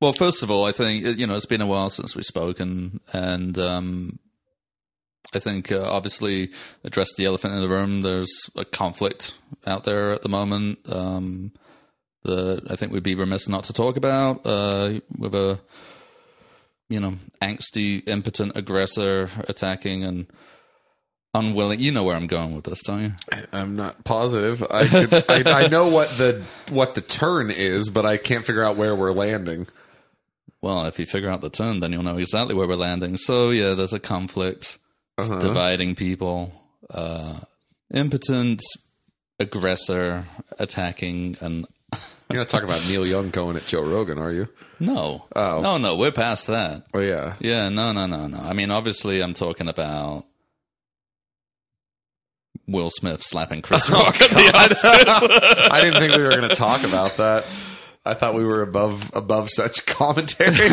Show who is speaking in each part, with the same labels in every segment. Speaker 1: Well, first of all, I think uh, you know it's been a while since we've spoken, and um, I think uh, obviously address the elephant in the room. There's a conflict out there at the moment um, that I think we'd be remiss not to talk about uh, with a you know angsty, impotent aggressor attacking and unwilling. You know where I'm going with this, don't you?
Speaker 2: I'm not positive. I, could, I I know what the what the turn is, but I can't figure out where we're landing.
Speaker 1: Well, if you figure out the turn, then you'll know exactly where we're landing. So yeah, there's a conflict. It's
Speaker 2: Uh-huh.
Speaker 1: dividing people. Uh, impotent aggressor attacking and
Speaker 2: You're not talking about Neil Young going at Joe Rogan, are you?
Speaker 1: no,
Speaker 2: Oh.
Speaker 1: no, no, we're past that.
Speaker 2: Oh yeah.
Speaker 1: Yeah, no, no, no, no. I mean, obviously, I'm talking about Will Smith slapping Chris
Speaker 2: Oh,
Speaker 1: Rock. at Oh, the
Speaker 2: I didn't think we were going to talk about that. I thought we were above above such commentary.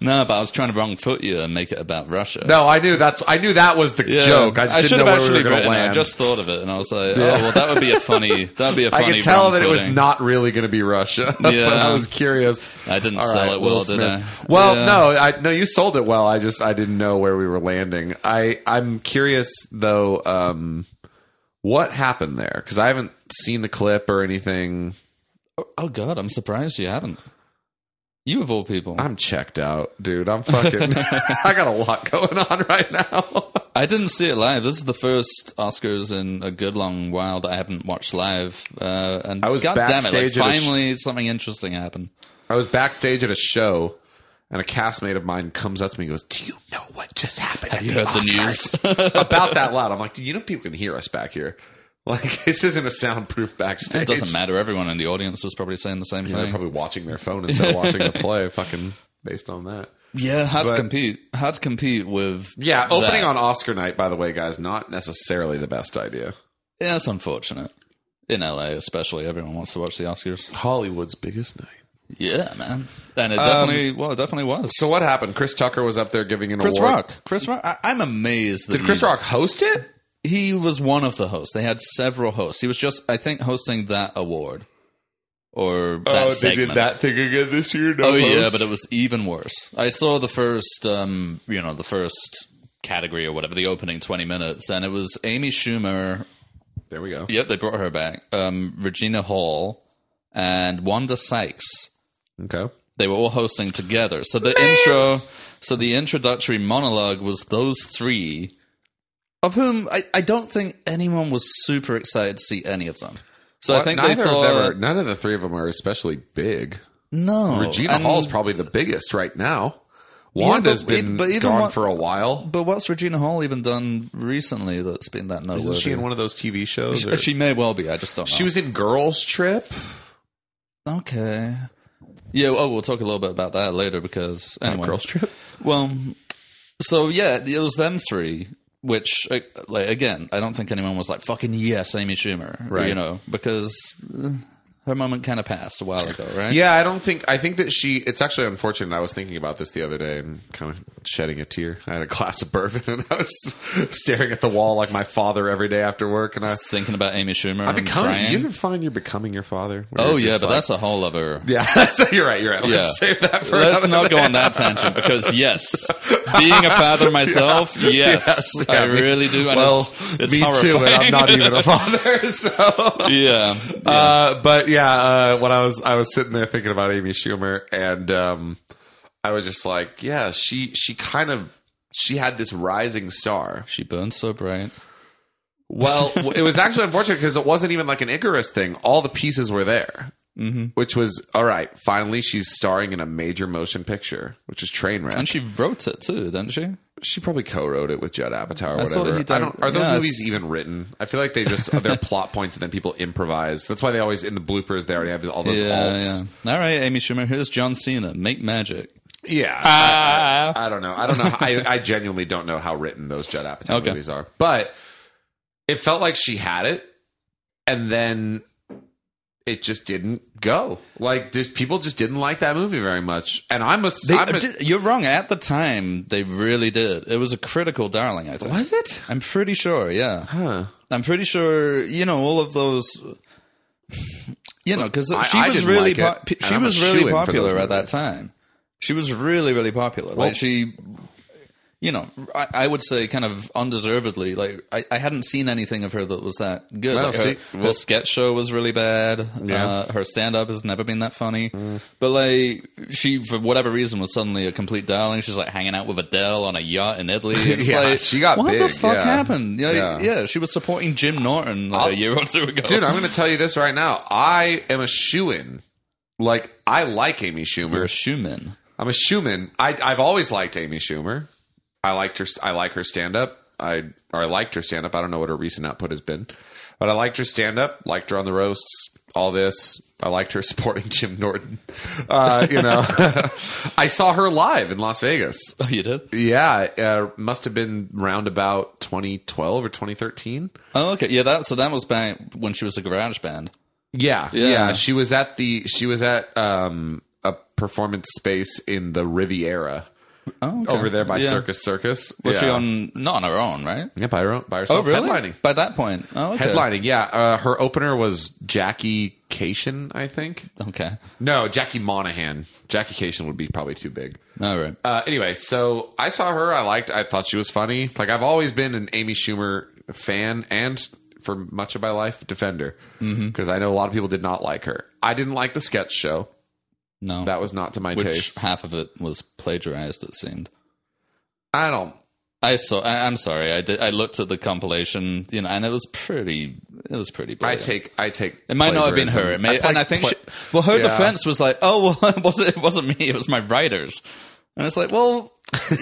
Speaker 1: no, but I was trying to wrong foot you and make it about Russia.
Speaker 2: no, I knew that's I knew that was the
Speaker 1: Yeah.
Speaker 2: joke. I just
Speaker 1: should
Speaker 2: didn't know
Speaker 1: have
Speaker 2: where we
Speaker 1: actually
Speaker 2: were going to
Speaker 1: written it.
Speaker 2: land.
Speaker 1: I just thought of it, and I was like, "Oh, well, that would be a funny. That would be a
Speaker 2: I
Speaker 1: funny."
Speaker 2: could tell that it was
Speaker 1: wrong-footing.
Speaker 2: not really going to be Russia, but
Speaker 1: Yeah.
Speaker 2: I was curious.
Speaker 1: I didn't
Speaker 2: All
Speaker 1: sell
Speaker 2: right,
Speaker 1: it
Speaker 2: Will
Speaker 1: well, did I?
Speaker 2: Smith. Well,
Speaker 1: Yeah.
Speaker 2: no, I no, you sold it well. I just I didn't know where we were landing. I I'm curious though, um, what happened there? Because I haven't seen the clip or anything.
Speaker 1: Oh God, I'm surprised you haven't. You of all people, I'm,
Speaker 2: I'm checked out, dude. I'm fucking. I got a lot going on right now.
Speaker 1: I did not see it live. This is the first Oscars in a good long while that I haven't watched live. Uh, and
Speaker 2: I was
Speaker 1: God damn it! Like,
Speaker 2: backstage at a sh-
Speaker 1: finally, something interesting happened.
Speaker 2: I was backstage at a show, and a castmate of mine comes up to me and goes, "Do you know what just happened?" Have
Speaker 1: you heard the news?"
Speaker 2: about that loud? I'm like, "Dude, you know people can hear us back here. Like this isn't a soundproof backstage.
Speaker 1: It doesn't matter. Everyone in the audience was probably saying the same
Speaker 2: Yeah, they're
Speaker 1: thing.
Speaker 2: probably watching their phone instead of watching the play. Fucking based on that.
Speaker 1: yeah, hard to
Speaker 2: but-
Speaker 1: compete. Hard to compete with.
Speaker 2: Yeah, opening
Speaker 1: that.
Speaker 2: on Oscar night, by the way, guys, not necessarily the best idea.
Speaker 1: Yeah, it's unfortunate. In LA, especially, everyone wants to watch the Oscars.
Speaker 2: Hollywood's biggest night.
Speaker 1: Yeah, man, and it definitely, well, it definitely was.
Speaker 2: So what happened? Chris Tucker was up there giving an
Speaker 1: Chris
Speaker 2: award.
Speaker 1: Rock, Chris Rock. I, I'm amazed. That
Speaker 2: Did Chris
Speaker 1: he-
Speaker 2: Rock host it?
Speaker 1: he was one of the hosts. They had several hosts. He was just, I think, hosting that award or
Speaker 2: Oh,
Speaker 1: that segment.
Speaker 2: thing again this year. No
Speaker 1: oh yeah, but it was even worse. I saw the first, um, you know, the first category or whatever, the opening twenty minutes, and it was Amy Schumer.
Speaker 2: there we go.
Speaker 1: Yep, they brought her back. Um, Regina Hall and Wanda Sykes.
Speaker 2: Okay.
Speaker 1: They were all hosting together. So the intro, so the introductory monologue was those three. Of whom I, I don't think anyone was super excited to see any of them. So I
Speaker 2: Well,
Speaker 1: think they
Speaker 2: neither
Speaker 1: thought
Speaker 2: of them are, none of the three of them are especially big.
Speaker 1: no.
Speaker 2: Regina
Speaker 1: And-
Speaker 2: Hall's probably the biggest right now. Wanda's
Speaker 1: but-
Speaker 2: been
Speaker 1: but even
Speaker 2: gone
Speaker 1: what-
Speaker 2: for a while.
Speaker 1: But what's Regina Hall even done recently that's been that noteworthy?
Speaker 2: Isn't she in one of those TV shows? or-
Speaker 1: she may well be. I just don't know.
Speaker 2: she was in Girls Trip.
Speaker 1: okay. Yeah. Oh, we'll talk a little bit about that later because anyway.
Speaker 2: Trip.
Speaker 1: Well, so yeah, it was them three. Which, uh, like, again, I don't think anyone was like, "Fucking yes, Amy Schumer,"
Speaker 2: Right.
Speaker 1: You know, because uh, her moment kind of passed a while ago, right?
Speaker 2: Yeah, I don't think. I think that she. It's actually unfortunate. I was thinking about this the other day and kind of shedding a tear. I had a glass of bourbon and I was staring at the wall like my father every day after work. And I,
Speaker 1: Thinking about Amy Schumer,
Speaker 2: I'm
Speaker 1: and
Speaker 2: becoming. You
Speaker 1: crying.
Speaker 2: ever find you're becoming your father? Where
Speaker 1: Oh
Speaker 2: you're
Speaker 1: yeah,
Speaker 2: just
Speaker 1: but
Speaker 2: like-
Speaker 1: that's a whole other.
Speaker 2: yeah. so you're right. You're right.
Speaker 1: Yeah.
Speaker 2: Let's save that for
Speaker 1: Let's
Speaker 2: another
Speaker 1: not
Speaker 2: day.
Speaker 1: go on that tangent because yes, being a father myself, yes,
Speaker 2: Yes,
Speaker 1: I
Speaker 2: yeah, me-
Speaker 1: really do. And
Speaker 2: well,
Speaker 1: it's, it's
Speaker 2: me
Speaker 1: horrifying.
Speaker 2: too, and I'm not even a father. So
Speaker 1: yeah,
Speaker 2: Uh, but yeah, uh, when I was I was sitting there thinking about Amy Schumer, and um, I was just like, yeah, she she kind of she had this rising star.
Speaker 1: she burns so bright.
Speaker 2: Well, it was actually unfortunate because it wasn't even like an Icarus thing. All the pieces were there, mm-hmm. which was all right. Finally, she's starring in a major motion picture, which is Trainwreck.
Speaker 1: And she wrote it too, didn't she?
Speaker 2: She probably co-wrote it with Judd Apatow or
Speaker 1: I thought
Speaker 2: whatever.
Speaker 1: he did-
Speaker 2: I don't, are those
Speaker 1: yeah,
Speaker 2: movies
Speaker 1: it's-
Speaker 2: even written? I feel like they just they're plot points and then people improvise. That's why they always in the bloopers they already have all those
Speaker 1: Yeah,
Speaker 2: alts.
Speaker 1: yeah. All right, Amy Schumer. Here's John Cena. Make magic.
Speaker 2: Yeah. I, I- I don't know. I don't know. I, I genuinely don't know how written those Judd Apatow
Speaker 1: Okay.
Speaker 2: movies are. But it felt like she had it, and then it just didn't go. Like, just, people just didn't like that movie very much. And I'm a.
Speaker 1: They-
Speaker 2: I'm a-
Speaker 1: did- uh, you're wrong. At the time, they really did. It was a critical darling. I think.
Speaker 2: was it?
Speaker 1: I'm pretty sure. Yeah.
Speaker 2: Huh.
Speaker 1: I'm pretty sure, you know, all of those. you know, because
Speaker 2: I-
Speaker 1: she
Speaker 2: I
Speaker 1: was
Speaker 2: didn't
Speaker 1: really
Speaker 2: like it,
Speaker 1: pop-
Speaker 2: and
Speaker 1: she
Speaker 2: I'm a
Speaker 1: was really
Speaker 2: shoo-in for those
Speaker 1: popular at that
Speaker 2: movies.
Speaker 1: time. She was really really popular. like she, you know, I, I would say kind of undeservedly. Like I, I hadn't seen anything of her that was that good.
Speaker 2: Well,
Speaker 1: like her,
Speaker 2: see,
Speaker 1: her
Speaker 2: well-
Speaker 1: sketch show was really bad.
Speaker 2: Yeah. Mm.
Speaker 1: Uh, her stand up has never been that funny. But like she, for whatever reason, was suddenly a complete darling. She's like hanging out with Adele on a yacht in Italy. And it's
Speaker 2: Yeah,
Speaker 1: like,
Speaker 2: she got
Speaker 1: what the
Speaker 2: big,
Speaker 1: fuck
Speaker 2: yeah.
Speaker 1: happened? Like,
Speaker 2: Yeah.
Speaker 1: yeah. she was supporting Jim Norton like a year or two ago.
Speaker 2: Dude, I'm going to tell you this right now. I am a shoe in. Like, I like Amy Schumer.
Speaker 1: You're a shoeman.
Speaker 2: I'm a Schumann. I, I've always liked Amy Schumer. I liked her. I like her stand up. I or I liked her stand up. I don't know what her recent output has been, but I liked her stand up. Liked her on the roasts. All this. I liked her supporting Jim Norton. Uh, you know, I saw her live in Las Vegas.
Speaker 1: Oh, you did?
Speaker 2: Yeah, uh, must have been round about 2012 or 2013.
Speaker 1: Oh, okay. Yeah, that so that was back when she was a garage band.
Speaker 2: Yeah, yeah.
Speaker 1: Yeah.
Speaker 2: She was at the she was at um a performance space in the Riviera
Speaker 1: Oh, okay.
Speaker 2: over there by
Speaker 1: Yeah.
Speaker 2: Circus Circus.
Speaker 1: Was she
Speaker 2: Yeah.
Speaker 1: on not on her own, right?
Speaker 2: Yeah, by her own, by
Speaker 1: Oh,
Speaker 2: herself.
Speaker 1: really?
Speaker 2: Headlining.
Speaker 1: By that point. Oh, okay.
Speaker 2: Headlining. Yeah, uh, her opener was Jackie Cation, I think.
Speaker 1: Okay.
Speaker 2: No, Jackie Monahan. Jackie Cation would be probably too big.
Speaker 1: All right.
Speaker 2: Uh, anyway, so I saw her. I liked. I thought she was funny. Like I've always been an Amy Schumer fan, and for much of my life, defender because
Speaker 1: Mm-hmm.
Speaker 2: I know a lot of people did not like her. I didn't like the sketch show.
Speaker 1: No.
Speaker 2: That was not to my
Speaker 1: which
Speaker 2: taste.
Speaker 1: half of it was plagiarized it seemed.
Speaker 2: I don't.
Speaker 1: I saw I, I'm sorry. I did, I looked at the compilation, you know, and it was pretty it was pretty
Speaker 2: I
Speaker 1: bad.
Speaker 2: take. I take.
Speaker 1: It might not have been her. It may, and I think, she, well, her
Speaker 2: yeah.
Speaker 1: defense was like, "Oh, well, it wasn't, it wasn't me. It was my writers." And it's like, well,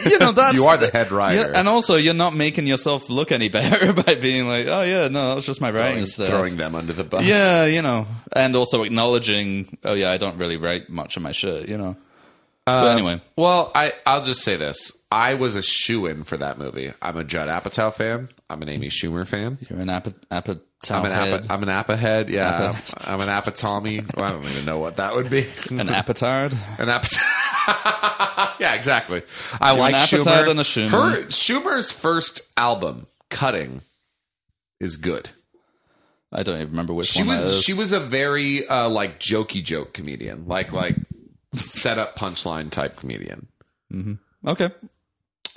Speaker 1: you know, that's
Speaker 2: You are the head writer.
Speaker 1: Yeah, and also, you're not making yourself look any better by being like, "Oh yeah, no, that was just my writing stuff."
Speaker 2: throwing them under the bus.
Speaker 1: yeah, you know, and also acknowledging, "Oh yeah, I don't really write much of my shit," you know.
Speaker 2: Uh,
Speaker 1: but anyway,
Speaker 2: Well, I I'll just say this. I was a shoe in for that movie. I'm a Judd Apatow fan. I'm an Amy Schumer fan.
Speaker 1: you're an appa appa
Speaker 2: I'm an
Speaker 1: head,
Speaker 2: Appa, I'm an Appa head. Yeah, I'm an Appa Tommy. Well, I don't even know what that would be.
Speaker 1: an appetard.
Speaker 2: An Appa. yeah, exactly. I like
Speaker 1: an Apatow
Speaker 2: Schumer.
Speaker 1: than a Schumer.
Speaker 2: Her Schumer's first album, Cutting, is good.
Speaker 1: I don't even remember which
Speaker 2: She
Speaker 1: one that
Speaker 2: was
Speaker 1: is.
Speaker 2: she was a very uh, like jokey joke comedian, like like set up punchline type comedian.
Speaker 1: okay.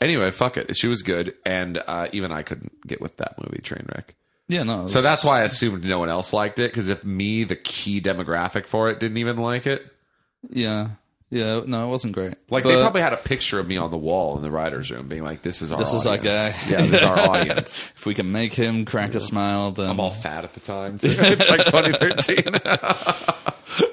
Speaker 2: Anyway, fuck it. She was good, and uh, even I couldn't get with that movie train wreck.
Speaker 1: Yeah, no.
Speaker 2: So that's why I assumed no one else liked it. Because if me, the key demographic for it, didn't even like it,
Speaker 1: yeah, yeah. No, it wasn't great.
Speaker 2: like
Speaker 1: But-
Speaker 2: they probably had a picture of me on the wall in the writers' room, being like, "This is our,
Speaker 1: This is our
Speaker 2: audience.
Speaker 1: guy.
Speaker 2: yeah, this is our audience."
Speaker 1: If we can make him crack a smile, then
Speaker 2: I'm all fat at the time. too. it's like 2013.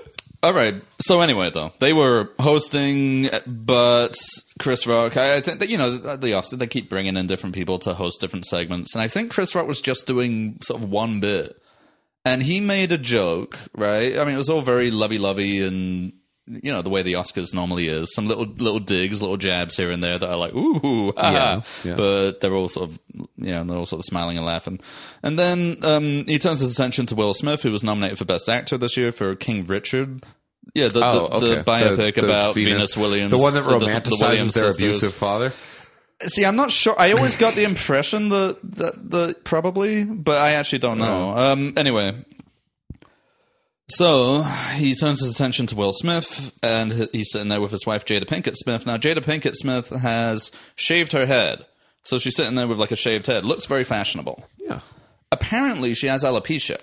Speaker 1: all right. So anyway, though they were hosting, but Chris Rock. I, I think that you know the Austin they keep bringing in different people to host different segments, and I think Chris Rock was just doing sort of one bit, and he made a joke. Right? I mean, it was all very lovey-lovey and. You know the way the Oscars normally is, some little little digs, little jabs here and there that are like ooh, ah.
Speaker 2: yeah.
Speaker 1: but they're all sort of you know they're all sort of smiling and laughing. And then um, he turns his attention to Will Smith, who was nominated for Best Actor this year for King Richard. Yeah, the, the,
Speaker 2: Oh,
Speaker 1: Oh, the biopic about Venus, Williams,
Speaker 2: the one that
Speaker 1: the- the Williams
Speaker 2: romanticizes their
Speaker 1: sisters.
Speaker 2: abusive father.
Speaker 1: See, I'm not sure. I always got the impression that that the probably, but I actually don't know. Um, anyway, so he turns his attention to Will Smith, and h- he's sitting there with his wife Jada Pinkett Smith. Now, Jada Pinkett Smith has shaved her head, so she's sitting there with like a shaved head. Looks very fashionable.
Speaker 2: Yeah.
Speaker 1: Apparently, she has alopecia,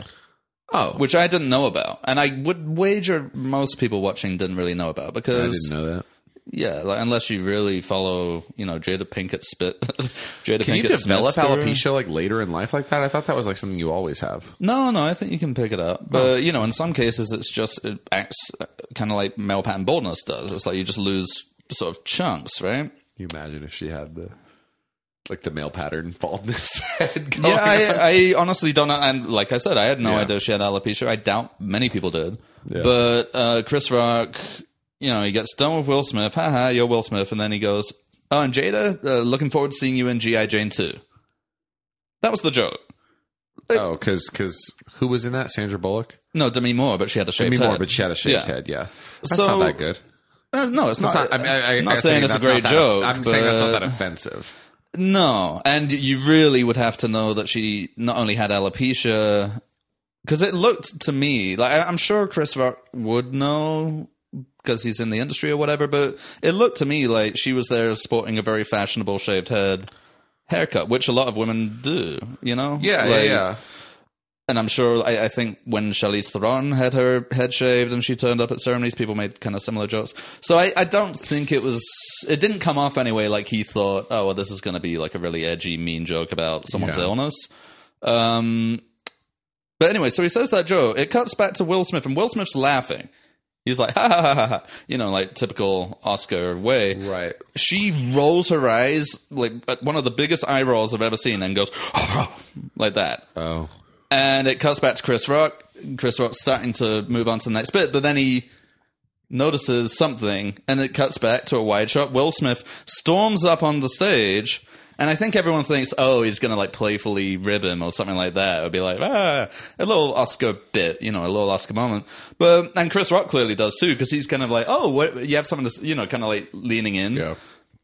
Speaker 2: Oh,
Speaker 1: which I didn't know about, and I would wager most people watching didn't really know about
Speaker 2: I
Speaker 1: because
Speaker 2: didn't know that.
Speaker 1: yeah, like, unless you really follow, you know, Jada Pinkett Spit. Jada
Speaker 2: Can
Speaker 1: Pinkett
Speaker 2: you develop
Speaker 1: Smith's career.
Speaker 2: alopecia like later in life like that? I thought that was like something you always have.
Speaker 1: No, no, I think you can pick it up.
Speaker 2: Oh.
Speaker 1: But, you know, in some cases, it's just, it acts kind of like male pattern baldness does. It's like you just lose sort of chunks, right?
Speaker 2: Can you imagine if she had the like the male pattern baldness head going?
Speaker 1: Yeah, I, I honestly don't know. And like I said, I had no
Speaker 2: Oh, Yeah.
Speaker 1: idea she had alopecia. I doubt many people did.
Speaker 2: Yeah.
Speaker 1: But uh, Chris Rock, you know, he gets done with Will Smith. Haha, you're Will Smith. And then he goes, Oh, and Jada, uh, looking forward to seeing you in G.I. Jane 2. That was the joke.
Speaker 2: oh, because who was in that? Sandra Bullock.
Speaker 1: No, Demi Moore, but she had a
Speaker 2: I
Speaker 1: shaved
Speaker 2: mean,
Speaker 1: head.
Speaker 2: more, but she had a shaved
Speaker 1: Yeah.
Speaker 2: head. Yeah, that's
Speaker 1: So-
Speaker 2: not that good.
Speaker 1: Uh, no, it's,
Speaker 2: It's
Speaker 1: not.
Speaker 2: not. I mean, I, I,
Speaker 1: am
Speaker 2: I
Speaker 1: not
Speaker 2: guess
Speaker 1: saying it's a
Speaker 2: that's
Speaker 1: great
Speaker 2: not that-
Speaker 1: joke.
Speaker 2: I'm saying that's not
Speaker 1: but-
Speaker 2: that offensive.
Speaker 1: No, and you really would have to know that she not only had alopecia because it looked to me like I- I'm sure Chris Rock would know because he's in the industry or whatever, but it looked to me like she was there sporting a very fashionable shaved head haircut, which a lot of women do, you know?
Speaker 2: Yeah, yeah,
Speaker 1: Like,
Speaker 2: yeah.
Speaker 1: And I'm sure I, I think when Charlize Theron had her head shaved and she turned up at ceremonies, people made kind of similar jokes. So I, I don't think it was. It didn't come off anyway like he thought. Oh, well, this is going to be like a really edgy, mean joke about someone's
Speaker 2: Yeah.
Speaker 1: illness. Um, but anyway, so he says that joke. It cuts back to Will Smith, and Will Smith's laughing. He's like, ha ha ha ha, ha, you know, like typical Oscar way.
Speaker 2: Right.
Speaker 1: She rolls her eyes like at one of the biggest eye rolls I've ever seen, and goes like that.
Speaker 2: Oh.
Speaker 1: And it cuts back to Chris Rock. Chris Rock's starting to move on to the next bit, but then he notices something and it cuts back to a wide shot. Will Smith storms up on the stage. And I think everyone thinks, oh, he's going to like playfully rib him or something like that. It would be like, ah, a little Oscar bit, you know, a little Oscar moment. But, and Chris Rock clearly does too, because he's kind of like, oh, what, you have something to, s-" you know, kind of like leaning in.
Speaker 2: Yeah.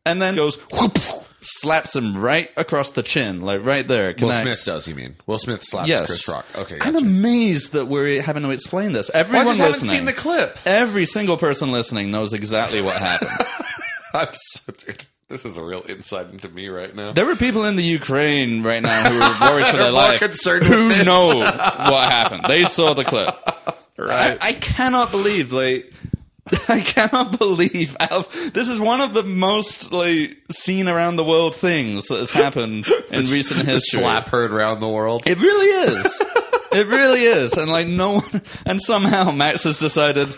Speaker 1: And then goes, whoop, slaps him right across the chin, like right there.
Speaker 2: Will
Speaker 1: connects.
Speaker 2: Smith does, you mean? Will Smith slaps
Speaker 1: Yes.
Speaker 2: Chris Rock. Okay.
Speaker 1: I'm
Speaker 2: gotcha.
Speaker 1: amazed that we're having to explain this.
Speaker 2: I
Speaker 1: Everyone
Speaker 2: just haven't
Speaker 1: listening,
Speaker 2: seen the clip.
Speaker 1: every single person listening knows exactly what happened.
Speaker 2: I'm so, dude, this is a real insight into me right now.
Speaker 1: there were people in the Ukraine right now who were worried for their
Speaker 2: They're more
Speaker 1: life.
Speaker 2: concerned
Speaker 1: who
Speaker 2: with this.
Speaker 1: know what happened? They saw the clip.
Speaker 2: Right.
Speaker 1: I, I cannot believe like I cannot believe Alf, this is one of the most like seen around the world things that has happened in recent history.
Speaker 2: Slap heard around the world.
Speaker 1: It really is. it really is. And like no one and somehow Max has decided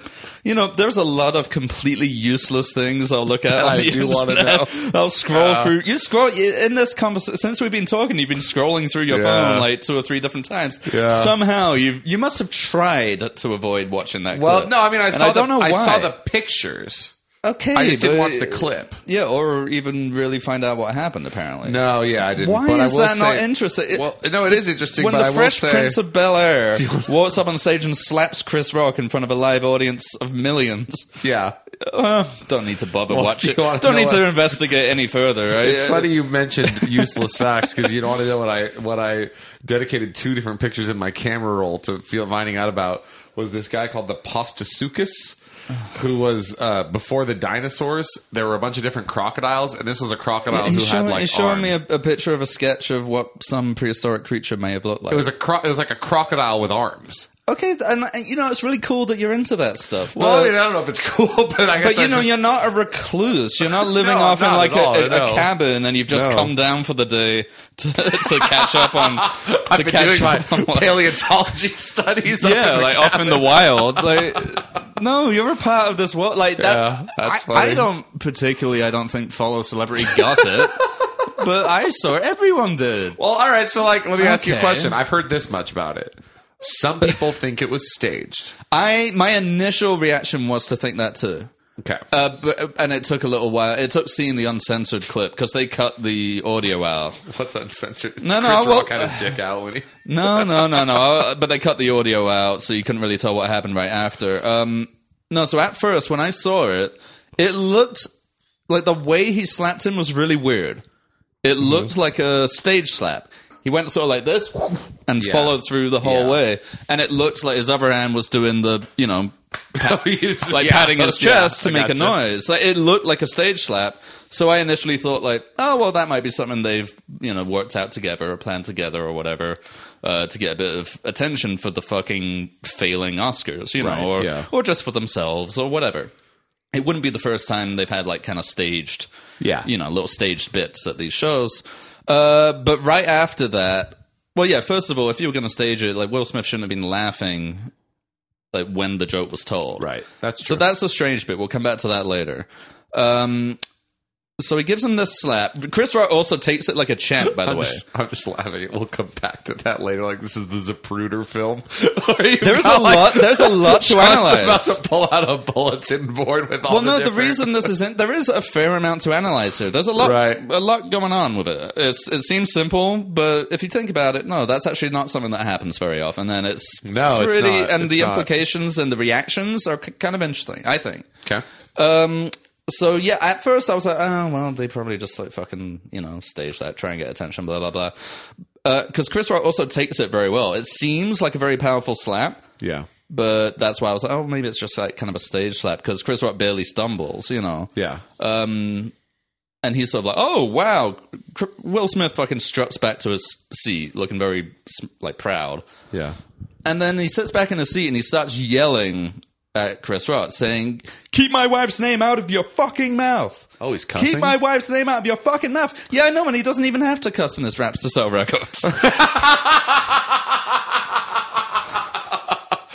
Speaker 1: you know, there's a lot of completely useless things I'll look at. on
Speaker 2: I
Speaker 1: the
Speaker 2: do wanna
Speaker 1: internet.
Speaker 2: know.
Speaker 1: I'll scroll through. You scroll you- in this conversation since we've been talking. You've been scrolling through your
Speaker 2: Yeah.
Speaker 1: phone like two or three different times.
Speaker 2: Yeah.
Speaker 1: Somehow you you must have tried to avoid watching that.
Speaker 2: well,
Speaker 1: clip.
Speaker 2: no, I mean, I
Speaker 1: And
Speaker 2: saw.
Speaker 1: I don't
Speaker 2: the,
Speaker 1: know
Speaker 2: I
Speaker 1: why.
Speaker 2: saw the pictures.
Speaker 1: okay.
Speaker 2: I just didn't
Speaker 1: but-
Speaker 2: watch the clip.
Speaker 1: Yeah, or even really find out what happened. Apparently,
Speaker 2: No, yeah, I didn't.
Speaker 1: Why
Speaker 2: but I
Speaker 1: is
Speaker 2: will
Speaker 1: that not
Speaker 2: say-
Speaker 1: interesting? It-
Speaker 2: well, no, it is interesting.
Speaker 1: when
Speaker 2: but
Speaker 1: the
Speaker 2: I will
Speaker 1: Fresh
Speaker 2: say-
Speaker 1: Prince of Bel Air walks up on stage and slaps Chris Rock in front of a live audience of millions,
Speaker 2: yeah,
Speaker 1: uh, don't need to bother watching.
Speaker 2: you wanna
Speaker 1: Don't
Speaker 2: know
Speaker 1: need to
Speaker 2: what-
Speaker 1: investigate any further. Right?
Speaker 2: it's funny you mentioned useless facts because you don't want to know what I what I dedicated two different pictures in my camera roll to feel finding out about was this guy called the Postasuchus, who was uh, before the dinosaurs. There were a bunch of different crocodiles, and this was a crocodile who
Speaker 1: He's showing,
Speaker 2: had like
Speaker 1: he's showing
Speaker 2: arms.
Speaker 1: me a, a picture of a sketch of what some prehistoric creature may have looked like.
Speaker 2: it was a cro- it was like a crocodile with arms.
Speaker 1: okay, th- and, and you know it's really cool that you're into that stuff.
Speaker 2: Well,
Speaker 1: but-
Speaker 2: I, mean, I don't know if it's cool, but I guess
Speaker 1: Uh, But you
Speaker 2: that's
Speaker 1: know,
Speaker 2: just-
Speaker 1: you're not a recluse. You're not living
Speaker 2: No,
Speaker 1: off in
Speaker 2: not
Speaker 1: like
Speaker 2: at all,
Speaker 1: a, a,
Speaker 2: no.
Speaker 1: a cabin, and you've just
Speaker 2: No.
Speaker 1: come down for the day to, to catch up on
Speaker 2: I've
Speaker 1: to
Speaker 2: been
Speaker 1: catch
Speaker 2: doing my
Speaker 1: up on what's-
Speaker 2: paleontology studies. up
Speaker 1: Yeah,
Speaker 2: in the
Speaker 1: like off in the wild. Like, no, you're a part of this world. Like that.
Speaker 2: Yeah, that's
Speaker 1: I,
Speaker 2: funny.
Speaker 1: I don't particularly. I don't think follow celebrity gossip, but I saw it. Everyone did.
Speaker 2: Well, all right. So, like, let me ask you a
Speaker 1: Okay.
Speaker 2: question. I've heard this much about it. Some people think it was staged.
Speaker 1: I my initial reaction was to think that too.
Speaker 2: Okay.
Speaker 1: Uh, but, and it took a little while. It took seeing the uncensored clip because they cut the audio out.
Speaker 2: What's uncensored?
Speaker 1: No, no, well-
Speaker 2: dick out when he.
Speaker 1: No, no, no, no. Uh, But they cut the audio out, so you couldn't really tell what happened right after. Um, no, so at first, when I saw it, it looked like the way he slapped him was really weird. It
Speaker 2: Mm-hmm.
Speaker 1: looked like a stage slap. He went sort of like this and
Speaker 2: Yeah.
Speaker 1: followed through the whole
Speaker 2: Yeah.
Speaker 1: way, and it looked like his other hand was doing the, you know, like patting his chest to make a noise. Like it looked like a stage slap. So I initially thought like, oh well, that might be something they've you know worked out together or planned together or whatever uh, to get a bit of attention for the fucking failing Oscars, you know,
Speaker 2: Right,
Speaker 1: or
Speaker 2: yeah.
Speaker 1: or just for themselves or whatever. It wouldn't be the first time they've had like kind of staged,
Speaker 2: Yeah.
Speaker 1: you know, little staged bits at these shows. Uh, but right after that, well, yeah. First of all, if you were going to stage it, like Will Smith shouldn't have been laughing like when the joke was told,
Speaker 2: Right. That's
Speaker 1: so
Speaker 2: true.
Speaker 1: that's the strange bit. We'll come back to that later. Um, so he gives him this slap. Chris Rock also takes it like a champ, by the
Speaker 2: I'm
Speaker 1: way.
Speaker 2: just, I'm just laughing. We'll come back to that later. Like this is the Zapruder film. there
Speaker 1: There's a lot. There's a lot to
Speaker 2: about
Speaker 1: analyze.
Speaker 2: to pull out a bulletin board with all.
Speaker 1: Well, no, the
Speaker 2: different-
Speaker 1: reason this isn't there is a fair amount to analyze here. There's a lot,
Speaker 2: Right.
Speaker 1: a lot going on with it. It's, it seems simple, but if you think about it, no, that's actually not something that happens very often. And it's
Speaker 2: No, it's
Speaker 1: pretty,
Speaker 2: not.
Speaker 1: and
Speaker 2: It's
Speaker 1: the
Speaker 2: not.
Speaker 1: implications and the reactions are k- kind of interesting. I think.
Speaker 2: Okay.
Speaker 1: Um. So yeah, at first I was like, oh well, they probably just like fucking you know stage that, try and get attention, blah blah blah. because Chris Rock also takes it very well. It seems like a very powerful slap,
Speaker 2: Yeah.
Speaker 1: but that's why I was like, oh, maybe it's just like kind of a stage slap because Chris Rock barely stumbles, you know.
Speaker 2: Yeah.
Speaker 1: And he's sort of like, oh wow, Cr- Will Smith fucking struts back to his seat, looking very s- like proud.
Speaker 2: yeah.
Speaker 1: And then he sits back in his seat and he starts yelling at Chris Rock, saying, "Keep my wife's name out of your fucking mouth."
Speaker 2: Oh, he's
Speaker 1: Keep
Speaker 2: cussing?
Speaker 1: my wife's name out of your fucking mouth. Yeah, I know, and he doesn't even have to cuss in his raps to sell records.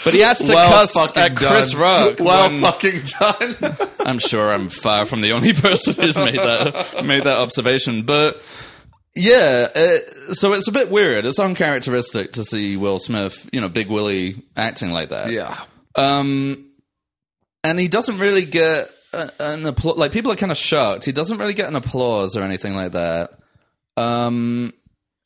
Speaker 1: but he has to
Speaker 2: Well
Speaker 1: cuss
Speaker 2: fucking
Speaker 1: at Chris
Speaker 2: done.
Speaker 1: Rock.
Speaker 2: Well
Speaker 1: when-
Speaker 2: fucking done.
Speaker 1: I'm sure I'm far from the only person who's made that made that observation, but yeah, uh, so it's a bit weird. It's uncharacteristic to see Will Smith, you know, Big Willie acting like that.
Speaker 2: yeah.
Speaker 1: Um, and he doesn't really get a, an applause. Like people are kind of shocked. He doesn't really get an applause or anything like that. Um,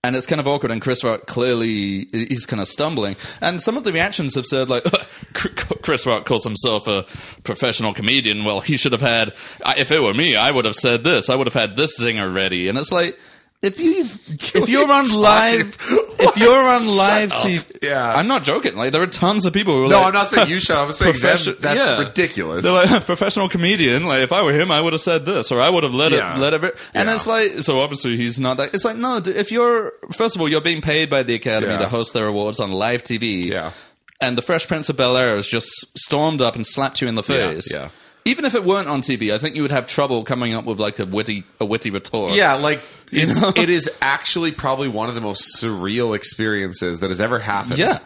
Speaker 1: and it's kind of awkward. And Chris Rock clearly he- he's kind of stumbling. And some of the reactions have said like, Chris Rock calls himself a professional comedian. Well, he should have had. I- If it were me, I would have said this. I would have had this zinger ready. And it's like. If you've if you're on live if you're on live TV
Speaker 2: Yeah.
Speaker 1: I'm not joking like there are tons of people who are
Speaker 2: No,
Speaker 1: like,
Speaker 2: I'm not saying you shut. I'm saying
Speaker 1: Profession-
Speaker 2: them, that's
Speaker 1: yeah.
Speaker 2: ridiculous.
Speaker 1: they're like professional comedian. Like if I were him, I would have said this, or I would have let
Speaker 2: Yeah.
Speaker 1: it, let it. And
Speaker 2: Yeah.
Speaker 1: it's like, so obviously he's not that. It's like, no, d- if you're first of all, you're being paid by the Academy
Speaker 2: Yeah.
Speaker 1: to host their awards on live TV.
Speaker 2: Yeah.
Speaker 1: And the Fresh Prince of Bel Air has just stormed up and slapped you in the face.
Speaker 2: yeah.
Speaker 1: Even if it weren't on TV, I think you would have trouble coming up with like a witty a witty retort.
Speaker 2: yeah, like it's,
Speaker 1: know?
Speaker 2: it is actually probably one of the most surreal experiences that has ever happened.
Speaker 1: Yeah.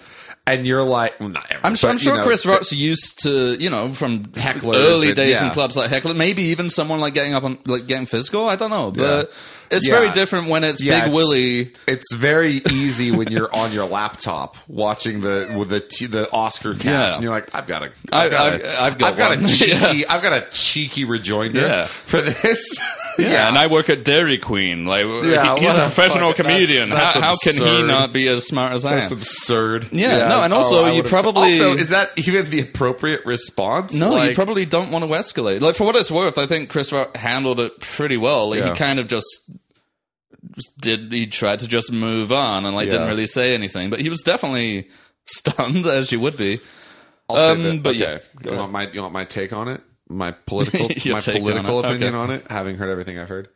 Speaker 2: and you're like, well, not ever,
Speaker 1: I'm, su-
Speaker 2: but,
Speaker 1: I'm sure
Speaker 2: you know,
Speaker 1: Chris Rock's used to you know from
Speaker 2: Hecklers
Speaker 1: early
Speaker 2: and-
Speaker 1: days in
Speaker 2: yeah.
Speaker 1: clubs like heckler, maybe even someone like getting up on like getting physical. I don't know, but it's
Speaker 2: Yeah.
Speaker 1: very different when it's
Speaker 2: Yeah,
Speaker 1: Big
Speaker 2: it's-
Speaker 1: Willie.
Speaker 2: It's very easy when you're on your laptop watching the with the t- the Oscar cast,
Speaker 1: Yeah.
Speaker 2: and you're like, I've got a,
Speaker 1: I-
Speaker 2: I've got,
Speaker 1: I've-
Speaker 2: a,
Speaker 1: I've got
Speaker 2: a
Speaker 1: one.
Speaker 2: cheeky, I've got a cheeky rejoinder
Speaker 1: Yeah.
Speaker 2: for this.
Speaker 1: Yeah. and I work at Dairy Queen. Like
Speaker 2: Yeah,
Speaker 1: he- he's a
Speaker 2: what the
Speaker 1: professional
Speaker 2: fuck? That's-
Speaker 1: comedian.
Speaker 2: that's
Speaker 1: how, how can he
Speaker 2: absurd.
Speaker 1: not be as smart as I
Speaker 2: That's
Speaker 1: am?
Speaker 2: absurd. Oh,
Speaker 1: Yeah, no, and also
Speaker 2: I
Speaker 1: you
Speaker 2: would've-
Speaker 1: probably-
Speaker 2: also is that even the appropriate response?
Speaker 1: No, you
Speaker 2: Like-
Speaker 1: probably don't want to escalate. Like for what it's worth, I think Chris Rock handled it pretty well. Like he
Speaker 2: Yeah.
Speaker 1: kind of just just did. He tried to just move on and like didn't
Speaker 2: Yeah.
Speaker 1: really say anything. But he was definitely stunned, as you would be.
Speaker 2: I'll
Speaker 1: Um,
Speaker 2: say that-
Speaker 1: but
Speaker 2: okay.
Speaker 1: yeah.
Speaker 2: you want my you want my take on it? My political
Speaker 1: Your
Speaker 2: my
Speaker 1: take on
Speaker 2: political
Speaker 1: it. Okay.
Speaker 2: opinion on it. Having heard everything I've heard,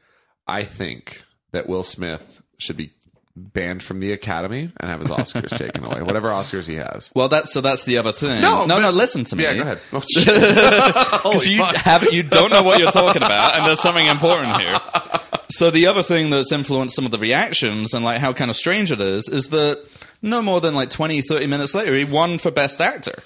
Speaker 2: I think that Will Smith should be banned from the Academy and have his Oscars taken away, whatever Oscars he has.
Speaker 1: Well, that's so. That's the other thing.
Speaker 2: No,
Speaker 1: no,
Speaker 2: but-
Speaker 1: no. Listen to me.
Speaker 2: Yeah, go ahead. Oh, shit.
Speaker 1: Because you have you don't know what you're talking about, and there's something important here. So the other thing that's influenced some of the reactions and like how kind of strange it is is that no more than like 20, 30 minutes later, he won for best actor.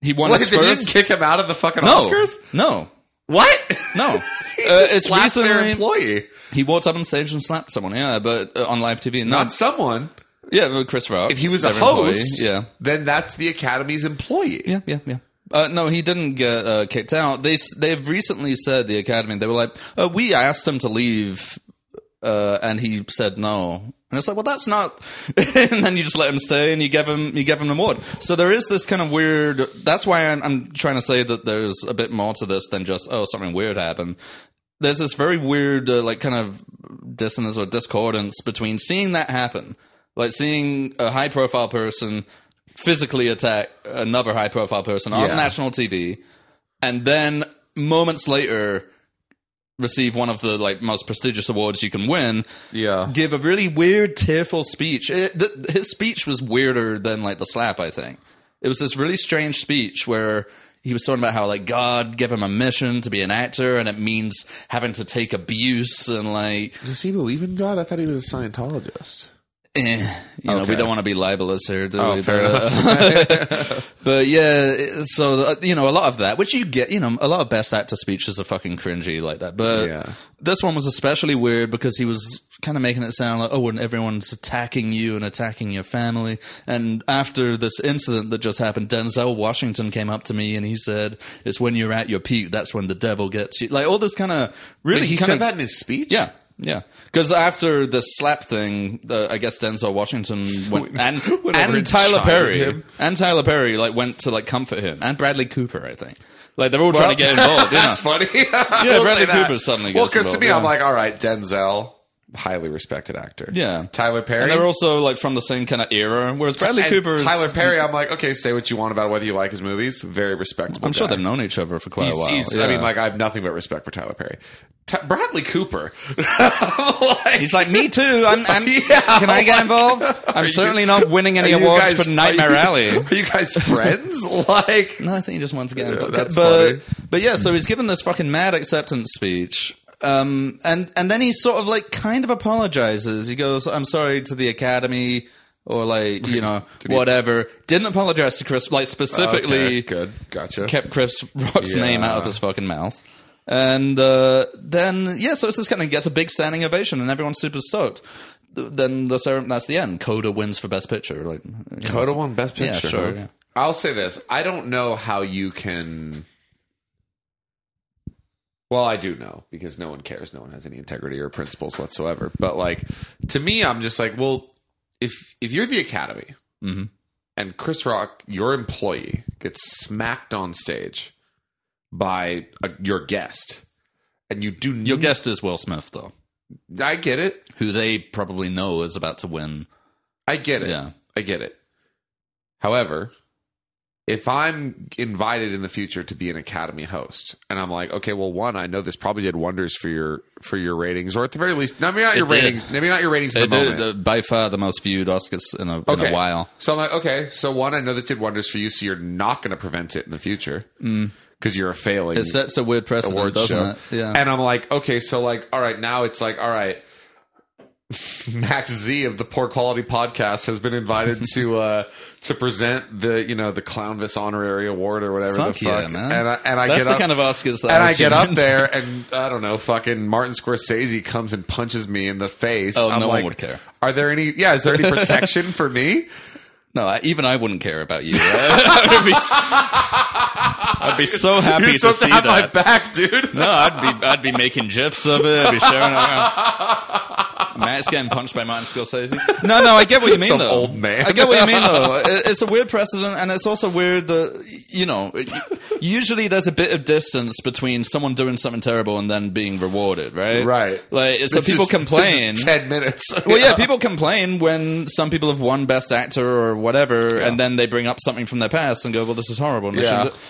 Speaker 1: He won
Speaker 2: Wait,
Speaker 1: his
Speaker 2: did you
Speaker 1: first.
Speaker 2: kick him out of the fucking
Speaker 1: no,
Speaker 2: Oscars?
Speaker 1: no,
Speaker 2: What?
Speaker 1: no.
Speaker 2: he
Speaker 1: Uh,
Speaker 2: just
Speaker 1: it's
Speaker 2: slapped their
Speaker 1: recently
Speaker 2: employee,
Speaker 1: he walked up on stage and slapped someone. Yeah, but uh, on live TV, no,
Speaker 2: not someone.
Speaker 1: yeah, but Chris Rock.
Speaker 2: If he was a
Speaker 1: their employee,
Speaker 2: host,
Speaker 1: yeah,
Speaker 2: then that's the Academy's employee.
Speaker 1: Yeah, yeah, yeah. Uh, no, he didn't get uh, kicked out. They s- they've recently said the academy. They were like, uh, we asked him to leave, uh, and he said no. And it's like, well, that's not. and then you just let him stay, and you give him you give him an award. So there is this kind of weird. That's why I'm, I'm trying to say that there's a bit more to this than just oh something weird happened. There's this very weird uh, like kind of dissonance or discordance between seeing that happen, like seeing a high profile person physically attack another high profile person on
Speaker 2: Yeah.
Speaker 1: national TV, and then moments later receive one of the like most prestigious awards you can win
Speaker 2: Yeah.
Speaker 1: give a really weird tearful speech it, th- his speech was weirder than like the slap i think it was this really strange speech where he was talking about how like god gave him a mission to be an actor and it means having to take abuse and like
Speaker 2: Does he believe in God? I thought he was a Scientologist.
Speaker 1: eh, you know, we
Speaker 2: Okay. Oh,
Speaker 1: don't want to be libelous here, do we?
Speaker 2: fair
Speaker 1: but, uh, but yeah, it- so uh, you know, a lot of that, which you get, you know, a lot of best actor speeches are fucking cringy like that. But
Speaker 2: Yeah.
Speaker 1: this one was especially weird because he was kind of making it sound like, oh, when everyone's attacking you and attacking your family. And after this incident that just happened, Denzel Washington came up to me and he said, "It's when you're at your peak, that's when the devil gets you." Like all this kind of really
Speaker 2: He
Speaker 1: kind
Speaker 2: said
Speaker 1: of
Speaker 2: that in his speech.
Speaker 1: yeah, yeah. Because after the slap thing, uh, I guess Denzel Washington went, and
Speaker 2: Went over
Speaker 1: and
Speaker 2: and
Speaker 1: Tyler
Speaker 2: chided
Speaker 1: Perry
Speaker 2: him.
Speaker 1: and Tyler Perry like went to like comfort him and Bradley Cooper, I think. Like they're all trying to get involved. Yeah.
Speaker 2: That's funny. yeah,
Speaker 1: Bradley Cooper suddenly
Speaker 2: Well,
Speaker 1: gets
Speaker 2: because to
Speaker 1: involved,
Speaker 2: me,
Speaker 1: yeah.
Speaker 2: I'm like, all right, Denzel, highly respected actor.
Speaker 1: Yeah.
Speaker 2: Tyler Perry.
Speaker 1: And they're also like from the same kind of era, whereas Bradley
Speaker 2: and
Speaker 1: Cooper is.
Speaker 2: Tyler Perry. I'm like, okay, say what you want about whether you like his movies. Very respectable.
Speaker 1: I'm sure
Speaker 2: guy.
Speaker 1: they've known each other for quite
Speaker 2: He's-
Speaker 1: a while.
Speaker 2: he's-
Speaker 1: yeah.
Speaker 2: I mean, like, I have nothing but respect for Tyler Perry. Ty- Bradley Cooper. Like,
Speaker 1: He's like, me too. I'm, I'm, can I get involved? I'm certainly not winning any
Speaker 2: are you
Speaker 1: awards
Speaker 2: guys-
Speaker 1: for Nightmare
Speaker 2: are you-
Speaker 1: Alley.
Speaker 2: Are you guys friends? like,
Speaker 1: No, I think he just wants to get involved.
Speaker 2: that's
Speaker 1: but,
Speaker 2: funny.
Speaker 1: but yeah, so he's given this fucking mad acceptance speech. Um, and, and then he sort of like kind of apologizes. He goes, I'm sorry to the Academy or like, you know, whatever. Didn't apologize to Chris, like specifically
Speaker 2: Okay, good, gotcha.
Speaker 1: kept Chris Rock's
Speaker 2: Yeah.
Speaker 1: name out of his fucking mouth. And uh, then, yeah, so it's this kind of gets a big standing ovation and everyone's super stoked. Th- Then the cere- that's the end. Coda wins for Best Picture. Like, you know.
Speaker 2: Coda won Best Picture.
Speaker 1: Yeah, sure, yeah.
Speaker 2: I'll say this: I don't know how you can. Well, I do know because no one cares. No one has any integrity or principles whatsoever. But like to me, I'm just like, well, if if you're the Academy
Speaker 1: Mhm.
Speaker 2: and Chris Rock, your employee, gets smacked on stage by a, your guest, and you do
Speaker 1: Your guest is Will Smith, though,
Speaker 2: I get it.
Speaker 1: who they probably know is about to win.
Speaker 2: I get it.
Speaker 1: Yeah.
Speaker 2: I get it. However, if I'm invited in the future to be an academy host and I'm like, okay, well one, I know this probably did wonders for your for your ratings or at the very least, maybe not your
Speaker 1: did.
Speaker 2: ratings, maybe not your ratings in
Speaker 1: They
Speaker 2: the
Speaker 1: did
Speaker 2: moment.
Speaker 1: the, by far the most viewed Oscars in a, in
Speaker 2: Okay.
Speaker 1: a while.
Speaker 2: So I'm like, okay, so one, I know that did wonders for you, so you're not going to prevent it in the future
Speaker 1: Mm.
Speaker 2: because you're a failing
Speaker 1: It sets a weird precedent,
Speaker 2: award
Speaker 1: doesn't
Speaker 2: show.
Speaker 1: it? Yeah.
Speaker 2: And I'm like, okay, so like, all right, now it's like, all right, Max Z of the Poor Quality Podcast has been invited to uh to present the you know the Clownvis Honorary Award or whatever
Speaker 1: Fuck
Speaker 2: the
Speaker 1: yeah,
Speaker 2: fuck.
Speaker 1: man.
Speaker 2: And I and I
Speaker 1: that's
Speaker 2: get
Speaker 1: the
Speaker 2: up,
Speaker 1: kind of Oscars that
Speaker 2: and
Speaker 1: I,
Speaker 2: I get up
Speaker 1: tuned
Speaker 2: there and I don't know, fucking Martin Scorsese comes and punches me in the face.
Speaker 1: Oh,
Speaker 2: I'm
Speaker 1: no one
Speaker 2: like,
Speaker 1: would care.
Speaker 2: Are there any? Yeah, is there any protection for me?
Speaker 1: No, I, even I wouldn't care about you. I'd, be, s- I'd be so happy
Speaker 2: You're
Speaker 1: to
Speaker 2: supposed to,
Speaker 1: see
Speaker 2: have
Speaker 1: that.
Speaker 2: my back, dude.
Speaker 1: no, I'd be I'd be making gifs of it. I'd be sharing it around. Matt's getting punched by Martin Scorsese. No, no, I get what you mean
Speaker 2: Some
Speaker 1: though.
Speaker 2: old man.
Speaker 1: I get what you mean though. It- It's a weird precedent, and it's also weird that you know. it- Usually, there's a bit of distance between someone doing something terrible and then being rewarded, right?
Speaker 2: Right.
Speaker 1: Like so,
Speaker 2: This
Speaker 1: people
Speaker 2: is-
Speaker 1: complain.
Speaker 2: this is Ten minutes.
Speaker 1: Well, yeah, people complain when some people have won Best Actor or whatever, and then they bring up something from their past and go, "Well, this is horrible." And they
Speaker 2: Yeah.
Speaker 1: shouldn't do-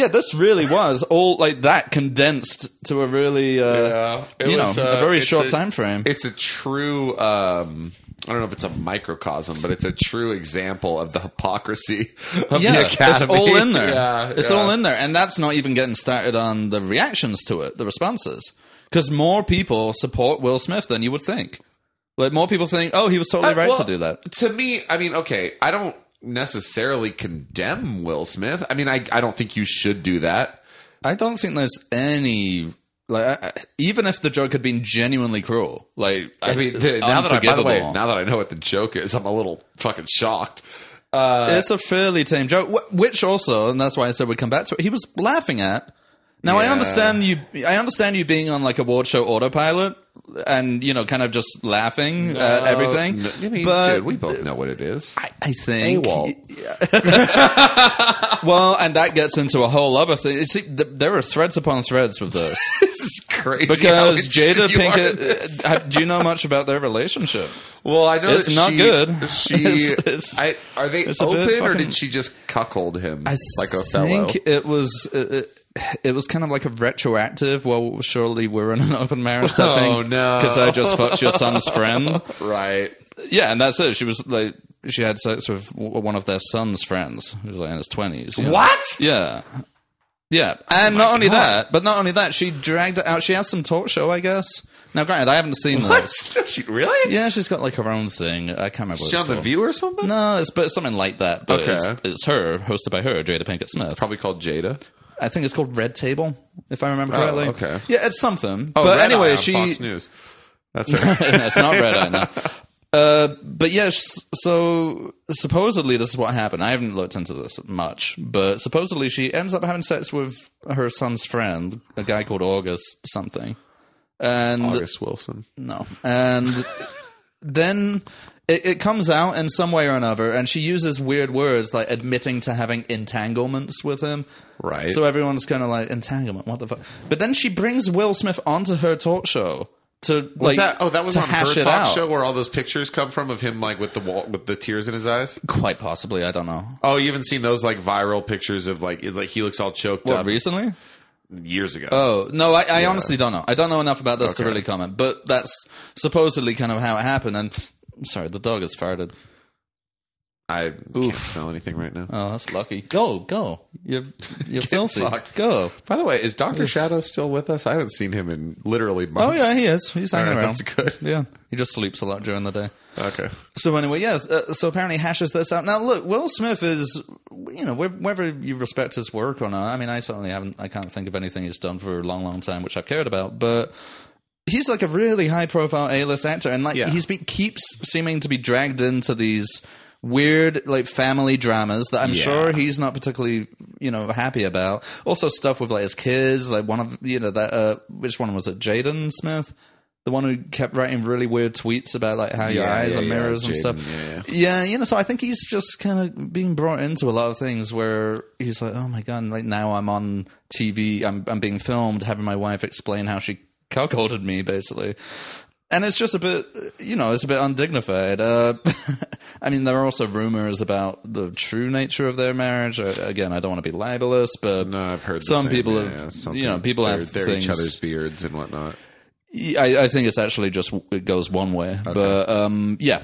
Speaker 1: yeah, this really was all like that condensed to a really, uh,
Speaker 2: Yeah, it
Speaker 1: you
Speaker 2: was,
Speaker 1: know,
Speaker 2: uh,
Speaker 1: a very
Speaker 2: it's
Speaker 1: short
Speaker 2: a-
Speaker 1: time frame.
Speaker 2: it's a true um I don't know if it's a microcosm, but it's a true example of the hypocrisy of
Speaker 1: yeah,
Speaker 2: the
Speaker 1: it's
Speaker 2: academy.
Speaker 1: all in there.
Speaker 2: Yeah,
Speaker 1: it's
Speaker 2: yeah.
Speaker 1: all in there, and that's not even getting started on the reactions to it, the responses, because more people support Will Smith than you would think. Like more people think, "Oh, he was totally right
Speaker 2: Well,
Speaker 1: to do that."
Speaker 2: To me, I mean, okay, I don't necessarily condemn Will Smith. I mean, I I don't think you should do that.
Speaker 1: I don't think there's any like I, I- even if the joke had been genuinely cruel, like
Speaker 2: I mean, the- now that I, by the way,
Speaker 1: unforgivable.
Speaker 2: now that I know what the joke is, I'm a little fucking shocked.
Speaker 1: it's a fairly tame joke, wh- which also, and that's why I said we'd come back to it. He was laughing at. Now I
Speaker 2: Yeah.
Speaker 1: understand you. I understand you being on like award show autopilot and you know kind of just laughing at everything.
Speaker 2: Uh, I mean,
Speaker 1: but
Speaker 2: dude, we both know what it is.
Speaker 1: I, I think.
Speaker 2: AWOL.
Speaker 1: Yeah. well, and that gets into a whole other thing. You see, th- there are threads upon threads with this.
Speaker 2: this is crazy. how
Speaker 1: Because Jada
Speaker 2: interested you are in this.
Speaker 1: Pinkett, uh, do you know much about their relationship?
Speaker 2: Well, I know
Speaker 1: It's
Speaker 2: that
Speaker 1: not
Speaker 2: she-
Speaker 1: good.
Speaker 2: She,
Speaker 1: It's- it's-
Speaker 2: I, are they
Speaker 1: it's a bit
Speaker 2: open or
Speaker 1: fucking-
Speaker 2: did she just cuckold him like a fellow?
Speaker 1: think it was it, it, it was kind of like a retroactive. Well, surely we're in an open marriage type
Speaker 2: Oh,
Speaker 1: thing.
Speaker 2: no.
Speaker 1: because I just fucked your son's friend.
Speaker 2: Right.
Speaker 1: Yeah, and that's it. She was like, she had sex with w- one of their son's friends. who was like in his twenties.
Speaker 2: What?
Speaker 1: Yeah. Yeah, and not only that, but not only that, she dragged it out. She has some talk show, I guess. Now, granted, I haven't seen this.
Speaker 2: What? She, really?
Speaker 1: Yeah, she's got like her own thing. I can't remember. what
Speaker 2: She
Speaker 1: it's
Speaker 2: on the
Speaker 1: called.
Speaker 2: View or something?
Speaker 1: No, it's but it's something like that. But
Speaker 2: Okay.
Speaker 1: it's, it's her, hosted by her, Jada Pinkett Smith.
Speaker 2: Probably called Jada.
Speaker 1: I think it's called Red Table, if I remember correctly.
Speaker 2: Oh, okay.
Speaker 1: Yeah, it's something.
Speaker 2: Oh,
Speaker 1: but
Speaker 2: Red Eye
Speaker 1: anyway,
Speaker 2: on
Speaker 1: she.
Speaker 2: Fox News. That's her.
Speaker 1: it's not Red Eye now. Uh, but yes, so supposedly this is what happened. I haven't looked into this much, but supposedly she ends up having sex with her son's friend, a guy called August something, and
Speaker 2: August Wilson.
Speaker 1: no. And then it, it comes out in some way or another, and she uses weird words like admitting to having entanglements with him.
Speaker 2: Right.
Speaker 1: So everyone's kind of like, entanglement, what the fuck? But then she brings Will Smith onto her talk show to
Speaker 2: Was
Speaker 1: like
Speaker 2: that? Oh, that was
Speaker 1: to
Speaker 2: on her
Speaker 1: hash it
Speaker 2: talk
Speaker 1: out.
Speaker 2: show where all those pictures come from of him, like with the wall, with the tears in his eyes.
Speaker 1: Quite possibly, I don't know.
Speaker 2: Oh, you haven't seen those like viral pictures of like it's like he looks all choked
Speaker 1: What
Speaker 2: up
Speaker 1: Uh, recently?
Speaker 2: years ago.
Speaker 1: Oh no, I, I honestly don't know. I don't know enough about this to
Speaker 2: Okay.
Speaker 1: really comment. But that's supposedly kind of how it happened. And sorry, the dog has farted.
Speaker 2: I can't smell anything right now.
Speaker 1: Oh, that's lucky. Go, go. You're you're filthy.
Speaker 2: fucked.
Speaker 1: Go.
Speaker 2: By the way, is Doctor Shadow still with us? I haven't seen him in literally
Speaker 1: Oh
Speaker 2: months.
Speaker 1: yeah, he is. He's hanging
Speaker 2: All right,
Speaker 1: around.
Speaker 2: that's good.
Speaker 1: Yeah, he just sleeps a lot during the day.
Speaker 2: Okay.
Speaker 1: So anyway, yes. Uh, so apparently hashes this out. Now look, Will Smith is, you know, wh- whether you respect his work or not. I mean, I certainly haven't. I can't think of anything he's done for a long, long time which I've cared about. But he's like a really high-profile A-list actor, and like
Speaker 2: Yeah.
Speaker 1: he's been keeps seeming to be dragged into these weird like family dramas that I'm
Speaker 2: Yeah.
Speaker 1: sure he's not particularly you know happy about. Also stuff with like his kids, like one of you know that uh, which one was it? Jaden Smith. The one who kept writing really weird tweets about like how your
Speaker 2: Yeah,
Speaker 1: eyes
Speaker 2: yeah,
Speaker 1: are
Speaker 2: yeah,
Speaker 1: mirrors and
Speaker 2: Jaden,
Speaker 1: stuff.
Speaker 2: yeah, yeah.
Speaker 1: Yeah, you know, so I think he's just kind of being brought into a lot of things where he's like, "Oh my god!" Like now I'm on TV, I'm I'm being filmed, having my wife explain how she cuckolded me, basically, and it's just a bit, you know, it's a bit undignified. Uh, I mean, there are also rumors about the true nature of their marriage. Uh, Again, I don't want to be libelous, but
Speaker 2: No, I've heard the
Speaker 1: some
Speaker 2: same,
Speaker 1: people
Speaker 2: yeah, yeah,
Speaker 1: have,
Speaker 2: something.
Speaker 1: you know, people
Speaker 2: they're,
Speaker 1: have
Speaker 2: they're
Speaker 1: things.
Speaker 2: each other's beards and whatnot.
Speaker 1: I, I think it's actually just it goes one way, but um, yeah,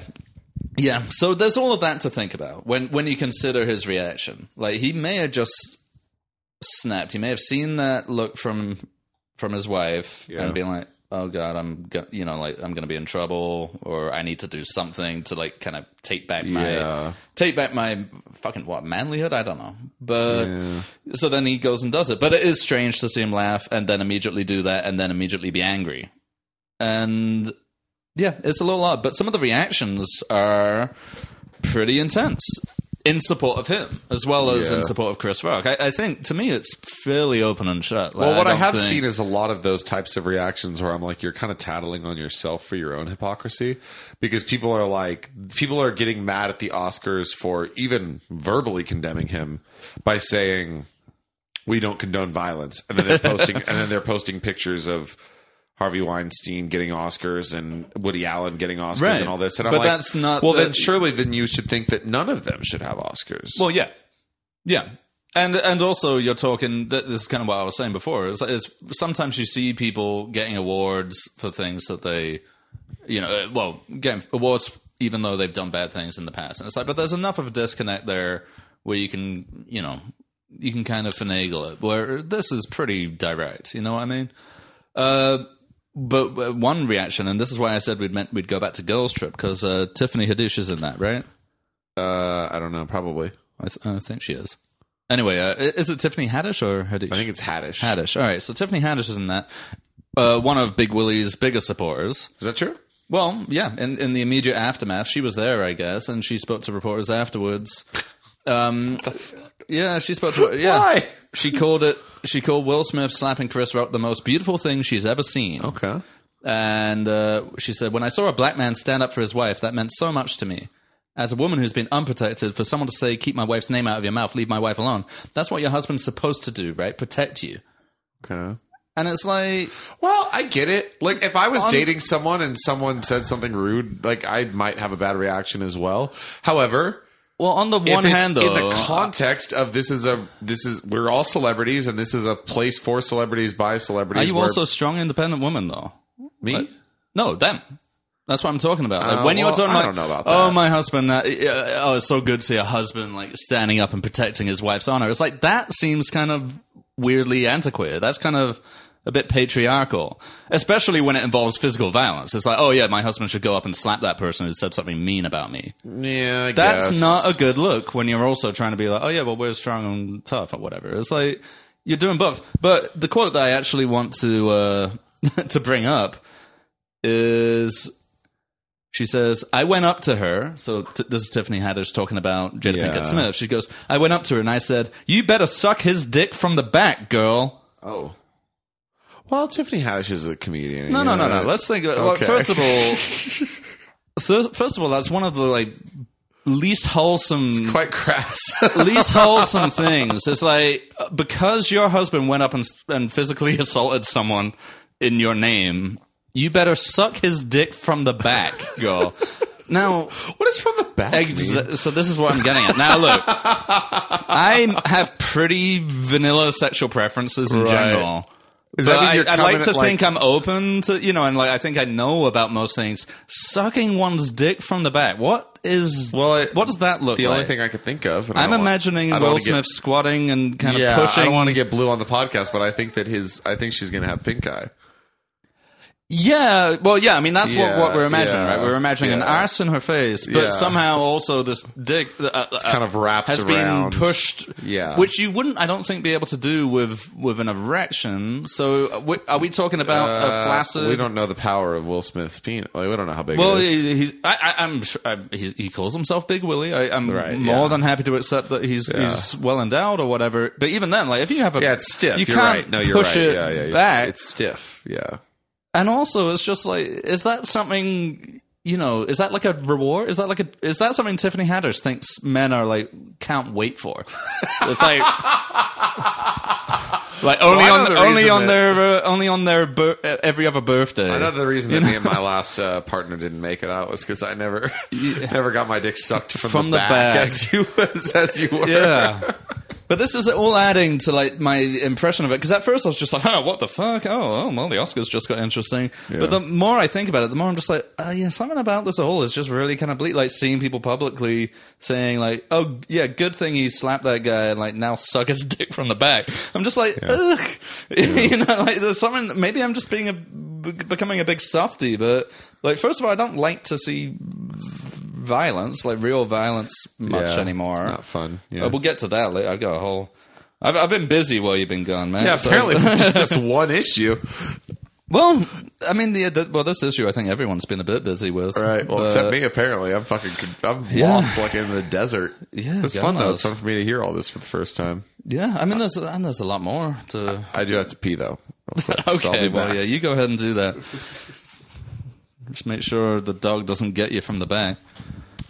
Speaker 1: yeah. So there's all of that to think about when when you consider his reaction. Like he may have just snapped. He may have seen that look from from his wife
Speaker 2: Yeah.
Speaker 1: and been like, "Oh God, I'm go- you know like I'm going to be in trouble, or I need to do something to like kind of take back my
Speaker 2: Yeah.
Speaker 1: take back my fucking what manlyhood. I don't know, but."
Speaker 2: Yeah.
Speaker 1: So then he goes and does it. But it is strange to see him laugh and then immediately do that and then immediately be angry. And yeah, it's a little odd. But some of the reactions are pretty intense in support of him as well as
Speaker 2: Yeah.
Speaker 1: in support of Chris Rock. I, I think to me it's fairly open and shut. Like,
Speaker 2: Well, what I,
Speaker 1: don't
Speaker 2: have
Speaker 1: think-
Speaker 2: seen is a lot of those types of reactions where I'm like, you're kind of tattling on yourself for your own hypocrisy because people are like, people are getting mad at the Oscars for even verbally condemning him by saying, we don't condone violence. And then they're posting, and then they're posting pictures of Harvey Weinstein getting Oscars and Woody Allen getting Oscars
Speaker 1: Right.
Speaker 2: and all this. And I'm
Speaker 1: But
Speaker 2: like,
Speaker 1: that's not
Speaker 2: well,
Speaker 1: the-
Speaker 2: then surely then you should think that none of them should have Oscars.
Speaker 1: Well, yeah, yeah, and and also you're talking. that- This is kind of what I was saying before. Is, is sometimes you see people getting awards for things that they, you know, uh, well, getting awards even though they've done bad things in the past, and it's like, but there's enough of a disconnect there where you can, you know, you can kind of finagle it. Where this is pretty direct. You know what I mean? Uh, but uh, one reaction, and this is why I said we'd meant we'd go back to Girls Trip because uh, Tiffany Haddish is in that, right?
Speaker 2: uh, I don't know, probably.
Speaker 1: I, th- I think she is. Anyway, uh, i- is it Tiffany Haddish or Haddish?
Speaker 2: I think it's Haddish.
Speaker 1: Haddish. All right, so Tiffany Haddish is in that. Uh, one of Big Willie's biggest supporters.
Speaker 2: Is that true?
Speaker 1: Well, yeah, in, in the immediate aftermath, she was there, I guess, and she spoke to reporters afterwards. Um, yeah, she spoke to. Yeah,
Speaker 2: Why?
Speaker 1: she called it. She called Will Smith slapping Chris Rock the most beautiful thing she's ever seen.
Speaker 2: Okay.
Speaker 1: And uh, she said, When I saw a black man stand up for his wife, that meant so much to me. As a woman who's been unprotected, for someone to say, Keep my wife's name out of your mouth, leave my wife alone, that's what your husband's supposed to do, right? Protect you.
Speaker 2: Okay.
Speaker 1: And it's like,
Speaker 2: Well, I get it. Like if I was dating someone and someone said something rude, like I might have a bad reaction as well. However,
Speaker 1: well, on the
Speaker 2: if
Speaker 1: one
Speaker 2: it's
Speaker 1: hand, though,
Speaker 2: in the context of this is a this is we're all celebrities and this is a place for celebrities by
Speaker 1: are
Speaker 2: celebrities.
Speaker 1: you
Speaker 2: where-
Speaker 1: also a strong, independent woman, though?
Speaker 2: me?
Speaker 1: No, them. That's what I'm talking about. Like,
Speaker 2: Uh,
Speaker 1: when you were
Speaker 2: well,
Speaker 1: talking
Speaker 2: I
Speaker 1: about,
Speaker 2: don't know about
Speaker 1: oh,
Speaker 2: that.
Speaker 1: my husband, that, uh, oh, it's so good to see a husband like standing up and protecting his wife's honor. It's like that seems kind of weirdly antiquated. That's kind of a bit patriarchal, especially when it involves physical violence. It's like, oh yeah, my husband should go up and slap that person who said something mean about me.
Speaker 2: yeah, I
Speaker 1: That's
Speaker 2: guess.
Speaker 1: not a good look when you're also trying to be like, oh yeah, well we're strong and tough or whatever. It's like you're doing both. But the quote that I actually want to uh, to bring up is she says, I went up to her. So t- this is Tiffany Haddish talking about Jada
Speaker 2: Yeah.
Speaker 1: Pinkett Smith. She goes, I went up to her and I said, you better suck his dick from the back, girl.
Speaker 2: Oh. Well, Tiffany Haddish is a comedian.
Speaker 1: No,
Speaker 2: you
Speaker 1: no,
Speaker 2: know
Speaker 1: no, no.
Speaker 2: that.
Speaker 1: Let's think. About, well,
Speaker 2: Okay.
Speaker 1: first of all, so, first of all, that's one of the like least wholesome
Speaker 2: quite crass.
Speaker 1: least wholesome things. It's like uh, because your husband went up and, and physically assaulted someone in your name, you better suck his dick from the back, girl. Now,
Speaker 2: What is from the back? mean?
Speaker 1: Ex- so this is what I'm getting at. Now look, I have pretty vanilla sexual preferences in
Speaker 2: Right.
Speaker 1: general.
Speaker 2: Does
Speaker 1: but
Speaker 2: that mean you're
Speaker 1: I, I like
Speaker 2: coming
Speaker 1: to
Speaker 2: at, like-
Speaker 1: think I'm open to you know, and like I think I know about most things. Sucking one's dick from the back. What is
Speaker 2: Well, it-
Speaker 1: what does that look
Speaker 2: the
Speaker 1: like?
Speaker 2: only thing I could think of. and I
Speaker 1: I'm
Speaker 2: don't want-
Speaker 1: imagining
Speaker 2: I don't
Speaker 1: Will
Speaker 2: wanna get-
Speaker 1: Smith squatting and kind
Speaker 2: yeah,
Speaker 1: of pushing.
Speaker 2: I don't want to get blue on the podcast, but I think that his. I think she's going to have pink eye.
Speaker 1: Yeah, well, yeah. I mean, that's
Speaker 2: Yeah,
Speaker 1: what, what we're imagining,
Speaker 2: yeah,
Speaker 1: right? We're imagining an
Speaker 2: yeah.
Speaker 1: arse in her face, but
Speaker 2: Yeah.
Speaker 1: somehow also this dick uh, uh,
Speaker 2: kind of wrapped
Speaker 1: has
Speaker 2: around.
Speaker 1: been pushed,
Speaker 2: Yeah.
Speaker 1: which you wouldn't, I don't think, be able to do with with an erection. So, uh, we- are we talking about a flaccid?
Speaker 2: Uh, we don't know the power of Will Smith's penis. Like, we don't know how big.
Speaker 1: Well,
Speaker 2: it is.
Speaker 1: he, he's, I, I, I'm sure I, he, he calls himself Big Willie. I, I'm
Speaker 2: Right,
Speaker 1: more
Speaker 2: yeah.
Speaker 1: than happy to accept that he's
Speaker 2: Yeah.
Speaker 1: he's well endowed or whatever. But even then, like if you have a
Speaker 2: yeah, it's stiff.
Speaker 1: you
Speaker 2: are
Speaker 1: can't
Speaker 2: right. No, you're
Speaker 1: push
Speaker 2: right.
Speaker 1: it
Speaker 2: yeah, yeah, yeah.
Speaker 1: back.
Speaker 2: It's, it's stiff. Yeah.
Speaker 1: And also, it's just like, is that something, you know, is that like a reward? Is that like a, is that something Tiffany Haddish thinks men are like, can't wait for? It's like, like only
Speaker 2: Well, I know
Speaker 1: on,
Speaker 2: the
Speaker 1: only
Speaker 2: reason
Speaker 1: on
Speaker 2: that-
Speaker 1: their, uh, only on their bir- uh, every other birthday.
Speaker 2: Another reason that me and my last uh, partner didn't make it out was because I never, never got my dick sucked from,
Speaker 1: From the
Speaker 2: the, back,
Speaker 1: back.
Speaker 2: as you was, as you were.
Speaker 1: yeah. But this is all adding to like my impression of it because at first I was just like, "Oh, what the fuck? Oh, oh well, the Oscars just got interesting." But the more I think about it, the more I'm just like, uh, "Yeah, something about this all is just really kind of bleak." Like seeing people publicly saying, "Like, oh yeah, good thing he slapped that guy," and like now suck his dick from the back. I'm just like, ugh, you know, like there's something. Maybe I'm just being a becoming a big softy, but like first of all, I don't like to see violence, like real violence, much
Speaker 2: Yeah,
Speaker 1: anymore.
Speaker 2: it's not fun. Yeah.
Speaker 1: Uh, we'll get to that later. I've got a whole. I've, I've been busy while you've been gone, man.
Speaker 2: Yeah,
Speaker 1: So-
Speaker 2: apparently just this one issue.
Speaker 1: well, I mean, the, the well, this issue, I think everyone's been a bit busy with.
Speaker 2: Right. Well,
Speaker 1: but-
Speaker 2: except me. Apparently, I'm fucking. I'm lost like in the desert.
Speaker 1: Yeah,
Speaker 2: it's fun though.
Speaker 1: God.
Speaker 2: It's fun for me to hear all this for the first time.
Speaker 1: Yeah, I mean, there's and there's a lot more to.
Speaker 2: I do have to pee though.
Speaker 1: Okay, well, yeah, you go ahead and do that. Just make sure the dog doesn't get you from the back.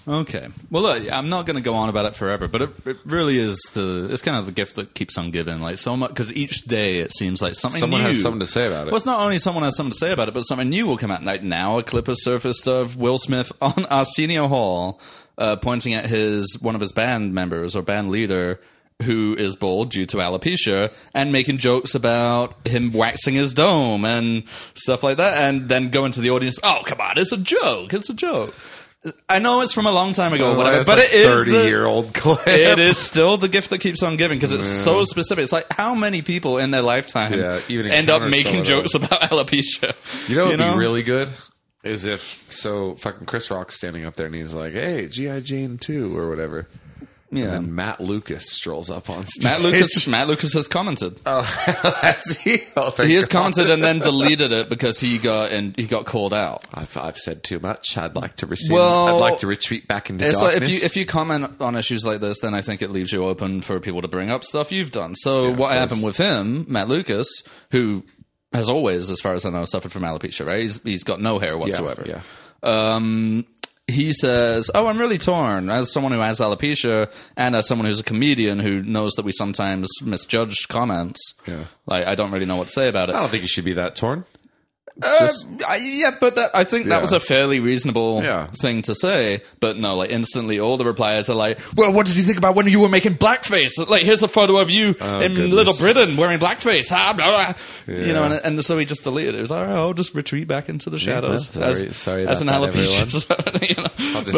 Speaker 1: Okay. Well, look, I'm not going to go on about it forever, but it, it really is the. It's kind of the gift that keeps on giving. Like so much, because each day it seems like something.
Speaker 2: Someone has
Speaker 1: new-
Speaker 2: something to say about it.
Speaker 1: Well, it's not only someone has something to say about it, but something new will come out. Like now, a clip has surfaced of Will Smith on Arsenio Hall, uh, pointing at his one of his band members or band leader who is bald due to alopecia and making jokes about him waxing his dome and stuff like that, and then going to the audience, "Oh, come on, it's a joke! It's a joke." I know it's from a long time
Speaker 2: Oh,
Speaker 1: ago, whatever, but it is
Speaker 2: thirty
Speaker 1: the-
Speaker 2: year old clip.
Speaker 1: it is still the gift that keeps on giving because it's so specific. It's like how many people in their lifetime
Speaker 2: Yeah, even
Speaker 1: end up
Speaker 2: encounter
Speaker 1: making
Speaker 2: some of
Speaker 1: jokes about alopecia.
Speaker 2: You know, what would be really good is if so fucking Chris Rock's standing up there and he's like, "Hey, GI Jane two or whatever."
Speaker 1: Yeah.
Speaker 2: And then Matt Lucas strolls up on stage.
Speaker 1: Matt Lucas. Matt Lucas has commented.
Speaker 2: Has he? Oh, thank
Speaker 1: he has
Speaker 2: God.
Speaker 1: commented and then deleted it because he got and he got called out.
Speaker 2: I've, I've said too much. I'd like to receive.
Speaker 1: Well,
Speaker 2: I'd like to retreat back into
Speaker 1: It's
Speaker 2: darkness.
Speaker 1: like if you if you comment on issues like this, then I think it leaves you open for people to bring up stuff you've done. So what happened with him, Matt Lucas, who has always, as far as I know, suffered from alopecia. Right? He's he's got no hair whatsoever.
Speaker 2: yeah.
Speaker 1: um, he says, "Oh, I'm really torn." As someone who has alopecia, and as someone who's a comedian who knows that we sometimes misjudge comments,
Speaker 2: Yeah. Oh,
Speaker 1: like I don't really know what to say about it.
Speaker 2: I don't think you should be that torn.
Speaker 1: Uh, I, yeah, but that, I think that
Speaker 2: Yeah.
Speaker 1: was a fairly reasonable
Speaker 2: Yeah.
Speaker 1: thing to say. But no, like instantly, all the replies are like, "Well, what did you think about when you were making blackface? Like, here's a photo of you in
Speaker 2: Oh, goodness.
Speaker 1: Little Britain wearing blackface." Ah, blah, blah. You
Speaker 2: Yeah.
Speaker 1: know, and, and so he just deleted it. It was like, "All right, "I'll just retreat back into the shadows."
Speaker 2: well, sorry-
Speaker 1: as,
Speaker 2: sorry
Speaker 1: as an
Speaker 2: about that,
Speaker 1: alopecia. you know.
Speaker 2: I'll just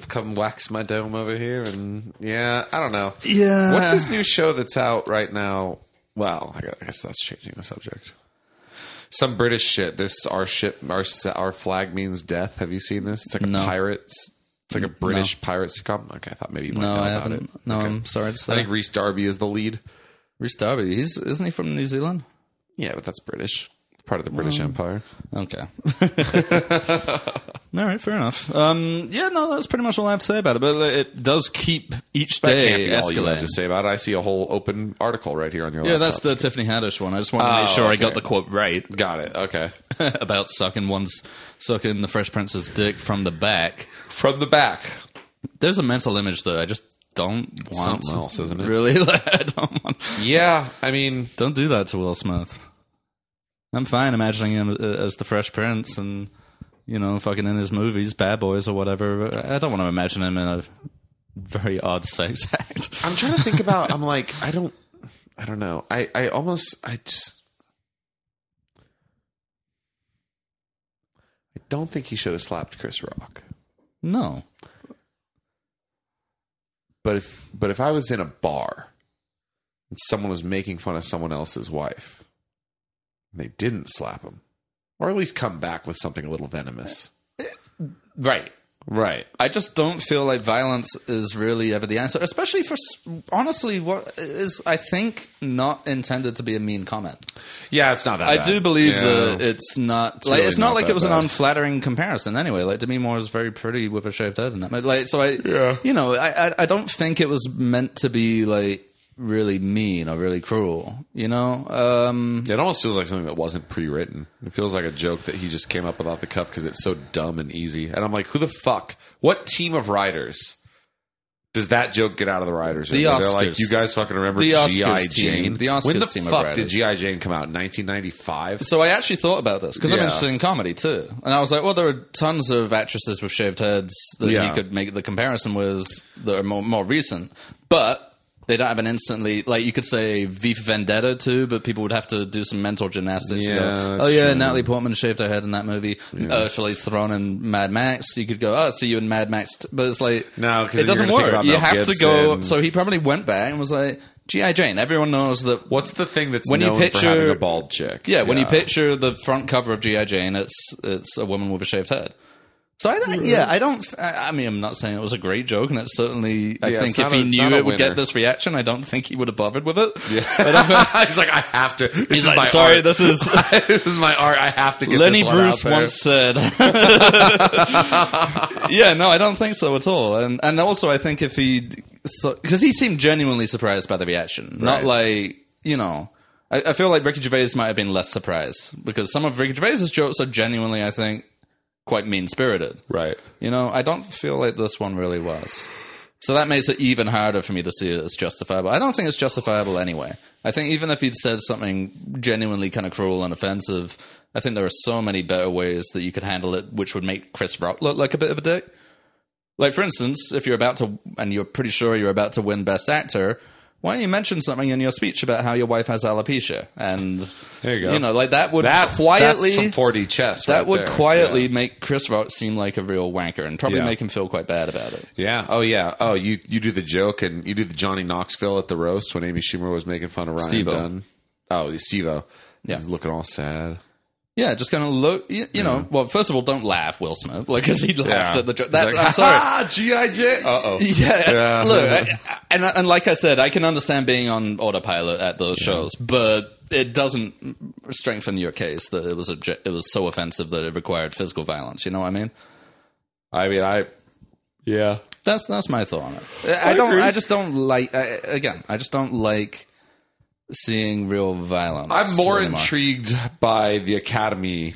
Speaker 1: But-
Speaker 2: come wax my dome over here and yeah, I don't know.
Speaker 1: Yeah.
Speaker 2: What's this new show that's out right now? Well, I gu- I guess that's changing the subject. Some British shit. This our ship, our s- our flag means death. Have you seen this? It's like a
Speaker 1: No.
Speaker 2: pirates. It's like a British pirate sitcom. Okay, I thought maybe you might
Speaker 1: no,
Speaker 2: know
Speaker 1: I
Speaker 2: about
Speaker 1: haven't.
Speaker 2: it.
Speaker 1: No,
Speaker 2: Okay.
Speaker 1: I'm sorry to
Speaker 2: I
Speaker 1: say.
Speaker 2: think Reese Darby is the lead.
Speaker 1: Reece Darby, he's isn't he from New Zealand?
Speaker 2: Yeah, but that's British. Part of the British Empire.
Speaker 1: Okay. all right, fair enough. Um, yeah, no, that's pretty much all I have to say about it. But it does keep each
Speaker 2: That
Speaker 1: day
Speaker 2: can't be all you have
Speaker 1: escalating.
Speaker 2: to say about it. I see a whole open article right here on your
Speaker 1: Yeah, that's the
Speaker 2: laptop.
Speaker 1: Tiffany Haddish one. I just want to make
Speaker 2: Oh,
Speaker 1: sure I got
Speaker 2: okay.
Speaker 1: the quote right
Speaker 2: Got it. Okay.
Speaker 1: about sucking one's sucking the Fresh Prince's dick from the back.
Speaker 2: From the back.
Speaker 1: There's a mental image that I just don't want.
Speaker 2: Something else, isn't it?
Speaker 1: Really, I don't want.
Speaker 2: Yeah, I mean,
Speaker 1: Don't do that to Will Smith. I'm fine imagining him a- as the Fresh Prince and you know fucking in his movies, Bad Boys or whatever. I don't want to imagine him in a very odd sex act.
Speaker 2: I'm trying to think about. I'm like, I don't, I don't know. I, I almost, I just, I don't think he should have slapped Chris Rock.
Speaker 1: No,
Speaker 2: But if, but if I was in a bar and someone was making fun of someone else's wife, and they didn't slap him, or at least come back with something a little venomous,
Speaker 1: right.
Speaker 2: right?
Speaker 1: I just don't feel like violence is really ever the answer, especially for s- honestly what is I think not intended to be a mean comment.
Speaker 2: Yeah, it's not that.
Speaker 1: I
Speaker 2: bad.
Speaker 1: do believe
Speaker 2: Yeah.
Speaker 1: that it's not like
Speaker 2: really
Speaker 1: it's not,
Speaker 2: not
Speaker 1: like
Speaker 2: that
Speaker 1: it was
Speaker 2: bad.
Speaker 1: an unflattering comparison anyway. Like Demi Moore is very pretty with a shaved head and that. But, Like so, I
Speaker 2: Yeah.
Speaker 1: you know I, I I don't think it was meant to be like really mean or really cruel. You know, um,
Speaker 2: It almost feels like something that wasn't pre-written. It feels like a joke that he just came up with off the cuff because it's so dumb and easy. And I'm like, who the fuck? What team of writers does that joke get out of the writers?
Speaker 1: The
Speaker 2: room? They're like,
Speaker 1: Oscars.
Speaker 2: you guys fucking remember
Speaker 1: The
Speaker 2: GI
Speaker 1: Oscars team.
Speaker 2: Jane?
Speaker 1: The Oscars
Speaker 2: when the
Speaker 1: team of
Speaker 2: fuck did
Speaker 1: writers.
Speaker 2: GI Jane come out? 1995.
Speaker 1: so I actually thought about this because I'm
Speaker 2: Yeah.
Speaker 1: interested in comedy too, and I was like, well, there are tons of actresses with shaved heads that
Speaker 2: Yeah.
Speaker 1: he could make the comparison with that are more more recent, but. They don't have an instantly like you could say V for Vendetta too, but people would have to do some mental gymnastics. to
Speaker 2: Yeah,
Speaker 1: go,
Speaker 2: that's
Speaker 1: oh yeah,
Speaker 2: true.
Speaker 1: Natalie Portman shaved her head in that movie. Uh, Charlize Theron in Mad Max. You could go, oh, see you in Mad Max, t-. but it's like
Speaker 2: No, 'cause
Speaker 1: it
Speaker 2: then you're
Speaker 1: doesn't
Speaker 2: gonna think
Speaker 1: work.
Speaker 2: about
Speaker 1: You
Speaker 2: Mel
Speaker 1: have to
Speaker 2: Gibson.
Speaker 1: go. So he probably went back and was like, "GI Jane." Everyone knows that
Speaker 2: What's the thing that's
Speaker 1: When you
Speaker 2: known for
Speaker 1: picture-
Speaker 2: having a bald chick?
Speaker 1: yeah, when you picture the front cover of GI Jane, it's it's a woman with a shaved head. So I don't, yeah, I don't. I I mean, I'm not saying it was a great joke, and it's certainly. I
Speaker 2: Yeah,
Speaker 1: think
Speaker 2: it's
Speaker 1: if
Speaker 2: not
Speaker 1: he
Speaker 2: a- it's
Speaker 1: knew
Speaker 2: not a
Speaker 1: it would
Speaker 2: winner.
Speaker 1: get this reaction, I don't think he would have bothered with it.
Speaker 2: he's like, I have to. This
Speaker 1: He's
Speaker 2: is
Speaker 1: like,
Speaker 2: my
Speaker 1: sorry,
Speaker 2: art.
Speaker 1: this is
Speaker 2: this is my art. I have to get
Speaker 1: Lenny
Speaker 2: this one
Speaker 1: Bruce
Speaker 2: out there."
Speaker 1: once said. yeah, no, I don't think so at all. And and also, I think if he because he seemed genuinely surprised by the reaction, not like you know. I, I feel like Ricky Gervais might have been less surprised because some of Ricky Gervais's jokes are genuinely, I think, quite mean spirited.
Speaker 2: right.
Speaker 1: You know, I don't feel like this one really was. So that makes it even harder for me to see it as justifiable. I don't think it's justifiable anyway. I think even if he'd said something genuinely kind of cruel and offensive, I think there are so many better ways that you could handle it, which would make Chris Rock look like a bit of a dick. Like, for instance, if you're about to, and you're pretty sure you're about to win Best Actor, why don't you mention something in your speech about how your wife has alopecia? And
Speaker 2: There you go.
Speaker 1: You know, like that would
Speaker 2: That's
Speaker 1: quietly
Speaker 2: that's some 4D chess.
Speaker 1: that
Speaker 2: right
Speaker 1: would
Speaker 2: there.
Speaker 1: quietly
Speaker 2: Yeah.
Speaker 1: make Chris Rock seem like a real wanker and probably
Speaker 2: Yeah.
Speaker 1: make him feel quite bad about it.
Speaker 2: Yeah. Oh, yeah. Oh, you you do the joke and you do the Johnny Knoxville at the roast when Amy Schumer was making fun of Ryan
Speaker 1: Steve-O.
Speaker 2: Dunn. Oh, Steve-O.
Speaker 1: Yeah.
Speaker 2: He's looking all sad.
Speaker 1: Yeah, just kind of look. You, you know, well, first of all, don't laugh, Will Smith, like because he laughed
Speaker 2: Yeah.
Speaker 1: at the joke.
Speaker 2: He's
Speaker 1: That
Speaker 2: like,
Speaker 1: I'm sorry.
Speaker 2: Ah, G.I. Jane. Uh-oh.
Speaker 1: Yeah,
Speaker 2: Yeah.
Speaker 1: look, I, I- and and like I said, I can understand being on autopilot at those shows, but it doesn't strengthen your case that it was a, it was so offensive that it required physical violence. You know what I mean?
Speaker 2: I mean, I... Yeah.
Speaker 1: That's that's my thought on it. I, I don't. I just don't like. I, again, I just don't like seeing real violence.
Speaker 2: I'm more
Speaker 1: anymore.
Speaker 2: intrigued by the Academy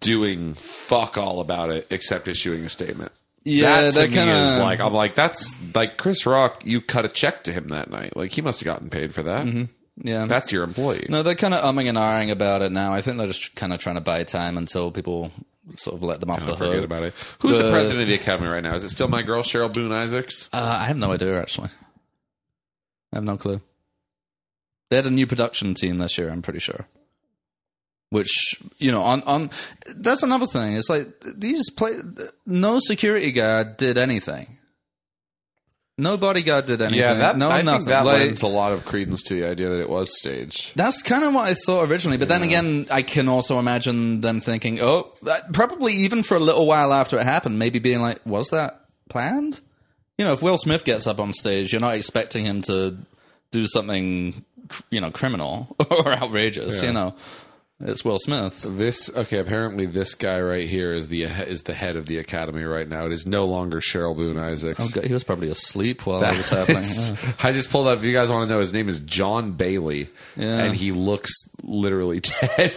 Speaker 2: doing fuck all about it except issuing a statement.
Speaker 1: Yeah,
Speaker 2: that, to
Speaker 1: that
Speaker 2: me
Speaker 1: kinda-
Speaker 2: is like I'm like that's like Chris Rock. You cut a check to him that night. Like he must have gotten paid for that.
Speaker 1: Mm-hmm. Yeah.
Speaker 2: That's your employee.
Speaker 1: no, they're kind of umming and ahhing about it now. I think they're just kind of trying to buy time until people sort of let them off the
Speaker 2: Forget
Speaker 1: hook.
Speaker 2: about it. Who's the,
Speaker 1: The-
Speaker 2: president of the academy right now? Is it still my girl Cheryl Boone Isaacs?
Speaker 1: Uh, I have no idea, actually. I have no clue. They had a new production team this year, I'm pretty sure. Which you know, on on that's another thing. It's like these play. No security guard did anything. No bodyguard did anything.
Speaker 2: Yeah, that
Speaker 1: no
Speaker 2: I
Speaker 1: nothing.
Speaker 2: think that
Speaker 1: Like-
Speaker 2: lends a lot of credence to the idea that it was staged.
Speaker 1: That's kind of what I thought originally, but then again, I can also imagine them thinking, "Oh, that- probably even for a little while after it happened, maybe being like, was that planned?" You know, if Will Smith gets up on stage, you're not expecting him to do something, cr- you know, criminal or outrageous. You know, it's Will Smith.
Speaker 2: This okay? Apparently, this guy right here is the is the head of the academy right now. It is no longer Cheryl Boone Isaacs.
Speaker 1: Oh, God, He was probably asleep while that was happening. Yeah.
Speaker 2: I just pulled up. If you guys want to know, his name is John Bailey,
Speaker 1: Yeah.
Speaker 2: and he looks literally dead.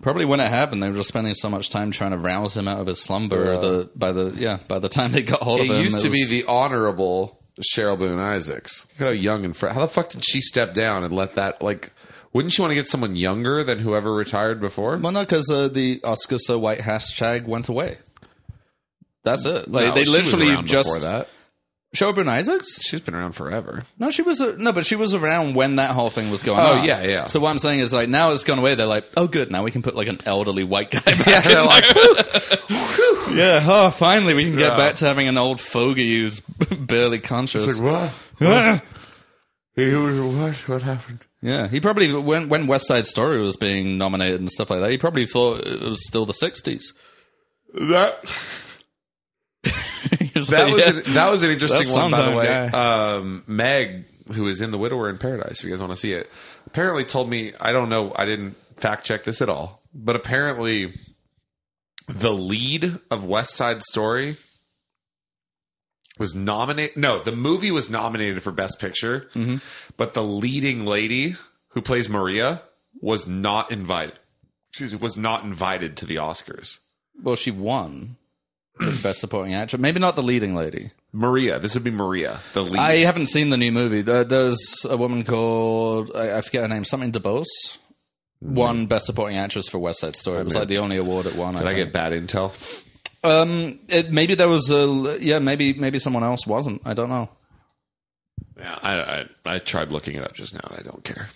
Speaker 1: Probably when it happened, they were just spending so much time trying to rouse him out of his slumber. The by the yeah, by the time they got hold of
Speaker 2: it
Speaker 1: him,
Speaker 2: used to be
Speaker 1: was-
Speaker 2: the honorable Cheryl Boone Isaacs. Look at how young and fresh. How the fuck did she step down and let that like? Wouldn't you want to get someone younger than whoever retired before?
Speaker 1: Well, no, because uh, the Oscar so white hashtag went away. That's it. Like
Speaker 2: No,
Speaker 1: they
Speaker 2: she was
Speaker 1: literally
Speaker 2: around before
Speaker 1: just
Speaker 2: that.
Speaker 1: Show Bryn Isaacs.
Speaker 2: She's been around forever.
Speaker 1: No, she was uh, no, but she was around when that whole thing was going
Speaker 2: Oh,
Speaker 1: on.
Speaker 2: yeah, yeah.
Speaker 1: So what I'm saying is like now it's gone away. They're like, oh, good, now we can put like an elderly white guy. Back yeah,
Speaker 2: they're like,
Speaker 1: yeah. Oh, finally we can get
Speaker 2: Yeah.
Speaker 1: back to having an old fogey who's barely conscious.
Speaker 2: what? what? What happened?
Speaker 1: yeah, he probably when when West Side Story was being nominated and stuff like that, he probably thought it was still the '60s.
Speaker 2: That
Speaker 1: He was
Speaker 2: that
Speaker 1: like,
Speaker 2: was
Speaker 1: yeah.
Speaker 2: an, that was an interesting
Speaker 1: That
Speaker 2: one, by the
Speaker 1: sounds
Speaker 2: way.
Speaker 1: like
Speaker 2: Um, Meg, who is in The Widower in Paradise, if you guys want to see it, apparently told me I don't know, I didn't fact check this at all, but apparently the lead of West Side Story was nominated. No, the movie was nominated for Best Picture,
Speaker 1: Mm-hmm.
Speaker 2: but the leading lady who plays Maria was not invited. Excuse me, was not invited to the Oscars.
Speaker 1: well, she won for best supporting actress. Maybe not the leading lady.
Speaker 2: Maria, this would be Maria, the lead.
Speaker 1: I haven't seen the new movie. There, there's a woman called I, I forget her name, something DeBose. Won Best Supporting Actress for West Side Story. It was like the only award it won.
Speaker 2: Mm. Did I
Speaker 1: think.
Speaker 2: get bad intel?
Speaker 1: Um, it, maybe there was a yeah. Maybe maybe someone else wasn't. I don't know.
Speaker 2: Yeah, I, I I tried looking it up just now. and I don't care.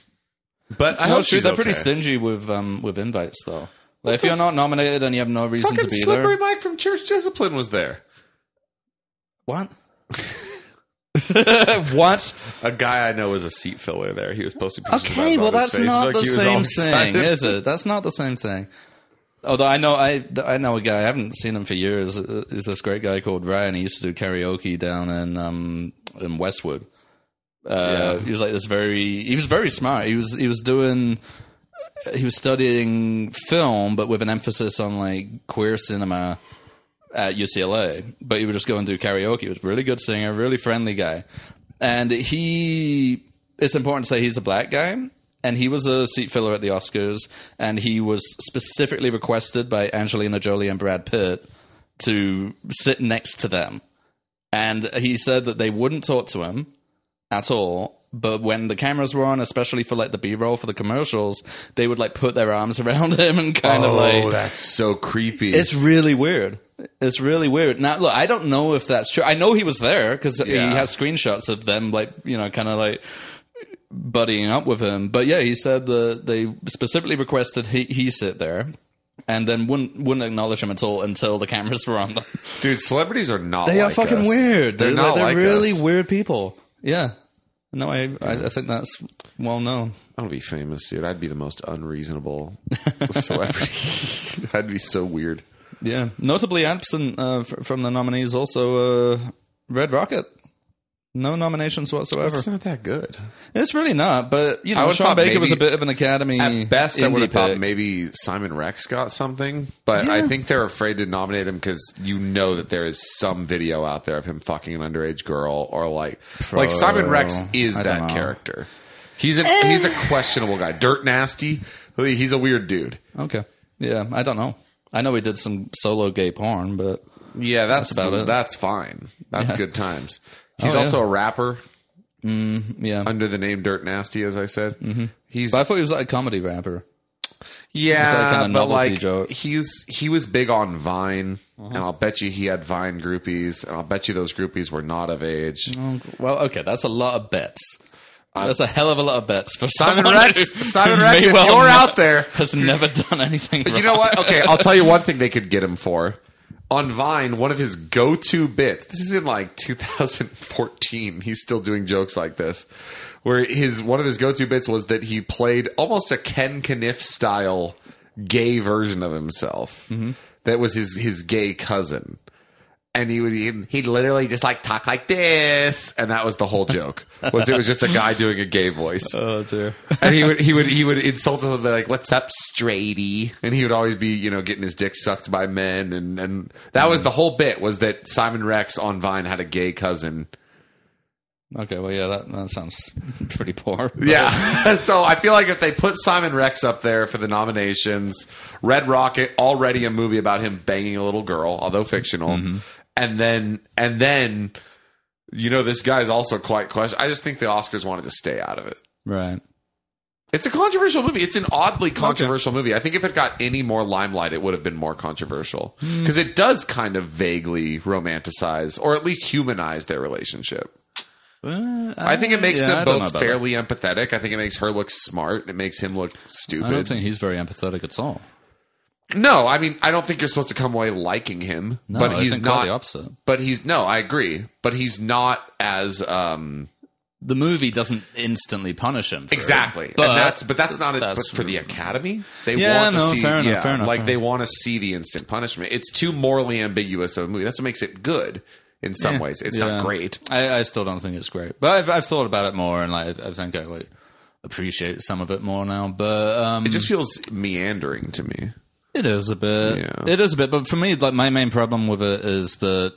Speaker 2: But I
Speaker 1: No,
Speaker 2: hope
Speaker 1: shoot,
Speaker 2: she's
Speaker 1: they're
Speaker 2: okay.
Speaker 1: pretty stingy with um with invites though. Like if you're not nominated and you have no reason
Speaker 2: Fucking
Speaker 1: to be
Speaker 2: slippery
Speaker 1: there,
Speaker 2: Mike from Church Discipline was there.
Speaker 1: what? what?
Speaker 2: A guy I know was a seat filler there. He was posting pictures. of
Speaker 1: Okay,
Speaker 2: my
Speaker 1: well
Speaker 2: brother's
Speaker 1: that's
Speaker 2: face.
Speaker 1: not
Speaker 2: Like,
Speaker 1: the
Speaker 2: he was all
Speaker 1: same thing,
Speaker 2: excited.
Speaker 1: is it? That's not the same thing. Although I know I I know a guy I haven't seen him for years. uh, Is this great guy called Ryan? He used to do karaoke down in um in Westwood. Uh, He was like this very. He was very smart. He was he was doing. He was studying film, but with an emphasis on like queer cinema at UCLA, but he would just go and do karaoke. He was a really good singer, really friendly guy. And he, it's important to say he's a black guy. And he was a seat filler at the Oscars. And he was specifically requested by Angelina Jolie and Brad Pitt to sit next to them. And he said that they wouldn't talk to him at all. But when the cameras were on, especially for like the B roll for the commercials, they would like put their arms around him and kind of like
Speaker 2: Oh, that's so creepy.
Speaker 1: it's really weird. It's really weird. Now, look, I don't know if that's true. I know he was there because
Speaker 2: Yeah.
Speaker 1: he has screenshots of them, like you know, kind of like buddying up with him. But yeah, he said that they specifically requested he, he sit there, and then wouldn't wouldn't acknowledge him at all until the cameras were on them.
Speaker 2: Dude, celebrities are not.
Speaker 1: They are
Speaker 2: like
Speaker 1: fucking
Speaker 2: us.
Speaker 1: weird.
Speaker 2: They're,
Speaker 1: They're,
Speaker 2: not
Speaker 1: they're
Speaker 2: like
Speaker 1: really
Speaker 2: us.
Speaker 1: weird people. Yeah. No, I, I I think that's well known.
Speaker 2: I want to be famous, dude. I'd be the most unreasonable celebrity. I'd be so weird.
Speaker 1: Yeah, notably absent uh, fr- from the nominees also uh, Red Rocket. No nominations whatsoever.
Speaker 2: It's not that good.
Speaker 1: It's really not, but you know,
Speaker 2: would've
Speaker 1: Sean
Speaker 2: thought
Speaker 1: Baker
Speaker 2: maybe-
Speaker 1: was a bit of an Academy
Speaker 2: At best, I
Speaker 1: Mm, indie
Speaker 2: would have thought
Speaker 1: pick.
Speaker 2: maybe Simon Rex got something, but I
Speaker 1: Yeah.
Speaker 2: think they're afraid to nominate him because you know that there is some video out there of him fucking an underage girl or like like Simon Rex is
Speaker 1: I don't
Speaker 2: that
Speaker 1: know. Eh.
Speaker 2: character. He's a he's a questionable guy, dirt nasty. He's a weird dude.
Speaker 1: Okay, yeah, I don't know. I know we did some solo gay porn, but
Speaker 2: Yeah, that's,
Speaker 1: about it.
Speaker 2: That's fine. That's good times. He's
Speaker 1: Oh,
Speaker 2: also a rapper
Speaker 1: yeah,
Speaker 2: under the name Dirt Nasty, as I said. He's
Speaker 1: Mm-hmm. but I thought he was like a comedy rapper.
Speaker 2: Yeah,
Speaker 1: like, kinda
Speaker 2: but
Speaker 1: novelty
Speaker 2: like
Speaker 1: joke.
Speaker 2: he's he was big on Vine, and I'll bet you he had Vine groupies, and I'll bet you those groupies were not of age.
Speaker 1: Well, okay, that's a lot of bets. That's a hell of a lot of bets for
Speaker 2: Simon
Speaker 1: someone
Speaker 2: Rex,
Speaker 1: who-
Speaker 2: Simon
Speaker 1: who
Speaker 2: Rex,
Speaker 1: may
Speaker 2: if
Speaker 1: well
Speaker 2: you're
Speaker 1: not-
Speaker 2: out there,
Speaker 1: has never done anything.
Speaker 2: you know what? Okay, I'll tell you one thing they could get him for. On Vine, one of his go-to bits. This is in like 2014. He's still doing jokes like this, where his one of his go-to bits was that he played almost a Ken Caniff style gay version of himself. That was his his gay cousin. and he would he'd literally just like talk like this and that was the whole joke was it was just a guy doing a gay voice
Speaker 1: Oh dear.
Speaker 2: and he would he would he would insult us and be like what's up straighty and he would always be you know getting his dick sucked by men and and that was the whole bit was that simon rex on vine had a gay cousin
Speaker 1: Okay, well, yeah, that, that sounds pretty poor.
Speaker 2: yeah so i feel like if they put simon rex up there for the nominations red rocket already a movie about him banging a little girl although fictional and then and then you know this guy's also quite question i just think the oscars wanted to stay out of it
Speaker 1: Right.
Speaker 2: It's a controversial movie. It's an oddly controversial movie. I think if it got any more limelight, it would have been more controversial
Speaker 1: Hmm.
Speaker 2: because it does kind of vaguely romanticize or at least humanize their relationship.
Speaker 1: Uh,
Speaker 2: I think it makes
Speaker 1: yeah, I
Speaker 2: them
Speaker 1: don't know
Speaker 2: both
Speaker 1: about
Speaker 2: fairly empathetic. I think it makes her look smart. It makes him look stupid.
Speaker 1: I don't think he's very empathetic at all.
Speaker 2: no, I mean, I don't think you're supposed to come away liking him,
Speaker 1: No,
Speaker 2: but
Speaker 1: I
Speaker 2: he's
Speaker 1: think
Speaker 2: not.
Speaker 1: quite the opposite.
Speaker 2: But he's no, I agree. But he's not as um
Speaker 1: The movie doesn't instantly punish him. For it,
Speaker 2: exactly.
Speaker 1: but
Speaker 2: and that's but that's not a,
Speaker 1: that's-
Speaker 2: but for the Academy. They
Speaker 1: Yeah,
Speaker 2: want to
Speaker 1: no,
Speaker 2: see
Speaker 1: fair enough,
Speaker 2: yeah,
Speaker 1: fair enough,
Speaker 2: like
Speaker 1: fair
Speaker 2: they want to see the instant punishment. It's too morally ambiguous of a movie. That's what makes it good in some ways. It's
Speaker 1: Yeah.
Speaker 2: not great.
Speaker 1: I, I still don't think it's great, but I've, I've thought about it more, and like I think I like appreciate some of it more now. But um,
Speaker 2: It just feels meandering to me.
Speaker 1: It is a bit.
Speaker 2: Yeah.
Speaker 1: It is a bit. But for me, like my main problem with it is that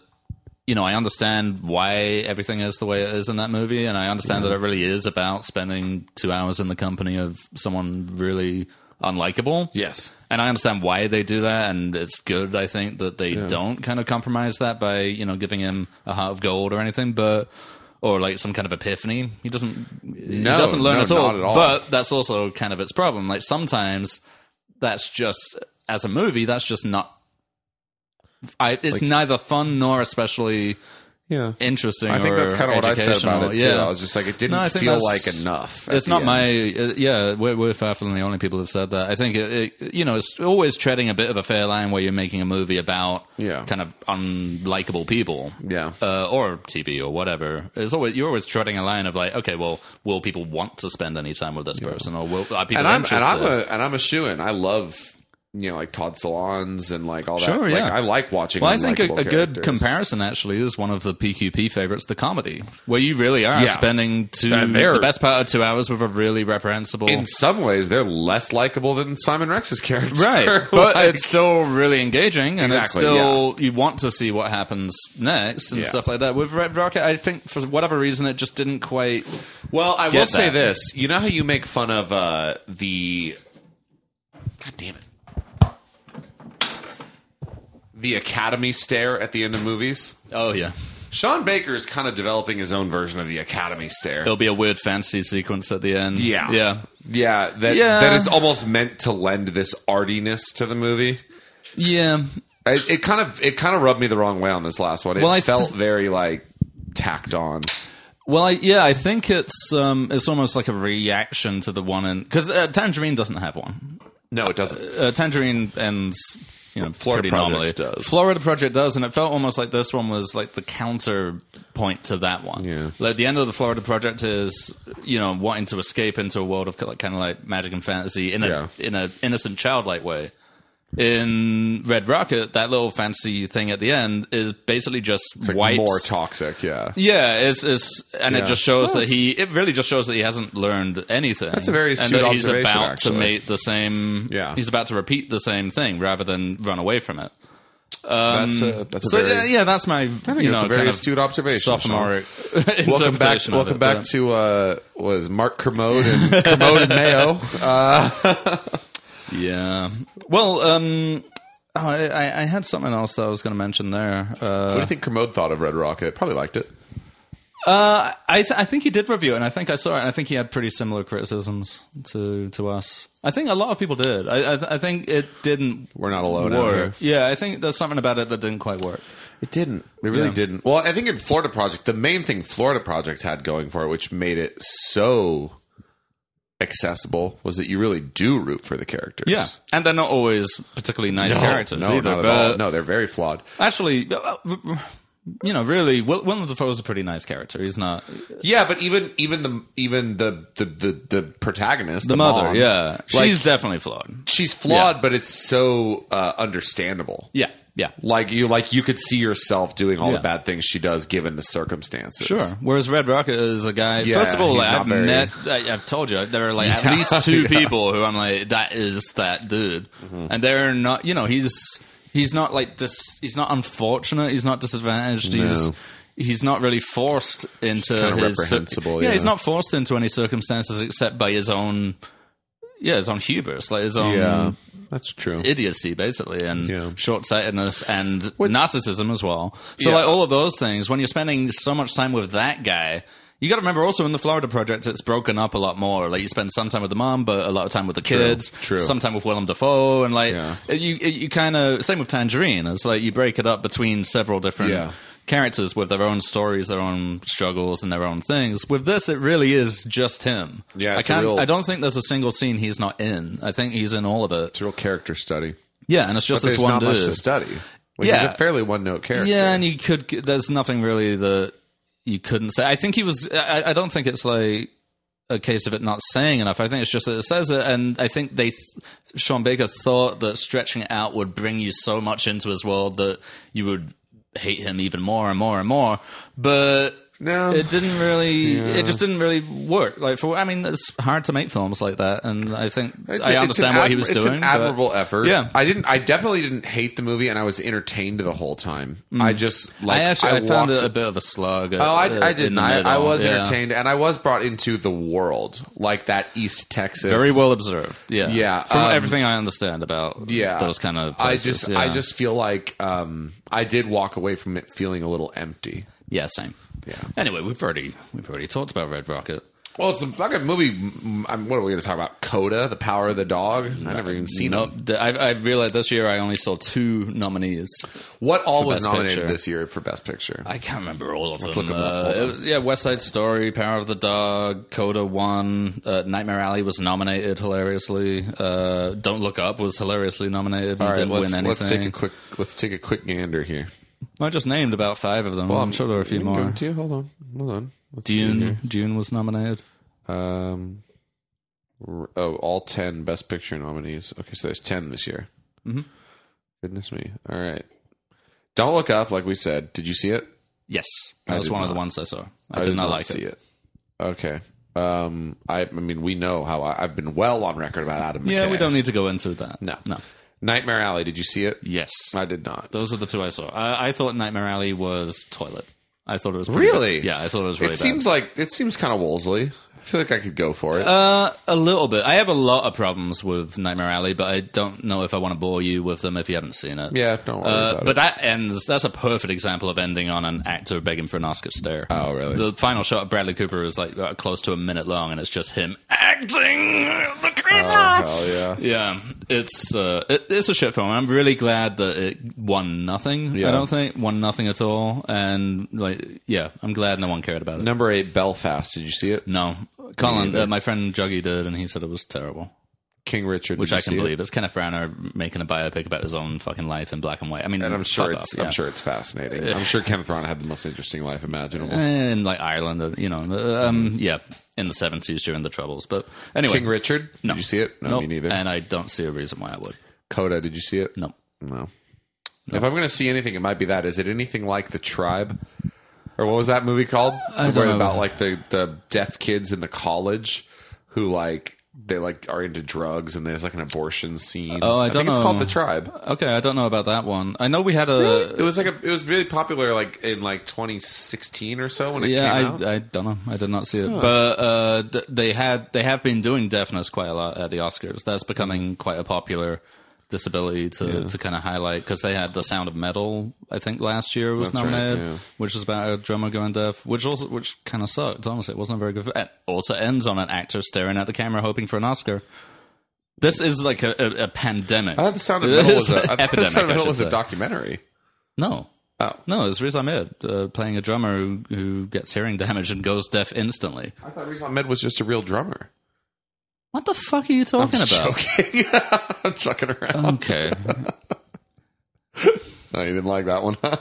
Speaker 1: you know I understand why everything is the way it is in that movie, and I understand that it really is about spending two hours in the company of someone really unlikable.
Speaker 2: Yes.
Speaker 1: And I understand why they do that, and it's good. I think that they don't kind of compromise that by you know giving him a heart of gold or anything, but or like some kind of epiphany. He doesn't.
Speaker 2: No,
Speaker 1: he doesn't learn
Speaker 2: no,
Speaker 1: at, all,
Speaker 2: not at all.
Speaker 1: But that's also kind of its problem. Like sometimes that's just as a movie, that's just not. I, it's neither fun nor especially
Speaker 2: Yeah.
Speaker 1: interesting.
Speaker 2: I think that's
Speaker 1: or
Speaker 2: kind of what I said about
Speaker 1: educational.
Speaker 2: it too.
Speaker 1: Yeah,
Speaker 2: I was just like, it didn't
Speaker 1: I think
Speaker 2: feel like
Speaker 1: that's-
Speaker 2: enough. at
Speaker 1: it's
Speaker 2: the
Speaker 1: not
Speaker 2: end.
Speaker 1: my uh, yeah. We're, we're far from the only people who've said that. I think it, it, you know it's always treading a bit of a fair line where you're making a movie about
Speaker 2: Yeah.
Speaker 1: kind of unlikable people,
Speaker 2: Yeah.
Speaker 1: uh, or TV or whatever. It's always you're always treading a line of like, okay, well, will people want to spend any time with this person, or will are people
Speaker 2: and I'm and
Speaker 1: interested?
Speaker 2: I'm a and I'm a shoe in. I love you know like Todd Salons and like all that.
Speaker 1: Sure, yeah.
Speaker 2: Like, I like watching.
Speaker 1: well, I think a,
Speaker 2: unlikable
Speaker 1: a good
Speaker 2: characters.
Speaker 1: comparison actually is one of the PQP favorites, the comedy, where you really are
Speaker 2: Yeah.
Speaker 1: spending two,
Speaker 2: And they're-
Speaker 1: the best part of two hours with a really reprehensible.
Speaker 2: In some ways, they're less likable than Simon Rex's character.
Speaker 1: right but it's still really engaging and it's
Speaker 2: Exactly,
Speaker 1: still you want to see what happens next and
Speaker 2: Yeah.
Speaker 1: stuff like that with red rocket i think for whatever reason it just didn't quite
Speaker 2: Well, I
Speaker 1: Get
Speaker 2: will say
Speaker 1: that.
Speaker 2: this. You know how you make fun of uh, the. God damn it. The Academy stare at the end of movies.
Speaker 1: oh yeah
Speaker 2: Sean Baker is kind of developing his own version of the Academy stare.
Speaker 1: there'll be a weird fantasy sequence at the end
Speaker 2: Yeah.
Speaker 1: yeah
Speaker 2: Yeah, that
Speaker 1: Yeah.
Speaker 2: that is almost meant to lend this artiness to the movie.
Speaker 1: yeah
Speaker 2: It, it kind of it kind of rubbed me the wrong way on this last one. It
Speaker 1: Well, I
Speaker 2: felt
Speaker 1: th-
Speaker 2: very like tacked on.
Speaker 1: well I, yeah i think it's um it's almost like a reaction to the one in because uh, tangerine doesn't have one
Speaker 2: No, it doesn't.
Speaker 1: uh, Tangerine ends you know
Speaker 2: Florida
Speaker 1: pretty
Speaker 2: Project
Speaker 1: normally.
Speaker 2: does.
Speaker 1: Florida Project does, and it felt almost like this one was like the counterpoint to that one.
Speaker 2: Yeah.
Speaker 1: Like the end of the Florida Project is you know wanting to escape into a world of like, kind of like magic and fantasy in a
Speaker 2: Yeah.
Speaker 1: in a innocent childlike way. In Red Rocket, that little fantasy thing at the end is basically just
Speaker 2: Like,
Speaker 1: wipes
Speaker 2: more toxic, yeah.
Speaker 1: yeah, it's it's and
Speaker 2: Yeah.
Speaker 1: it just shows
Speaker 2: Well,
Speaker 1: that he it really just shows that he hasn't learned anything. That's
Speaker 2: a very
Speaker 1: and
Speaker 2: astute
Speaker 1: that he's
Speaker 2: observation,
Speaker 1: about
Speaker 2: actually.
Speaker 1: to make the same
Speaker 2: Yeah.
Speaker 1: he's about to repeat the same thing rather than run away from it.
Speaker 2: that's a that's a
Speaker 1: Um, So
Speaker 2: very
Speaker 1: yeah, yeah, that's my you know
Speaker 2: that's a very
Speaker 1: kind of
Speaker 2: astute observation. Sean.
Speaker 1: sophomoric
Speaker 2: Welcome back.
Speaker 1: interpretation of
Speaker 2: Welcome
Speaker 1: it,
Speaker 2: back
Speaker 1: but-
Speaker 2: to uh, was Mark Kermode and Kermode and Mayo. Uh,
Speaker 1: yeah. Well, um, oh, I, I I had something else that I was going to mention there. Uh,
Speaker 2: what do you think Kermode thought of Red Rocket? Probably liked it.
Speaker 1: uh, I th- I think he did review it, and I think I saw it, and I think he had pretty similar criticisms to to us. I think a lot of people did. I I, th- I think it didn't
Speaker 2: We're not alone. out here.
Speaker 1: work. Yeah, I think there's something about it that didn't quite work.
Speaker 2: It didn't. It really
Speaker 1: Yeah.
Speaker 2: didn't. Well, I think in Florida Project, the main thing Florida Project had going for it, which made it so accessible, was that you really do root for the characters.
Speaker 1: and they're not always particularly nice
Speaker 2: No,
Speaker 1: characters
Speaker 2: no,
Speaker 1: either.
Speaker 2: not at
Speaker 1: but
Speaker 2: all. No, they're very flawed.
Speaker 1: actually, uh, uh, you know, really, Will- Willem Dafoe is a pretty nice character. He's not
Speaker 2: Yeah, but even even the even the the the, the protagonist, the,
Speaker 1: the mother.
Speaker 2: mom,
Speaker 1: Yeah,
Speaker 2: Like-
Speaker 1: she's definitely flawed.
Speaker 2: she's flawed, but it's so uh, understandable.
Speaker 1: Yeah, yeah,
Speaker 2: Like you, like you could see yourself doing all the
Speaker 1: Yeah.
Speaker 2: bad things she does, given the circumstances.
Speaker 1: Sure. Whereas Red Rocket is a guy.
Speaker 2: Yeah,
Speaker 1: first of all,
Speaker 2: he's
Speaker 1: like,
Speaker 2: not
Speaker 1: I've
Speaker 2: very-
Speaker 1: met. I, I've told you there are like at least two people who I'm like that is that dude,
Speaker 2: Mm-hmm.
Speaker 1: and they're not. You know, he's he's not like dis, he's not unfortunate. He's not disadvantaged. He's
Speaker 2: No.
Speaker 1: He's not really forced into
Speaker 2: kinda
Speaker 1: his cir-
Speaker 2: reprehensible,
Speaker 1: he's
Speaker 2: yeah.
Speaker 1: not forced into any circumstances except by his own, yeah, his own hubris, like his own
Speaker 2: Yeah, that's true.
Speaker 1: idiocy basically and
Speaker 2: Yeah.
Speaker 1: short-sightedness and narcissism as well so
Speaker 2: Yeah.
Speaker 1: like all of those things when you're spending so much time with that guy You got to remember also in the Florida Project, it's broken up a lot more. Like you spend some time with the mom, but a lot of time with the kids.
Speaker 2: true.
Speaker 1: Some time with Willem Dafoe, and like
Speaker 2: Yeah.
Speaker 1: it- you, it- you kind of same with Tangerine. It's like you break it up between several different
Speaker 2: Yeah.
Speaker 1: characters with their own stories, their own struggles, and their own things. With this, it really is just him.
Speaker 2: Yeah,
Speaker 1: I
Speaker 2: it's a
Speaker 1: can't.
Speaker 2: real-
Speaker 1: I don't think there's a single scene he's not in. I think he's in all of it.
Speaker 2: It's a real character study.
Speaker 1: Yeah, and it's just
Speaker 2: There's
Speaker 1: this one
Speaker 2: not
Speaker 1: dude.
Speaker 2: much to study. Like,
Speaker 1: Yeah.
Speaker 2: He's a fairly one note character.
Speaker 1: Yeah, and you could. There's nothing really that you couldn't say. I think he was. I, I don't think it's like a case of it not saying enough. I think it's just that it says it, and I think they, th- Sean Baker thought that stretching it out would bring you so much into his world that you would hate him even more and more and more. But
Speaker 2: No.
Speaker 1: it didn't really. It just didn't really work. Like for, I mean, it's hard to make films like that, and I think
Speaker 2: It's
Speaker 1: I
Speaker 2: a- it's
Speaker 1: understand
Speaker 2: an
Speaker 1: what he
Speaker 2: admir-
Speaker 1: was
Speaker 2: it's
Speaker 1: doing.
Speaker 2: an
Speaker 1: but-
Speaker 2: admirable effort.
Speaker 1: Yeah.
Speaker 2: I didn't. I definitely didn't hate the movie, and I was entertained the whole time. I just like.
Speaker 1: Mm. I actually I found
Speaker 2: walked-
Speaker 1: it a bit of a slug. uh,
Speaker 2: Oh, I, I didn't. I, I was entertained, and I was brought into the world, like that East Texas.
Speaker 1: Very well observed. Yeah,
Speaker 2: Yeah,
Speaker 1: From
Speaker 2: um,
Speaker 1: everything I understand about
Speaker 2: Yeah,
Speaker 1: those kind of.
Speaker 2: I
Speaker 1: Places,
Speaker 2: just,
Speaker 1: yeah.
Speaker 2: I just feel like um, I did walk away from it feeling a little empty.
Speaker 1: yeah, same.
Speaker 2: Yeah.
Speaker 1: Anyway, we've already we've already talked about Red Rocket.
Speaker 2: Well, it's a fucking movie. mm, I'm, what are we going to talk about? Coda, The Power of the Dog. I've never even seen
Speaker 1: No,
Speaker 2: it.
Speaker 1: I've, I've realized this year I only saw two nominees.
Speaker 2: What all was
Speaker 1: Best
Speaker 2: nominated
Speaker 1: Picture.
Speaker 2: this year for Best Picture?
Speaker 1: I can't remember all of them.
Speaker 2: look 'em up.
Speaker 1: Uh,
Speaker 2: Hold
Speaker 1: it- yeah, West Side Story, Power of the Dog, Coda One, uh, Nightmare Alley was nominated hilariously. Uh, Don't Look Up was hilariously nominated. and
Speaker 2: all right,
Speaker 1: didn't
Speaker 2: let's,
Speaker 1: win anything.
Speaker 2: let's take a quick, let's take a quick gander here.
Speaker 1: I just named about five of them. Well, I'm sure there are a few
Speaker 2: We can
Speaker 1: more.
Speaker 2: go to- Hold on, hold on. Let's see
Speaker 1: Dune, Dune was nominated.
Speaker 2: here. Um, r- oh, all ten Best Picture nominees. Okay, so there's ten this year.
Speaker 1: Mm-hmm.
Speaker 2: Goodness me. All right. Don't look up, like we said. Did you see it?
Speaker 1: Yes, that
Speaker 2: I
Speaker 1: was
Speaker 2: did
Speaker 1: one of the
Speaker 2: not.
Speaker 1: ones I saw. I, did, not, like
Speaker 2: see
Speaker 1: it.
Speaker 2: it. Okay. Um, I, I mean, we know how I, I've been well on record about Adam.
Speaker 1: Yeah,
Speaker 2: McKay.
Speaker 1: we don't need to go into that.
Speaker 2: No,
Speaker 1: no.
Speaker 2: Nightmare Alley. Did you see it?
Speaker 1: Yes,
Speaker 2: I did not.
Speaker 1: those are the two I saw. I, I thought Nightmare Alley was toilet. I thought it was pretty
Speaker 2: Really?
Speaker 1: bad. Yeah, I thought it was really
Speaker 2: it
Speaker 1: bad.
Speaker 2: seems like it seems kind of Wolseley. I feel like I could go for it.
Speaker 1: uh, a little bit. I have a lot of problems with Nightmare Alley, but I don't know if I want to bore you with them if you haven't seen it.
Speaker 2: yeah, don't worry
Speaker 1: Uh,
Speaker 2: about
Speaker 1: but that ends. That's a perfect example of ending on an actor begging for an Oscar stare.
Speaker 2: Oh, really?
Speaker 1: The final shot of Bradley Cooper is like uh, close to a minute long, and it's just him acting the camera.
Speaker 2: it. Oh, Hell yeah.
Speaker 1: Yeah, it's uh, it, it's a shit film. I'm really glad that it won nothing. I
Speaker 2: Yeah.
Speaker 1: don't think won nothing at all, and like, yeah, I'm glad no one cared about it.
Speaker 2: Number eight, Belfast. Did you see it?
Speaker 1: No, Colin, uh, my friend Juggy did, and he said it was terrible,
Speaker 2: King Richard.
Speaker 1: which
Speaker 2: did you
Speaker 1: I can
Speaker 2: see it?
Speaker 1: believe. It's Kenneth Branagh making a biopic about his own fucking life in black and white. I mean,
Speaker 2: And I'm sure
Speaker 1: fuck
Speaker 2: it's
Speaker 1: off, yeah.
Speaker 2: I'm sure it's fascinating. I'm sure Kenneth Branagh had the most interesting life imaginable.
Speaker 1: and like Ireland, uh, you know, uh, um, yeah, in the seventies during the troubles. But anyway,
Speaker 2: King Richard. Did you see it? No,
Speaker 1: Nope.
Speaker 2: me neither.
Speaker 1: And I don't see a reason why I would.
Speaker 2: Coda. Did you see it?
Speaker 1: No.
Speaker 2: No. If I'm going to see anything, it might be that. Is it anything like The Tribe? Or what was that movie called? I
Speaker 1: don't know.
Speaker 2: about like the, the deaf kids in the college who like they like are into drugs and there's like an abortion scene.
Speaker 1: Oh, I don't
Speaker 2: think
Speaker 1: know.
Speaker 2: It's called The Tribe.
Speaker 1: Okay, I don't know about that one. I know we had a.
Speaker 2: It was like a it was really popular like in like 2016 or so when it
Speaker 1: Yeah,
Speaker 2: came out.
Speaker 1: I, I don't know. I did not see it, but uh, th- they had they have been doing deafness quite a lot at the Oscars. That's becoming quite a popular disability to, to kind of highlight because they had the Sound of Metal. I think last year was
Speaker 2: That's right,
Speaker 1: nominated,
Speaker 2: yeah.
Speaker 1: which is about a drummer going deaf, which also which kind of sucked. Honestly, it wasn't a very good. It also ends on an actor staring at the camera hoping for an Oscar. This is like a, a, a pandemic.
Speaker 2: I thought the sound of metal was a I
Speaker 1: It's an
Speaker 2: thought the sound of
Speaker 1: I
Speaker 2: metal
Speaker 1: should
Speaker 2: was a
Speaker 1: say.
Speaker 2: documentary.
Speaker 1: No.
Speaker 2: Oh.
Speaker 1: No, it's Riz Ahmed uh, playing a drummer who, who gets hearing damage and goes deaf instantly.
Speaker 2: I thought Riz Ahmed was just a real drummer.
Speaker 1: What the fuck are you talking about?
Speaker 2: Joking. I'm chucking around.
Speaker 1: Okay.
Speaker 2: No, you didn't like that one. huh?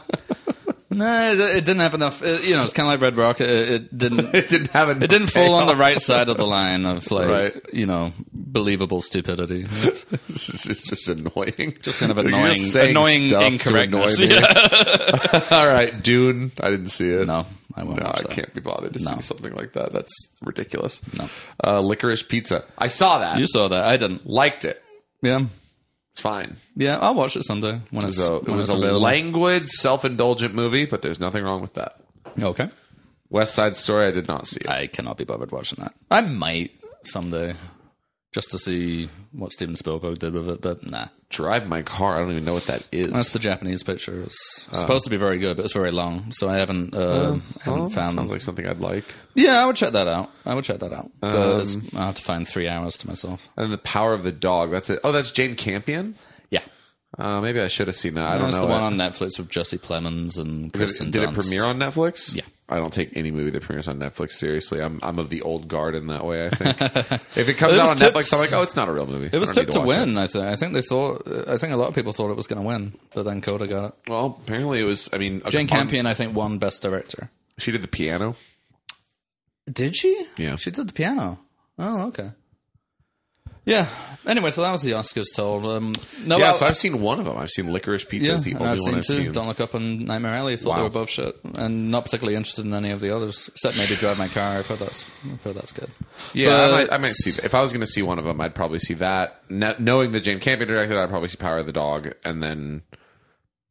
Speaker 1: no, it, it didn't have enough. It, you know, it's kind of like Red Rock. It, it didn't.
Speaker 2: it didn't have a
Speaker 1: It didn't fall on the right side of the line of like
Speaker 2: Right.
Speaker 1: you know believable stupidity. It's
Speaker 2: It's just, it's just annoying. Just
Speaker 1: kind of annoying, annoying incorrectness. Yeah.
Speaker 2: All right, Dune. I didn't see it.
Speaker 1: No, I won't.
Speaker 2: No,
Speaker 1: watch
Speaker 2: I
Speaker 1: that.
Speaker 2: can't be bothered to
Speaker 1: No.
Speaker 2: see something like that. That's ridiculous. No. Uh, licorice pizza. I saw that.
Speaker 1: You saw that? I didn't.
Speaker 2: liked it.
Speaker 1: Yeah,
Speaker 2: It's fine.
Speaker 1: yeah. I'll watch it someday when it's
Speaker 2: So it
Speaker 1: when
Speaker 2: was
Speaker 1: it's
Speaker 2: a
Speaker 1: available.
Speaker 2: languid, self-indulgent movie, but there's nothing wrong with that.
Speaker 1: Okay.
Speaker 2: West Side Story. I did not see it.
Speaker 1: I cannot be bothered watching that. I might someday. just to see what Steven Spielberg did with it, but nah.
Speaker 2: Drive my car. I don't even know what that is.
Speaker 1: That's the Japanese picture. It's supposed to be very good, but it's very long, so I haven't uh, haven't
Speaker 2: Oh,
Speaker 1: found.
Speaker 2: sounds like something I'd like.
Speaker 1: yeah, I would check that out. I would check that out. But
Speaker 2: Um,
Speaker 1: it's, I have to find three hours to myself.
Speaker 2: And the power of the dog. That's it. Oh, that's Jane Campion.
Speaker 1: Yeah,
Speaker 2: Uh, maybe I should have seen that. I don't
Speaker 1: that's
Speaker 2: know.
Speaker 1: the one
Speaker 2: it.
Speaker 1: on Netflix with Jesse Plemons and
Speaker 2: Did,
Speaker 1: Kristen
Speaker 2: it, did it
Speaker 1: Dunst.
Speaker 2: premiere on Netflix?
Speaker 1: Yeah.
Speaker 2: I don't take any movie that premieres on Netflix seriously. I'm I'm of the old guard in that way. I think if it comes
Speaker 1: It
Speaker 2: out
Speaker 1: was
Speaker 2: on
Speaker 1: tipped-
Speaker 2: Netflix, I'm like, oh, it's not a real movie.
Speaker 1: It was tipped to win. I think. I think they thought. I think a lot of people thought it was going to win, but then Coda got it.
Speaker 2: Well, apparently it was. I mean, a
Speaker 1: Jane
Speaker 2: con-
Speaker 1: Campion, I think, won Best Director.
Speaker 2: She did the piano.
Speaker 1: Did she?
Speaker 2: Yeah.
Speaker 1: She did the piano. Oh, okay. Yeah. Anyway, so that was the Oscars told. Um, no,
Speaker 2: Yeah,
Speaker 1: I-
Speaker 2: so I've seen one of them. I've seen Licorice Pizza.
Speaker 1: yeah,
Speaker 2: is the
Speaker 1: and
Speaker 2: only
Speaker 1: I've
Speaker 2: one
Speaker 1: seen
Speaker 2: I've
Speaker 1: two.
Speaker 2: seen.
Speaker 1: Don't Look Up and Nightmare Alley. Thought they
Speaker 2: Wow.
Speaker 1: were both shit, and not particularly interested in any of the others, except maybe Drive My Car. I've heard that's, I've heard that's good.
Speaker 2: Yeah, I
Speaker 1: But-
Speaker 2: might, I might see. If I was going to see one of them, I'd probably see that. No, knowing that Jane Campion directed, I'd probably see Power of the Dog, and then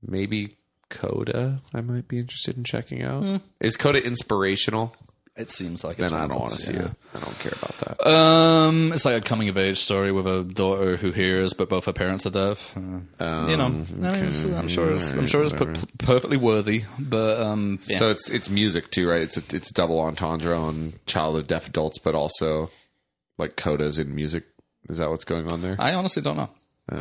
Speaker 2: maybe Coda. I might be interested in checking out.
Speaker 1: Hmm.
Speaker 2: Is Coda inspirational?
Speaker 1: It seems like it's
Speaker 2: Then
Speaker 1: one
Speaker 2: I
Speaker 1: of
Speaker 2: don't want to
Speaker 1: those,
Speaker 2: see
Speaker 1: yeah.
Speaker 2: it. I don't care about that.
Speaker 1: Um, it's like a coming of age story with a daughter who hears, but both her parents are deaf. Uh, you know,
Speaker 2: Um,
Speaker 1: I mean, it's- I'm sure it's, I'm sure it's per- perfectly worthy, but um, yeah.
Speaker 2: So it's it's music too, right? It's a, it's double entendre on child of deaf adults, but also like codas in music. Is that what's going on there?
Speaker 1: I honestly don't know.
Speaker 2: oh,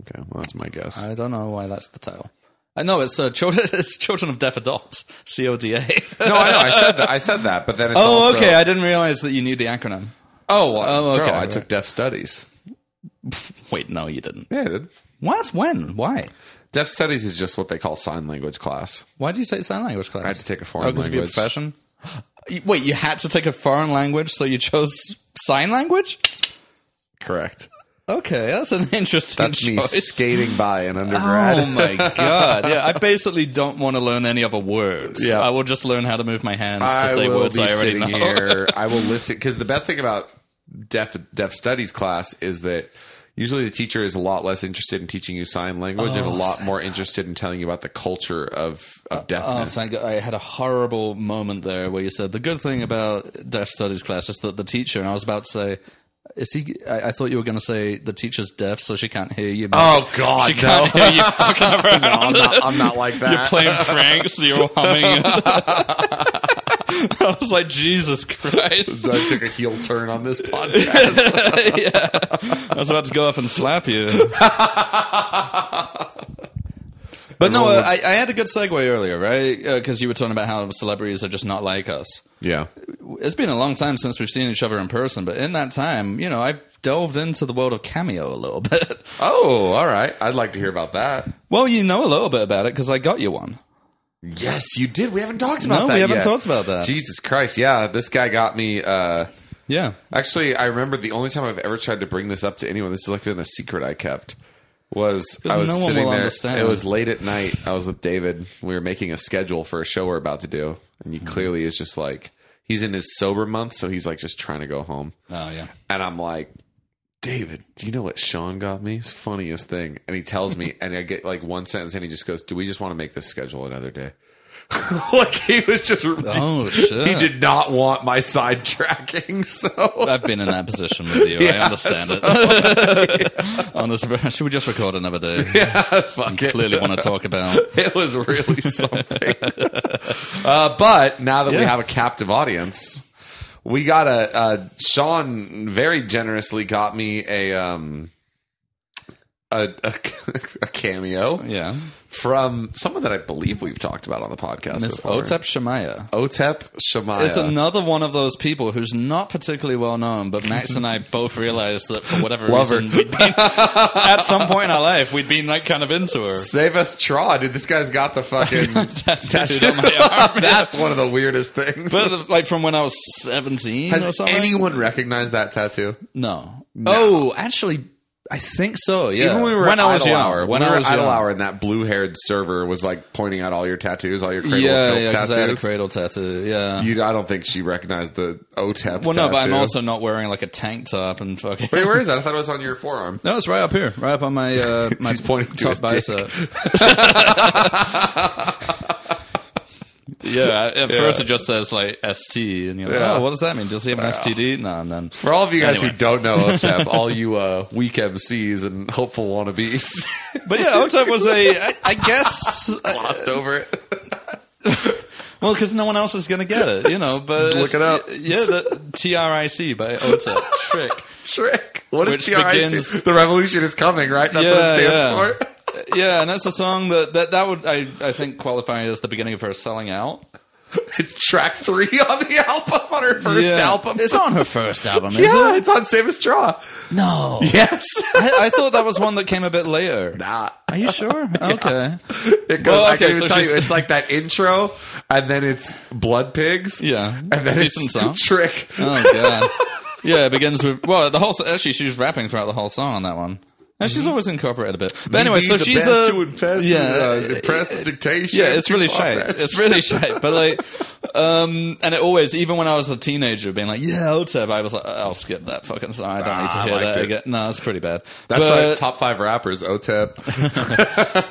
Speaker 2: okay. Well, that's my guess.
Speaker 1: I don't know why that's the title. I know it's uh, children. It's children of deaf adults. C O D A.
Speaker 2: no, I know. I said that. I said that, but then it's
Speaker 1: Oh,
Speaker 2: also,
Speaker 1: okay. I didn't realize that you knew the acronym.
Speaker 2: oh, well,
Speaker 1: Oh,
Speaker 2: girl,
Speaker 1: okay,
Speaker 2: I
Speaker 1: right.
Speaker 2: took deaf studies.
Speaker 1: Wait, no, you didn't.
Speaker 2: Yeah, I did.
Speaker 1: What? When? Why?
Speaker 2: deaf studies is just what they call sign language class.
Speaker 1: Why did you take sign language class? I
Speaker 2: had to take a foreign
Speaker 1: because of your
Speaker 2: language.
Speaker 1: profession. You- Wait, you had to take a foreign language, so you chose sign language?
Speaker 2: Correct.
Speaker 1: Okay, that's an interesting
Speaker 2: That's me
Speaker 1: choice.
Speaker 2: skating by in undergrad.
Speaker 1: Oh my god! Yeah, I basically don't want to learn any other words.
Speaker 2: Yeah.
Speaker 1: I will just learn how to move my hands to
Speaker 2: I
Speaker 1: say
Speaker 2: will
Speaker 1: words
Speaker 2: be
Speaker 1: I already
Speaker 2: sitting
Speaker 1: know.
Speaker 2: here. I will listen because the best thing about deaf deaf studies class is that usually the teacher is a lot less interested in teaching you sign language and a lot more interested in telling you about the culture of of
Speaker 1: Oh,
Speaker 2: deafness.
Speaker 1: thank God. I had a horrible moment there where you said the good thing about deaf studies class is that the teacher, and I was about to say, is he? I, I thought you were going to say the teacher's deaf, so she can't hear you. man."
Speaker 2: oh God,
Speaker 1: she can't hear you fucking around.
Speaker 2: no, I'm not, I'm not like that.
Speaker 1: You're playing pranks, so you're humming. I was like, Jesus Christ.
Speaker 2: So I took a heel turn on this podcast.
Speaker 1: yeah. I was about to go up and slap you. But no, uh, I, I had a good segue earlier, right? Because you were talking about how celebrities are just not like us.
Speaker 2: yeah,
Speaker 1: It's been a long time since we've seen each other in person, but in that time, you know, I've delved into the world of Cameo a little bit.
Speaker 2: Oh, all right. I'd like to hear about that.
Speaker 1: well, you know a little bit about it because I got you one.
Speaker 2: Yes, you did. We haven't talked
Speaker 1: No,
Speaker 2: about that.
Speaker 1: we haven't
Speaker 2: yet.
Speaker 1: talked about that.
Speaker 2: Jesus Christ. Yeah, this guy got me. Uh,
Speaker 1: Yeah.
Speaker 2: actually, I remember the only time I've ever tried to bring this up to anyone. This has like been a secret I kept. Was I was
Speaker 1: no one
Speaker 2: sitting
Speaker 1: will
Speaker 2: there.
Speaker 1: understand.
Speaker 2: It was late at night. I was with David. We were making a schedule for a show we're about to do,
Speaker 1: Mm-hmm.
Speaker 2: and he clearly is just like he's in his sober month, so he's like just trying to go home.
Speaker 1: Oh, yeah.
Speaker 2: And I'm like, David, do you know what Sean got me? It's funniest thing. And he tells me, and I get like one sentence, and he just goes, "Do we just want to make this schedule another day?" like he was just.
Speaker 1: Oh, shit.
Speaker 2: He did not want my sidetracking, so
Speaker 1: I've been in that position with you. I understand it. On this, should we just record another day?
Speaker 2: fuck it.
Speaker 1: Clearly, want to talk about.
Speaker 2: It was really something. uh, but now that we
Speaker 1: Yeah.
Speaker 2: have a captive audience, we got a uh, Sean very generously got me a um a, a, a cameo.
Speaker 1: Yeah,
Speaker 2: from someone that I believe we've talked about on the podcast.
Speaker 1: Miss
Speaker 2: before.
Speaker 1: Otep Shemaya.
Speaker 2: Otep Shemaya.
Speaker 1: It's another one of those people who's not particularly well known, but Max and I both realized that for whatever
Speaker 2: Love her.
Speaker 1: reason, we'd been, at some point in our life, we'd been like kind of into her.
Speaker 2: Save us, Tra, dude. This guy's got the fucking.
Speaker 1: Tattooed on my arm.
Speaker 2: That's one of the weirdest things.
Speaker 1: But, like from when I was seventeen or
Speaker 2: Has
Speaker 1: something.
Speaker 2: anyone recognized that tattoo?
Speaker 1: no. Oh, actually, I think so. Yeah.
Speaker 2: Even when we were
Speaker 1: when
Speaker 2: at
Speaker 1: I was
Speaker 2: Idle
Speaker 1: young.
Speaker 2: Hour,
Speaker 1: When
Speaker 2: we
Speaker 1: I
Speaker 2: were
Speaker 1: was
Speaker 2: at Idle
Speaker 1: young.
Speaker 2: Hour, and that blue-haired server was like pointing out all your tattoos, all your cradle
Speaker 1: Yeah,
Speaker 2: of
Speaker 1: yeah. 'cause
Speaker 2: filth
Speaker 1: I had a
Speaker 2: tattoos.
Speaker 1: cradle tattoo. Yeah.
Speaker 2: you, I don't think she recognized the OTEP.
Speaker 1: Well, no, but I'm
Speaker 2: tattoo.
Speaker 1: also not wearing like a tank top and fucking.
Speaker 2: Wait, where is that? I thought it was on your forearm.
Speaker 1: No, it's right up here, right up on my uh, my
Speaker 2: He's pointing to
Speaker 1: top
Speaker 2: his dick.
Speaker 1: bicep. yeah, at
Speaker 2: Yeah.
Speaker 1: first it just says like ST, and you're like,
Speaker 2: Yeah.
Speaker 1: oh, what does that mean? Does he have an STD? No, and then
Speaker 2: For all of you guys
Speaker 1: Anyway.
Speaker 2: who don't know OTEP, all you uh, weak MCs and hopeful wannabes
Speaker 1: But yeah, OTEP was a, I, I guess,
Speaker 2: glossed over it.
Speaker 1: well, because no one else is going to get it, you know. But
Speaker 2: Look it up.
Speaker 1: Yeah, the TRIC by E OTEP. Trick.
Speaker 2: Trick. What is
Speaker 1: Which
Speaker 2: TRIC?
Speaker 1: begins-
Speaker 2: the revolution is coming, right? That's what
Speaker 1: Yeah,
Speaker 2: it
Speaker 1: yeah.
Speaker 2: stands for.
Speaker 1: Yeah, and that's a song that that, that would I, I think qualify as the beginning of her selling out.
Speaker 2: It's track three on the album, on her first album.
Speaker 1: It's on her first album, is
Speaker 2: yeah,
Speaker 1: it?
Speaker 2: it's on Save a Straw.
Speaker 1: No.
Speaker 2: Yes.
Speaker 1: I, I thought that was one that came a bit later.
Speaker 2: nah.
Speaker 1: Are you sure? Okay.
Speaker 2: It goes,
Speaker 1: Well,
Speaker 2: I
Speaker 1: okay,
Speaker 2: can even
Speaker 1: so
Speaker 2: tell
Speaker 1: she's-
Speaker 2: you, it's like that intro, and then it's Blood Pigs.
Speaker 1: Yeah.
Speaker 2: And then
Speaker 1: Decent
Speaker 2: it's
Speaker 1: song.
Speaker 2: Trick.
Speaker 1: Oh god. Yeah, it begins with well, the whole actually she's rapping throughout the whole song on that one. And she's always incorporated a bit. But anyway, so
Speaker 2: Mm-hmm. the
Speaker 1: she's
Speaker 2: best
Speaker 1: a
Speaker 2: to infest, uh, impress dictation.
Speaker 1: yeah, it's really
Speaker 2: too
Speaker 1: shy.
Speaker 2: far-fetched.
Speaker 1: It's really shy. But like, um, and it always, even when I was a teenager, being like, yeah, OTEP, I was like, "Uh, I'll skip that fucking song. I don't
Speaker 2: Ah,
Speaker 1: need to
Speaker 2: I
Speaker 1: hear
Speaker 2: liked
Speaker 1: that
Speaker 2: it.
Speaker 1: again. No, it's pretty bad.
Speaker 2: That's
Speaker 1: but,
Speaker 2: why top five rappers, E OTEP.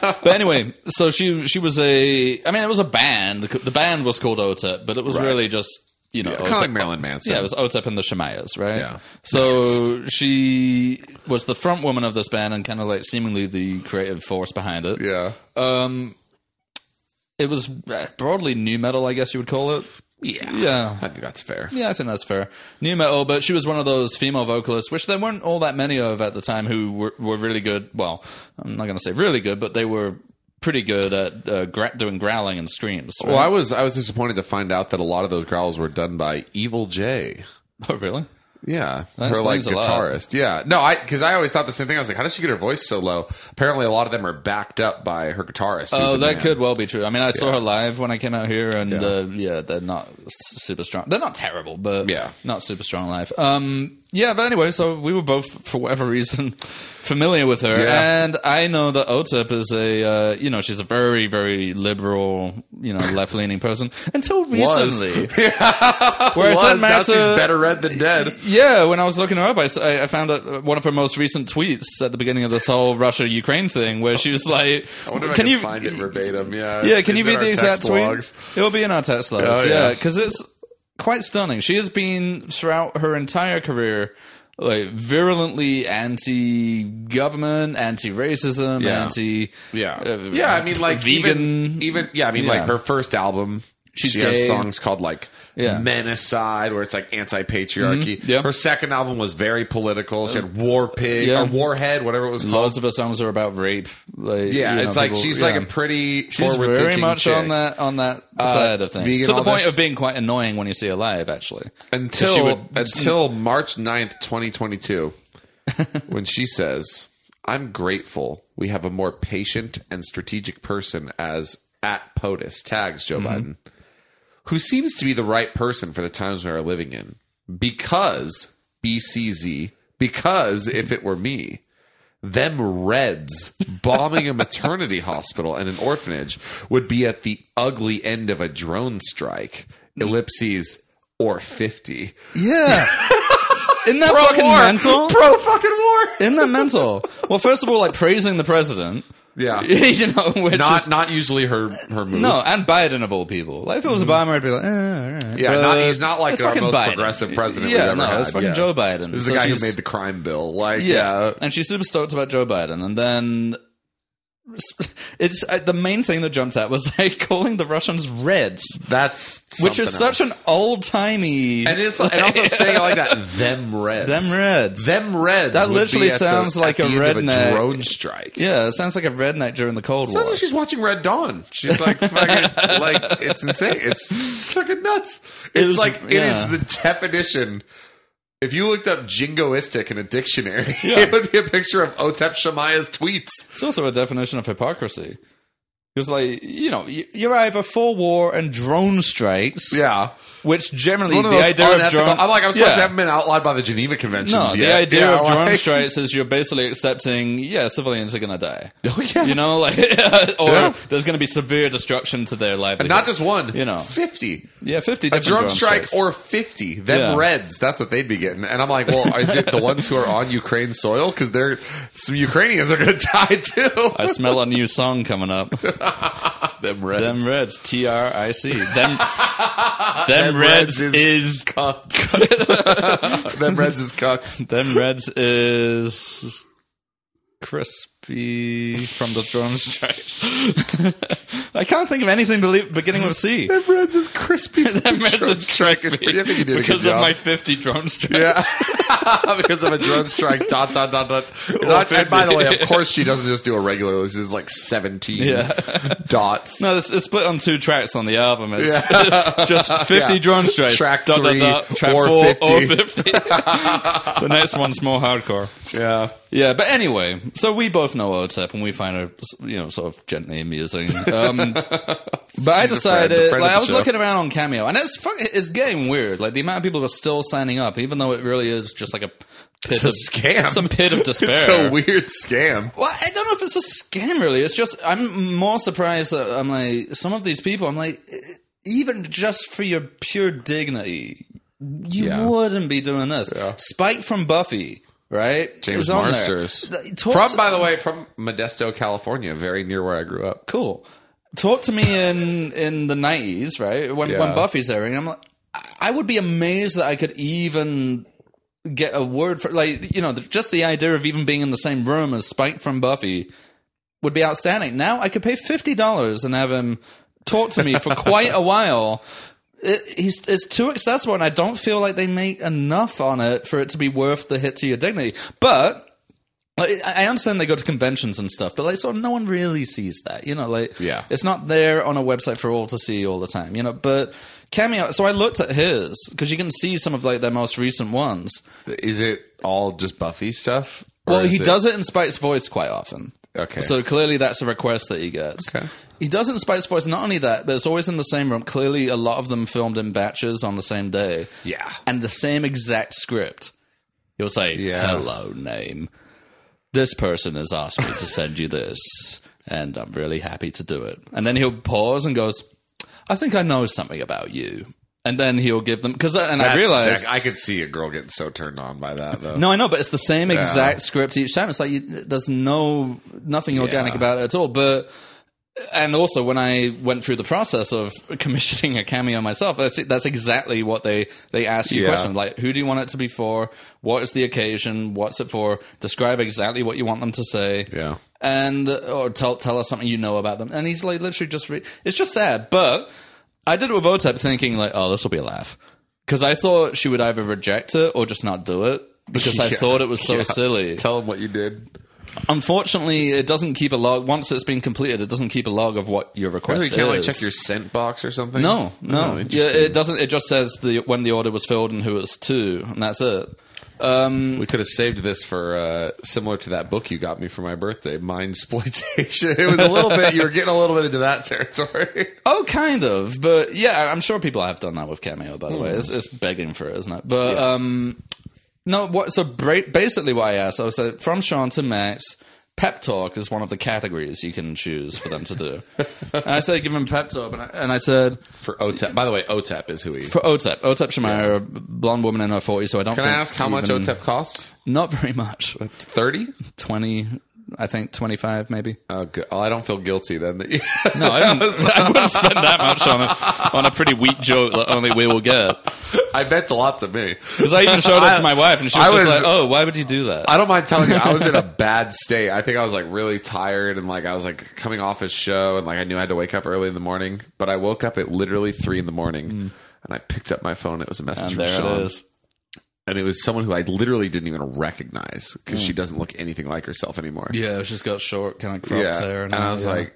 Speaker 1: but anyway, so she she was a. I mean, it was a band. The band was called OTEP, but it was
Speaker 2: Right.
Speaker 1: really just you know
Speaker 2: Yeah, kinda
Speaker 1: OTEP.
Speaker 2: like Marilyn Manson.
Speaker 1: Yeah, it was OTEP and the Shemayas, right?
Speaker 2: Yeah.
Speaker 1: So she was the front woman of this band and kind of like seemingly the creative force behind it.
Speaker 2: Yeah.
Speaker 1: Oh, It was uh, broadly new metal, I guess you would call it.
Speaker 2: yeah.
Speaker 1: Yeah.
Speaker 2: I think that's fair.
Speaker 1: Yeah, I think that's fair. New metal, but she was one of those female vocalists, which there weren't all that many of at the time, who were, were really good. Well, I'm not going to say really good, but they were pretty good at uh, gra- doing growling and screams. Right?
Speaker 2: Well, I was I was disappointed to find out that a lot of those growls were done by Evil J.
Speaker 1: oh, really?
Speaker 2: Yeah, her like
Speaker 1: explains a lot.
Speaker 2: guitarist. Yeah, no, I because I always thought the same thing. I was like, how does she get her voice so low? Apparently, a lot of them are backed up by her guitarist. who's
Speaker 1: Oh,
Speaker 2: a
Speaker 1: that
Speaker 2: man.
Speaker 1: could well be true. I mean, I saw her live when I came out here, and yeah, uh, yeah they're not s- super strong. They're not terrible, but
Speaker 2: Yeah.
Speaker 1: not super strong live. Um, yeah, but anyway, so we were both, for whatever reason, familiar with her,
Speaker 2: Yeah.
Speaker 1: and I know that OTEP is a, uh, you know, she's a very, very liberal, you know, left leaning person until
Speaker 2: Was.
Speaker 1: recently. Where I said
Speaker 2: Was, now she's
Speaker 1: Massa-
Speaker 2: better read than dead.
Speaker 1: yeah, when I was looking her up, I, s- I- I found out one of her most recent tweets at the beginning of this whole Russia Ukraine thing, where she was like,
Speaker 2: Oh. I wonder if
Speaker 1: "Can
Speaker 2: I can
Speaker 1: you
Speaker 2: find it verbatim? Yeah,
Speaker 1: yeah,
Speaker 2: it's-
Speaker 1: can you
Speaker 2: it's in
Speaker 1: read the
Speaker 2: our
Speaker 1: exact
Speaker 2: text
Speaker 1: tweet?
Speaker 2: logs.
Speaker 1: It'll be in our text logs.
Speaker 2: Oh,
Speaker 1: yeah,
Speaker 2: yeah.
Speaker 1: because it's quite stunning. She has been throughout her entire career like virulently anti-government, anti-racism,
Speaker 2: Yeah.
Speaker 1: anti
Speaker 2: Yeah,
Speaker 1: uh,
Speaker 2: yeah. I mean, like
Speaker 1: vegan.
Speaker 2: even even yeah. I mean,
Speaker 1: Yeah.
Speaker 2: like her first album,
Speaker 1: She's
Speaker 2: she
Speaker 1: gay.
Speaker 2: has songs called like
Speaker 1: Yeah. Mm-hmm.
Speaker 2: Menacide, where it's like anti patriarchy.
Speaker 1: yeah.
Speaker 2: Her second album was very political. She had War Pig
Speaker 1: yeah.
Speaker 2: or Warhead, whatever it was called.
Speaker 1: Loads of her songs are about rape. Like,
Speaker 2: yeah,
Speaker 1: you know,
Speaker 2: it's like
Speaker 1: people-
Speaker 2: she's
Speaker 1: yeah.
Speaker 2: like a pretty
Speaker 1: She's
Speaker 2: forward
Speaker 1: very
Speaker 2: thinking
Speaker 1: much
Speaker 2: chick. Uh,
Speaker 1: on that on that side of things
Speaker 2: vegan,
Speaker 1: to the
Speaker 2: all
Speaker 1: point
Speaker 2: this-
Speaker 1: of being quite annoying when you see her live. Actually, 'Cause
Speaker 2: until
Speaker 1: she would-
Speaker 2: until March 9th, 2022, when she says, "I'm grateful we have a more patient and strategic person as at POTUS tags Joe Biden, who seems to be the right person for the times we are living in because BCZ because if it were me." Them Reds bombing a maternity hospital and an orphanage would be at the ugly end of a drone strike. Ellipses or 50.
Speaker 1: yeah, isn't that fucking
Speaker 2: war.
Speaker 1: mental?
Speaker 2: Pro fucking war.
Speaker 1: Isn't that mental? Well, first of all, like praising the president,
Speaker 2: Yeah.
Speaker 1: you know, which
Speaker 2: Not
Speaker 1: is,
Speaker 2: not usually her her move.
Speaker 1: no, and Biden of all people. Like if it was Obama, I'd be like, eh, all right.
Speaker 2: Mm-hmm. Yeah,
Speaker 1: But
Speaker 2: not, he's not like
Speaker 1: Uh, it's
Speaker 2: our
Speaker 1: fucking
Speaker 2: most
Speaker 1: Biden.
Speaker 2: progressive president
Speaker 1: Yeah,
Speaker 2: we've ever
Speaker 1: no,
Speaker 2: had.
Speaker 1: it's fucking
Speaker 2: Yeah.
Speaker 1: Joe Biden.
Speaker 2: This is
Speaker 1: So
Speaker 2: the guy who
Speaker 1: she's-
Speaker 2: made the crime bill. Like,
Speaker 1: yeah.
Speaker 2: yeah.
Speaker 1: and she's super stoked about Joe Biden, and then. It's uh, the main thing that jumped out was like calling the Russians Reds,
Speaker 2: That's
Speaker 1: which is
Speaker 2: something
Speaker 1: such an old timey.
Speaker 2: else. and it's and also saying it like that them reds
Speaker 1: Them Reds.
Speaker 2: them reds
Speaker 1: That
Speaker 2: would be
Speaker 1: literally
Speaker 2: at the-
Speaker 1: sounds
Speaker 2: at
Speaker 1: like
Speaker 2: the
Speaker 1: a
Speaker 2: end of
Speaker 1: redneck.
Speaker 2: drone strike.
Speaker 1: yeah, it sounds like a redneck during the Cold War.
Speaker 2: Sounds like she's watching Red Dawn. She's like fucking like it's insane. It's fucking nuts. It's
Speaker 1: was-
Speaker 2: like
Speaker 1: yeah.
Speaker 2: it is the definition. If you looked up jingoistic in a dictionary, it would be a picture of Otep Shemaya's tweets.
Speaker 1: It's also a definition of hypocrisy. Because, like, you know, y- you're either for war and drone strikes,
Speaker 2: Yeah.
Speaker 1: which generally
Speaker 2: One
Speaker 1: the
Speaker 2: of those
Speaker 1: idea of
Speaker 2: unethical-
Speaker 1: drone.
Speaker 2: I'm like, I'm supposed
Speaker 1: Yeah.
Speaker 2: to haven't been outlawed by the Geneva Conventions
Speaker 1: No,
Speaker 2: yet.
Speaker 1: the idea
Speaker 2: Yeah,
Speaker 1: of
Speaker 2: like-
Speaker 1: drone strikes is you're basically accepting, yeah, civilians are going to die.
Speaker 2: Oh, yeah.
Speaker 1: You know, like, or
Speaker 2: Yeah.
Speaker 1: there's going to be severe destruction to their livelihood.
Speaker 2: And not just one,
Speaker 1: You know.
Speaker 2: 50.
Speaker 1: yeah, fifty
Speaker 2: A
Speaker 1: different
Speaker 2: drone, strike
Speaker 1: strikes.
Speaker 2: or 50. Them
Speaker 1: Yeah.
Speaker 2: Reds, that's what they'd be getting. And I'm like, well, is it the ones who are on Ukraine soil? Because they're some Ukrainians are going to die too.
Speaker 1: I smell a new song coming up.
Speaker 2: Them Reds.
Speaker 1: Them Reds, T R I C. Them, them, Reds,
Speaker 2: Reds is-
Speaker 1: is,
Speaker 2: Them Reds is cucks.
Speaker 1: Them Reds is crispy from the drone strike. I can't think of anything belie- beginning with C.
Speaker 2: Them Reds is crispy.
Speaker 1: Them Reds is
Speaker 2: is
Speaker 1: crispy
Speaker 2: pretty- I think you did a good
Speaker 1: because of
Speaker 2: job.
Speaker 1: my fifty drone strikes.
Speaker 2: Yeah. because of a drone strike. Dot dot dot dot. Not- and by the way, of course, she doesn't just do a regular. This is like seventeen
Speaker 1: Yeah.
Speaker 2: dots.
Speaker 1: No, it's, it's split on two tracks on the album. It's just 50
Speaker 2: Yeah.
Speaker 1: drone strikes.
Speaker 2: Track
Speaker 1: dot, dot,
Speaker 2: three
Speaker 1: dot, track
Speaker 2: or
Speaker 1: four
Speaker 2: 50.
Speaker 1: or 50. the next one's more hardcore.
Speaker 2: Yeah.
Speaker 1: Yeah, but anyway, so we both know OTEP and we find her, you know, sort of gently amusing. Um, but I
Speaker 2: She's a friend, a
Speaker 1: decided,
Speaker 2: friend
Speaker 1: like,
Speaker 2: of
Speaker 1: I
Speaker 2: the
Speaker 1: was
Speaker 2: show.
Speaker 1: looking around on Cameo, and it's fuck- it's getting weird. Like the amount of people that are still signing up, even though it really is just like a pit
Speaker 2: a
Speaker 1: of
Speaker 2: scam.
Speaker 1: some pit of despair.
Speaker 2: It's a weird scam.
Speaker 1: Well, I don't know if it's a scam, really. It's just I'm more surprised that I'm like some of these people. I'm like, e, even just for your pure dignity, you
Speaker 2: Yeah.
Speaker 1: wouldn't be doing this. Spike from Buffy, right?
Speaker 2: James
Speaker 1: Is on there.
Speaker 2: Marsters.
Speaker 1: Th- Talk
Speaker 2: From,
Speaker 1: to-
Speaker 2: by the way, from Modesto, California, very near where I grew up.
Speaker 1: cool. Talk to me in in the nineties, right? When
Speaker 2: Yeah.
Speaker 1: when Buffy's airing, I'm like, I would be amazed that I could even get a word for like you know the, just the idea of even being in the same room as Spike from Buffy would be outstanding. Now I could pay fifty dollars and have him talk to me for quite a while. It, he's, it's too accessible, and I don't feel like they make enough on it for it to be worth the hit to your dignity. But like, I I understand they go to conventions and stuff, but like, sort of, no one really sees that, you know. Like,
Speaker 2: Yeah.
Speaker 1: it's not there on a website for all to see all the time, you know. But cameo. So I looked at his because you can see some of like their most recent ones.
Speaker 2: Is it all just Buffy stuff? Or
Speaker 1: well,
Speaker 2: is
Speaker 1: he
Speaker 2: it-
Speaker 1: does it in Spike's voice quite often.
Speaker 2: Okay.
Speaker 1: So clearly, that's a request that he gets.
Speaker 2: Okay.
Speaker 1: He does it in Spike's voice. Not only that, but it's always in the same room. Clearly, a lot of them filmed in batches on the same day.
Speaker 2: Yeah.
Speaker 1: and the same exact script. You'll say,
Speaker 2: Yeah.
Speaker 1: "Hello, name. This person has asked me to send you this, and I'm really happy to do it." And then he'll pause and goes, "I think I know something about you." And then he'll give them because, and I
Speaker 2: That's
Speaker 1: realize.
Speaker 2: sick. I could see a girl getting so turned on by that, though.
Speaker 1: No, I know, but it's the same exact script each time. It's like you, there's no nothing organic
Speaker 2: Yeah.
Speaker 1: about it at all. But and also when I went through the process of commissioning a cameo myself, that's, that's exactly what they they ask you
Speaker 2: Yeah.
Speaker 1: questions like who do you want it to be for, what is the occasion, what's it for, describe exactly what you want them to say,
Speaker 2: Yeah.
Speaker 1: and or tell tell us something you know about them. And he's like literally just re- it's just sad, but. I did it with OTEP thinking like, oh, this will be a laugh. Because I thought she would either reject it or just not do it because I
Speaker 2: Yeah.
Speaker 1: thought it was so silly.
Speaker 2: Tell him what you did.
Speaker 1: Unfortunately, it doesn't keep a log. Once it's been completed, it doesn't keep a log of what your request
Speaker 2: You can't like
Speaker 1: is.
Speaker 2: check your scent box or something.
Speaker 1: no, no,
Speaker 2: Oh,
Speaker 1: yeah,
Speaker 2: interesting.
Speaker 1: it doesn't. It just says the when the order was filled and who it's to, and that's it.
Speaker 2: We could have saved this for uh, similar to that book you got me for my birthday, Mind Exploitation. It was a little bit. You were getting a little bit into that territory.
Speaker 1: Oh, kind of, but yeah, I'm sure people have done that with Cameo. By the
Speaker 2: Hmm.
Speaker 1: way, it's, it's begging for it, isn't it? But um, no. What? So bra- basically, what I asked, I was like, from Sean to Max, pep talk is one of the categories you can choose for them to do. and I said, give them pep talk, and I, and I said
Speaker 2: For
Speaker 1: E
Speaker 2: OTEP, by the way, OTEP is who he.
Speaker 1: for E OTEP, OTEP Shemaya, a blonde woman in her 40s. So I don't.
Speaker 2: Can I
Speaker 1: think
Speaker 2: ask how much E
Speaker 1: even-
Speaker 2: OTEP costs?
Speaker 1: Not very much.
Speaker 2: Thirty.
Speaker 1: Twenty, I think twenty five, maybe.
Speaker 2: Oh, good. Oh, I don't feel guilty then. that you-
Speaker 1: No, I, wouldn't- I wouldn't spend that much on a on a pretty weak joke that only we will get.
Speaker 2: I bet it's a lot to me.
Speaker 1: Because I even showed it to my wife, and she was,
Speaker 2: I
Speaker 1: just
Speaker 2: was-
Speaker 1: like, "Oh, why would you do that?"
Speaker 2: I don't mind telling you, I was in a bad state. I think I was like really tired and like I was like coming off a show and like I knew I had to wake up early in the morning. But I woke up at literally three in the morning and I picked up my phone. It was a message
Speaker 1: Mm. and
Speaker 2: from
Speaker 1: there
Speaker 2: Sean.
Speaker 1: it is.
Speaker 2: And it was someone who I literally didn't even recognize because she doesn't look anything like herself anymore.
Speaker 1: Mm. Yeah, she's got short, kind of cropped
Speaker 2: Yeah.
Speaker 1: hair,
Speaker 2: And I was like,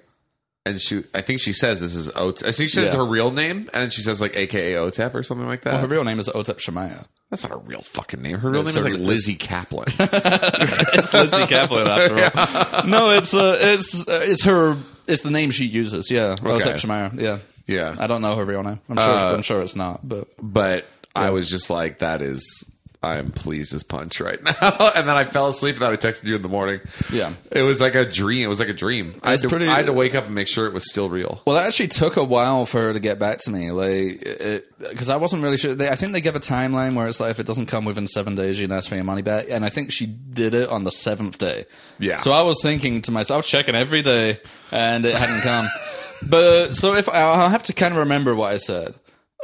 Speaker 2: and she, I think she says this is OTEP. I think she says
Speaker 1: Yeah.
Speaker 2: her real name and she says like AKA OTEP E or something like that.
Speaker 1: her real name is Otep Shemaya.
Speaker 2: That's not a real fucking name. Her real
Speaker 1: That's
Speaker 2: name is
Speaker 1: her
Speaker 2: like
Speaker 1: real-
Speaker 2: Lizzie Kaplan.
Speaker 1: It's Lizzie Kaplan, after all. No, it's uh, it's uh, it's her. It's the name she uses. Yeah, Otep Shemaya. Yeah,
Speaker 2: Yeah. Uh,
Speaker 1: I don't know her real name. I'm sure. I'm sure it's not. But
Speaker 2: but I was just like, that is, I'm pleased as punch right now. and then I fell asleep and then I texted you in the morning.
Speaker 1: Yeah.
Speaker 2: It was like a dream. It was like a dream. I had, to,
Speaker 1: pretty-
Speaker 2: I had to wake up and make sure it was still real.
Speaker 1: well, it actually took a while for her to get back to me, like because I wasn't really sure. They, I think they give a timeline where it's like if it doesn't come within seven days, you can ask for your money back. And I think she did it on the seventh day.
Speaker 2: Yeah.
Speaker 1: So I was thinking to myself, I was checking every day, and it hadn't come. but so if I'll have to kind of remember what I said.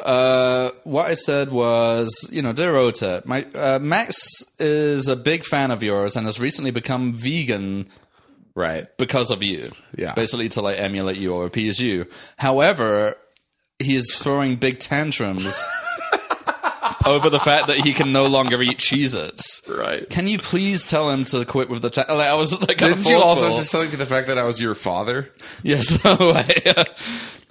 Speaker 1: Uh, what I said was, you know, dear Ota, my uh, Max is a big fan of yours and has recently become vegan
Speaker 2: Right.
Speaker 1: because of you.
Speaker 2: Yeah.
Speaker 1: Basically to like emulate you or appease you. However, he is throwing big tantrums over the fact that he can no longer eat Cheez-Its.
Speaker 2: Right.
Speaker 1: Can you please tell him to quit with the ta- like, I was like kind of
Speaker 2: Didn't you also
Speaker 1: forceful.
Speaker 2: say something to the fact that I was your father?
Speaker 1: Yeah, so I, uh,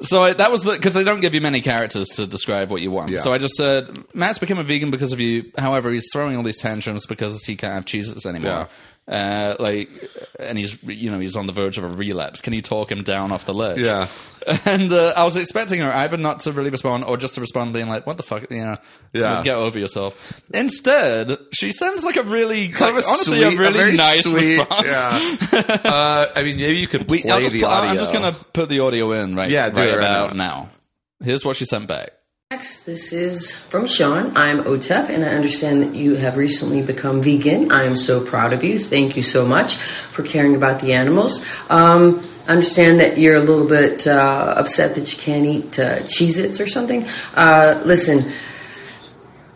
Speaker 1: so I, that was because they don't give you many characters to describe what you want. So I just said Matt's become a vegan because of you. However, he's throwing all these tantrums because he can't have cheeses anymore. Uh, like, and he's you know he's on the verge of a relapse. Can you talk him down off the ledge?
Speaker 2: Yeah.
Speaker 1: And uh, I was expecting her either not to really respond or just to respond being like, "What the fuck?" You know,
Speaker 2: Yeah.
Speaker 1: get over yourself. Instead, she sends like a really
Speaker 2: Kind of a
Speaker 1: honestly
Speaker 2: sweet-
Speaker 1: a really
Speaker 2: very
Speaker 1: nice
Speaker 2: sweet-
Speaker 1: response.
Speaker 2: Yeah. uh, I mean, maybe you could play
Speaker 1: We, I'll just
Speaker 2: the
Speaker 1: put,
Speaker 2: audio.
Speaker 1: I'm just gonna put the audio in right.
Speaker 2: Yeah, do
Speaker 1: right
Speaker 2: it right
Speaker 1: about now. Here's what she sent back.
Speaker 3: Max, This is from Sean. I'm OTEP, and I understand that you have recently become vegan. I am so proud of you. Thank you so much for caring about the animals. Um, I understand that you're a little bit uh, upset that you can't eat uh, Cheez Its or something. Uh, listen,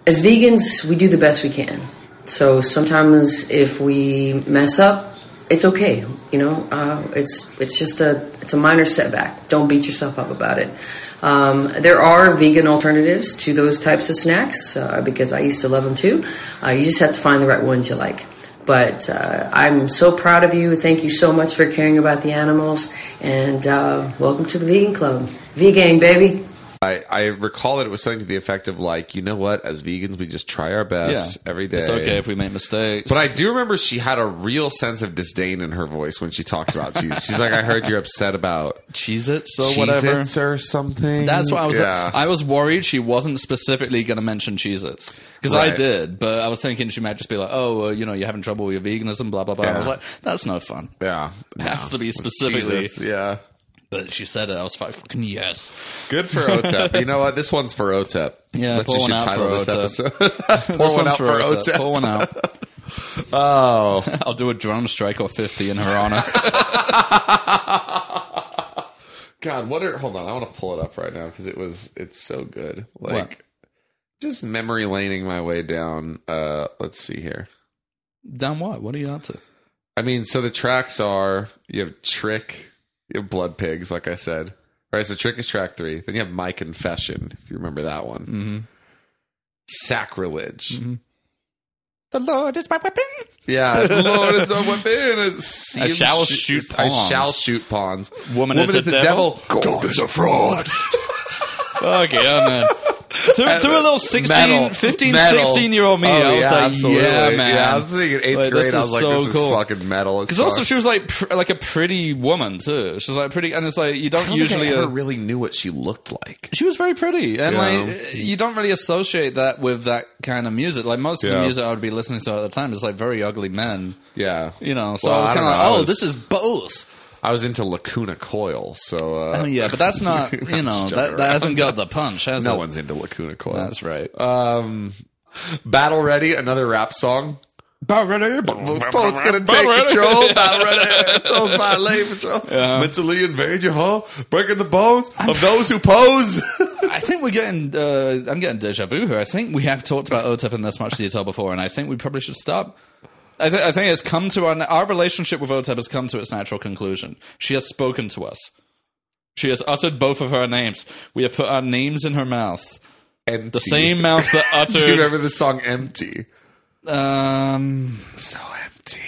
Speaker 3: as vegans, we do the best we can. So sometimes if we mess up, it's okay. You know, uh, it's it's just a it's a minor setback. Don't beat yourself up about it. Um, there are vegan alternatives to those types of snacks uh, because I used to love them too. Uh, you just have to find the right ones you like. But uh, I'm so proud of you. Thank you so much for caring about the animals. And uh, welcome to the Vegan Club. Vegan, baby.
Speaker 2: I, I recall that it was something to the effect of like, you know what? As vegans, we just try our best every day.
Speaker 1: It's okay if we make mistakes.
Speaker 2: But I do remember she had a real sense of disdain in her voice when she talked about cheese. She's like, I heard you're upset about
Speaker 1: cheese it so whatever.
Speaker 2: cheese or something.
Speaker 1: That's what I was.
Speaker 2: Yeah.
Speaker 1: I was worried she wasn't specifically going to mention Cheez-Its because I
Speaker 2: Right.
Speaker 1: did, but I was thinking she might just be like, "Oh, well, you know, you're having trouble with your veganism, blah blah blah." I
Speaker 2: Yeah.
Speaker 1: was like, "That's no fun."
Speaker 2: yeah.
Speaker 1: Has to be specifically,
Speaker 2: Cheez-Its, yeah.
Speaker 1: but she said it. I was like, "Fucking yes."
Speaker 2: Good for OTEP. You know what? This one's for OTEP.
Speaker 1: Yeah,
Speaker 2: That's
Speaker 1: pour
Speaker 2: what
Speaker 1: one
Speaker 2: you
Speaker 1: out
Speaker 2: should title
Speaker 1: for
Speaker 2: this
Speaker 1: OTEP. This
Speaker 2: episode. pour one
Speaker 1: one's
Speaker 2: out for
Speaker 1: us, uh,
Speaker 2: OTEP.
Speaker 1: Pour one out.
Speaker 2: Oh,
Speaker 1: I'll do a drone strike or fifty in her honor.
Speaker 2: God, what are? Hold on, I want to pull it up right now because it was. It's so good. Like,
Speaker 1: What?
Speaker 2: just memory laning my way down. Uh, let's see here.
Speaker 1: Damn what? What are you up to?
Speaker 2: I mean, so the tracks are you have Trick, you have Blood Pigs, like I said. All right, so Trick is track three. Then you have My Confession, if you remember that one.
Speaker 1: Mm-hmm.
Speaker 2: Sacrilege.
Speaker 1: The Lord is my weapon.
Speaker 2: Yeah, the Lord is our weapon. It's
Speaker 1: I shall shoot
Speaker 2: I
Speaker 1: pawns.
Speaker 2: shall shoot pawns.
Speaker 1: Woman is a devil.
Speaker 2: God is a fraud.
Speaker 1: Fuck yeah, man. To, to a little 16,
Speaker 2: Metal.
Speaker 1: 15,
Speaker 2: Metal.
Speaker 1: 16 year old me,
Speaker 2: Oh,
Speaker 1: I was like,
Speaker 2: absolutely.
Speaker 1: yeah, man.
Speaker 2: Yeah, I was thinking eighth
Speaker 1: Like,
Speaker 2: grade.
Speaker 1: this
Speaker 2: I
Speaker 1: is
Speaker 2: was like,
Speaker 1: so
Speaker 2: this
Speaker 1: cool.
Speaker 2: is fucking metal.
Speaker 1: Because also she was like pr- like a pretty woman too. She was like pretty, and it's like you don't, usually. uh,
Speaker 2: really knew what she looked like.
Speaker 1: she was very pretty, and
Speaker 2: Yeah.
Speaker 1: like you don't really associate that with that kind of music. Like most of
Speaker 2: Yeah.
Speaker 1: the music I would be listening to at the time is like very ugly men,
Speaker 2: Yeah,
Speaker 1: you know. So
Speaker 2: Well,
Speaker 1: I was
Speaker 2: I don't
Speaker 1: kind of like,
Speaker 2: know. I
Speaker 1: oh,
Speaker 2: was-
Speaker 1: this is both.
Speaker 2: I was into Lacuna Coil, so uh,
Speaker 1: Oh, yeah, but that's not you know
Speaker 2: Just
Speaker 1: that,
Speaker 2: joking
Speaker 1: that
Speaker 2: around.
Speaker 1: hasn't got the punch, has
Speaker 2: no
Speaker 1: it?
Speaker 2: one's into Lacuna Coil.
Speaker 1: That's right.
Speaker 2: Um, Battle Ready, another rap song. Phone's gonna take control. Battle Ready, told my lane control. Mentally invade your home, breaking the bones of those who pose.
Speaker 1: I think we're getting. Uh, I'm getting deja vu here. I think we have talked about OTEP in this much detail before, and I think we probably should stop. I, th- I think it's come to our our relationship with OTEP has come to its natural conclusion. She has spoken to us. She has uttered both of her names. We have put our names in her mouth.
Speaker 2: Empty.
Speaker 1: The same mouth that
Speaker 2: Do you remember
Speaker 1: uttered.
Speaker 2: the song "Empty"?
Speaker 1: um,
Speaker 2: So empty.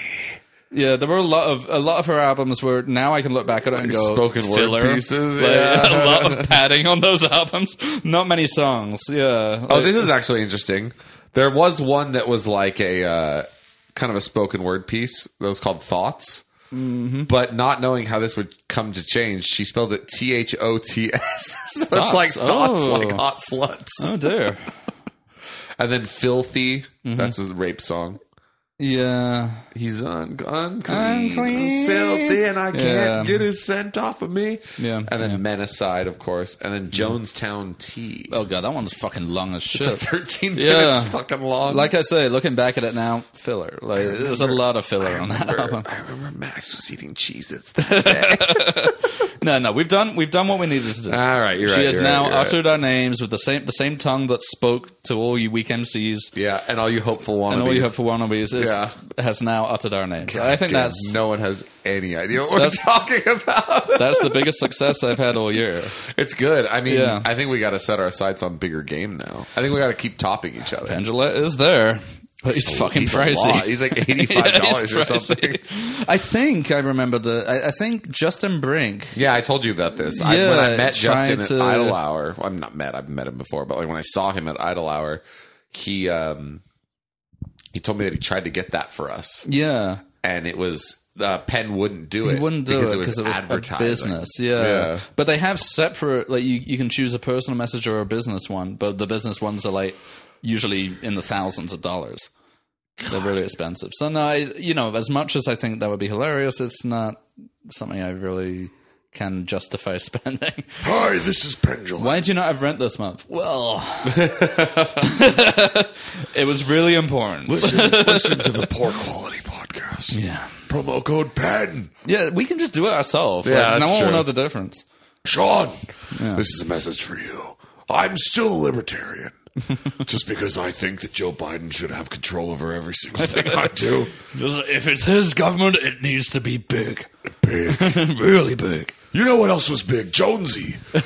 Speaker 1: yeah, there were a lot of a lot of her albums where now I can look back at it and go
Speaker 2: spoken word
Speaker 1: filler.
Speaker 2: pieces,
Speaker 1: Like,
Speaker 2: yeah.
Speaker 1: a lot of padding on those albums. Not many songs. Yeah.
Speaker 2: Oh,
Speaker 1: Like-
Speaker 2: this is actually interesting. There was one that was like a uh, kind of a spoken word piece that was called Thoughts.
Speaker 1: Mm-hmm.
Speaker 2: But not knowing how this would come to change, she spelled it T H O T S. So it's
Speaker 1: Thoughts.
Speaker 2: like thoughts,
Speaker 1: Oh.
Speaker 2: like hot sluts.
Speaker 1: oh dear. Mm-hmm.
Speaker 2: And then Filthy, that's a rape song.
Speaker 1: Yeah.
Speaker 2: He's un- unclean,
Speaker 1: Unclean.
Speaker 2: filthy, and I
Speaker 1: Yeah.
Speaker 2: can't get his scent off of me.
Speaker 1: Yeah,
Speaker 2: And then
Speaker 1: yeah. Mm-hmm.
Speaker 2: Menaside, of course, and then Jonestown Tea.
Speaker 1: Oh god, that one's fucking long as
Speaker 2: It's a
Speaker 1: shit.
Speaker 2: 13
Speaker 1: Yeah.
Speaker 2: minutes fucking long.
Speaker 1: Like I say, looking back at it now, filler. Like there's a lot of filler
Speaker 2: I
Speaker 1: on that
Speaker 2: remember,
Speaker 1: album.
Speaker 2: I remember Max was eating Cheez-Its.
Speaker 1: No, no, we've done we've done what we needed to do.
Speaker 2: All right, Ah, you're
Speaker 1: she
Speaker 2: right.
Speaker 1: has
Speaker 2: you're right,
Speaker 1: now
Speaker 2: you're right.
Speaker 1: uttered our names with the same the same tongue that spoke to all you weak MCs
Speaker 2: Yeah, and all you hopeful wannabes.
Speaker 1: and all you have for wannabes is
Speaker 2: Yeah.
Speaker 1: has now uttered our names.
Speaker 2: God
Speaker 1: I think
Speaker 2: damn,
Speaker 1: that's
Speaker 2: no one has any idea what we're
Speaker 1: That's-
Speaker 2: talking about.
Speaker 1: that's the biggest success I've had all year.
Speaker 2: It's good. I mean,
Speaker 1: Yeah.
Speaker 2: I think we got to set our sights on bigger game now. I think we got to keep topping each other.
Speaker 1: Angela is there, but he's fucking
Speaker 2: He's a
Speaker 1: pricey.
Speaker 2: lot. He's like eighty-five
Speaker 1: Yeah,
Speaker 2: dollars
Speaker 1: he's
Speaker 2: or
Speaker 1: pricey.
Speaker 2: something.
Speaker 1: I think I remember the. I, I think Justin Brink.
Speaker 2: Yeah, I told you about this. I, when I
Speaker 1: Yeah,
Speaker 2: met
Speaker 1: trying
Speaker 2: Justin at
Speaker 1: to-
Speaker 2: Idle Hour, well, I'm not met. I've met him before, but like when I saw him at Idle Hour, he um he told me that he tried to get that for us,
Speaker 1: Yeah,
Speaker 2: and it was uh, Penn wouldn't do it.
Speaker 1: he wouldn't do it because it was, a
Speaker 2: advertising.
Speaker 1: business. Yeah.
Speaker 2: Yeah.
Speaker 1: but they have separate. Like you, you can choose a personal message or a business one, but the business ones are like usually in the thousands of dollars. They're really expensive. So no, I, you know, as much as I think that would be hilarious, it's not something I really can justify spending.
Speaker 2: Hi, this is Pendulum.
Speaker 1: Why did you not have rent this month? Well, it was really important.
Speaker 2: Listen, listen to the poor quality podcast.
Speaker 1: Yeah.
Speaker 2: Promo code Penn.
Speaker 1: Yeah, we can just do it ourselves.
Speaker 2: Yeah,
Speaker 1: like, no
Speaker 2: that's
Speaker 1: one
Speaker 2: true.
Speaker 1: will know the difference.
Speaker 4: Sean, this is a message for you. I'm still a libertarian. just because I think that Joe Biden should have control over every single thing I do.
Speaker 1: if it's his government, it needs to be big.
Speaker 4: Big.
Speaker 1: Really big.
Speaker 4: You know what else was big? Jonesy.
Speaker 1: Mike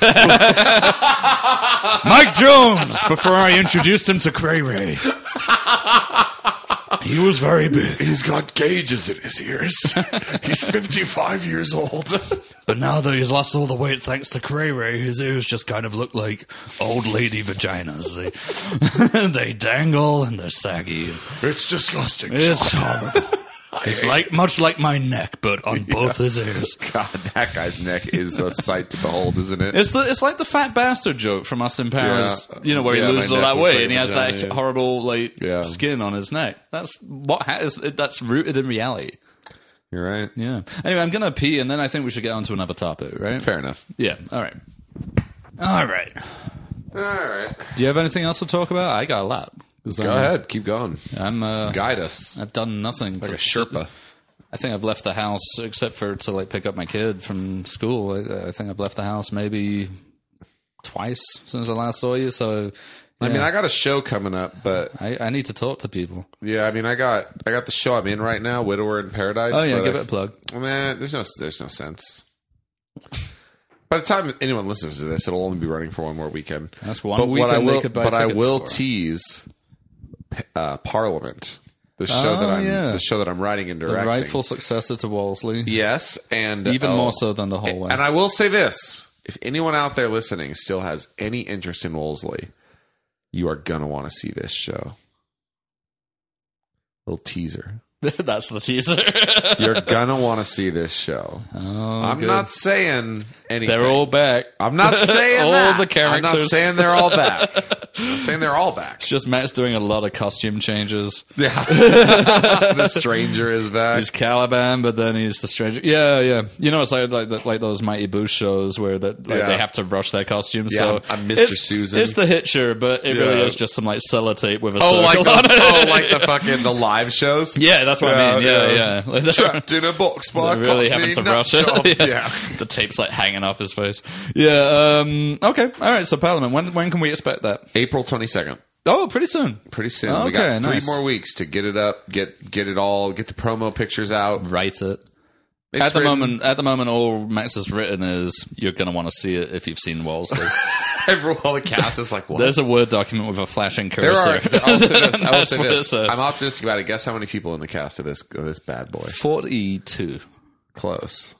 Speaker 1: Jones, before I introduced him to Cray Ray. He was very big.
Speaker 4: He's got gauges in his ears. He's 55 years old.
Speaker 1: But now that he's lost all the weight thanks to Cray Ray, his ears just kind of look like old lady vaginas. They, they dangle and they're saggy.
Speaker 4: It's disgusting.
Speaker 1: It's
Speaker 4: Sean.
Speaker 1: horrible. It's like much like my neck, but on both his ears.
Speaker 2: God, that guy's neck is a sight to behold, isn't it?
Speaker 1: It's the it's like the fat bastard joke from Austin Powers,
Speaker 2: Yeah.
Speaker 1: you know, where
Speaker 2: Yeah,
Speaker 1: he
Speaker 2: my
Speaker 1: loses all
Speaker 2: neck
Speaker 1: that
Speaker 2: looks
Speaker 1: weight
Speaker 2: like
Speaker 1: and he
Speaker 2: a
Speaker 1: has that
Speaker 2: vagina.
Speaker 1: horrible like
Speaker 2: Yeah.
Speaker 1: skin on his neck. That's what ha- is that's rooted in reality.
Speaker 2: You're right.
Speaker 1: Yeah. Anyway, I'm gonna pee, and then I think we should get onto another topic, right?
Speaker 2: Fair enough.
Speaker 1: Yeah. All right. All right.
Speaker 2: All right.
Speaker 1: Do you have anything else to talk about? I got a lot. 'Cause
Speaker 2: Go
Speaker 1: I'm-
Speaker 2: ahead. Keep going.
Speaker 1: I'm. Uh,
Speaker 2: Guide us.
Speaker 1: I've done nothing.
Speaker 2: Like a Sherpa.
Speaker 1: I think I've left the house except for to like pick up my kid from school. I, I think I've left the house maybe twice since I last saw you. So
Speaker 2: I mean, I got a show coming up, but
Speaker 1: I, I need to talk to people.
Speaker 2: yeah, I mean, I got I got the show I'm in right now, Widower in Paradise.
Speaker 1: Oh yeah,
Speaker 2: but
Speaker 1: give
Speaker 2: I-
Speaker 1: it a plug.
Speaker 2: Man, there's no there's no sense. By the time anyone listens to this, it'll only be running for one more weekend.
Speaker 1: That's one
Speaker 2: But what
Speaker 1: weekend
Speaker 2: I will,
Speaker 1: they could buy
Speaker 2: But I
Speaker 1: tickets
Speaker 2: will
Speaker 1: for.
Speaker 2: tease uh, Parliament, the show
Speaker 1: Oh,
Speaker 2: that I'm
Speaker 1: yeah.
Speaker 2: the show that I'm writing and
Speaker 1: The
Speaker 2: directing.
Speaker 1: rightful successor to Wolseley,
Speaker 2: yes, and
Speaker 1: even
Speaker 2: oh,
Speaker 1: more so than the hallway.
Speaker 2: And I will say this: if anyone out there listening still has any interest in Wolseley, you are gonna want to see this show. Little teaser.
Speaker 1: That's the teaser.
Speaker 2: You're gonna want to see this show. I'm not saying anything.
Speaker 1: Oh, They're all back.
Speaker 2: I'm not saying
Speaker 1: all
Speaker 2: that.
Speaker 1: the characters.
Speaker 2: I'm not saying they're all back. I'm not saying they're all back.
Speaker 1: Just Matt's doing a lot of costume changes.
Speaker 2: Yeah. the stranger is back.
Speaker 1: He's Caliban, but then he's the stranger. Yeah, yeah. You know, it's like like, the, like those Mighty Boosh shows where that like,
Speaker 2: Yeah.
Speaker 1: they have to rush their costumes.
Speaker 2: Yeah,
Speaker 1: so
Speaker 2: I'm Mr.
Speaker 1: It's-
Speaker 2: Susan.
Speaker 1: It's the hitcher, but it really
Speaker 2: Yeah.
Speaker 1: is just some like sellotape with a circle
Speaker 2: Oh, like
Speaker 1: on
Speaker 2: those,
Speaker 1: it.
Speaker 2: oh, like the fucking the live shows.
Speaker 1: Yeah, that's what I mean. Yeah, yeah. Like, they're-
Speaker 2: Trapped in a box by
Speaker 1: They're really
Speaker 2: a
Speaker 1: having to
Speaker 2: nut
Speaker 1: rush it.
Speaker 2: job.
Speaker 1: yeah.
Speaker 2: yeah.
Speaker 1: the tape's like hanging off his face. Yeah. Um, okay. All right. So Parliament. When when can we expect that?
Speaker 2: April 22nd.
Speaker 1: Oh, pretty soon.
Speaker 2: Pretty soon. we
Speaker 1: Okay,
Speaker 2: got three
Speaker 1: nice.
Speaker 2: more weeks to get it up, get get it all, get the promo pictures out.
Speaker 1: Write it.
Speaker 2: It's
Speaker 1: at the
Speaker 2: written-
Speaker 1: moment, at the moment, all Max has written is you're going to want to see it if you've seen Wellesley.
Speaker 2: everyone, all the cast is like, what?
Speaker 1: There's a word document with a flashing
Speaker 2: There
Speaker 1: cursor.
Speaker 2: are. I'll say this. I will
Speaker 1: That's
Speaker 2: say
Speaker 1: what it
Speaker 2: this.
Speaker 1: says.
Speaker 2: I'm optimistic about it. Guess how many people in the cast of this of this bad boy?
Speaker 1: Forty-two.
Speaker 2: Close.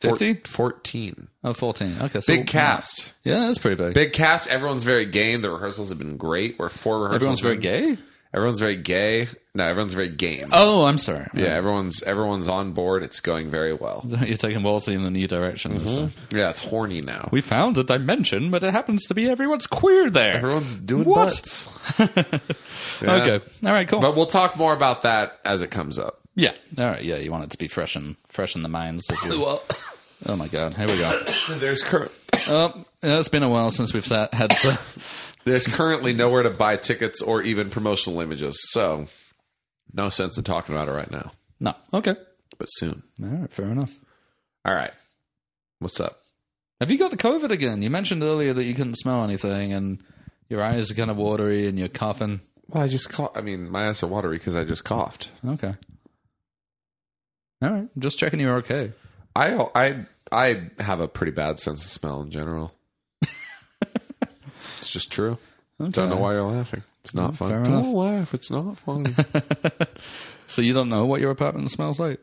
Speaker 2: Four-
Speaker 1: Fifty?
Speaker 2: 14.
Speaker 1: Oh, 14. Okay. So
Speaker 2: Big cast.
Speaker 1: Yeah, that's pretty big.
Speaker 2: Big cast. Everyone's very gay. The rehearsals have been great. We're four
Speaker 1: Everyone's
Speaker 2: rehearsals.
Speaker 1: very
Speaker 2: in.
Speaker 1: gay.
Speaker 2: Everyone's very gay. No, everyone's very game.
Speaker 1: Oh, I'm sorry.
Speaker 2: Yeah, everyone's everyone's on board. It's going very well.
Speaker 1: You're taking Wolsey in a new direction.
Speaker 2: Mm-hmm.
Speaker 1: this time.
Speaker 2: Yeah, it's horny now.
Speaker 1: We found a dimension, but it happens to be everyone's queer there.
Speaker 2: Everyone's doing
Speaker 1: What?
Speaker 2: butts.
Speaker 1: Okay. All right, cool.
Speaker 2: But we'll talk more about that as it comes up.
Speaker 1: yeah. All right. Yeah, you want it to be fresh and fresh in the minds. Of your, oh my God. Here we go.
Speaker 2: There's current.
Speaker 1: Oh, yeah, it's been a while since we've sat, had. So,
Speaker 2: There's currently nowhere to buy tickets or even promotional images, so no sense in talking about it right now.
Speaker 1: no. Okay.
Speaker 2: But soon.
Speaker 1: All right. Fair enough.
Speaker 2: All right. What's up?
Speaker 1: Have you got the COVID again? You mentioned earlier that you couldn't smell anything, and your eyes are kind of watery, and you're coughing.
Speaker 2: Well, I just cough. I mean, my eyes are watery because I just coughed.
Speaker 1: Okay. All right. Just checking you're okay.
Speaker 2: I I I have a pretty bad sense of smell in general. it's just true. Don't know why you're laughing. It's not fun.
Speaker 1: fair
Speaker 2: Don't
Speaker 1: enough.
Speaker 2: laugh. It's not fun.
Speaker 1: So you don't know what your apartment smells like?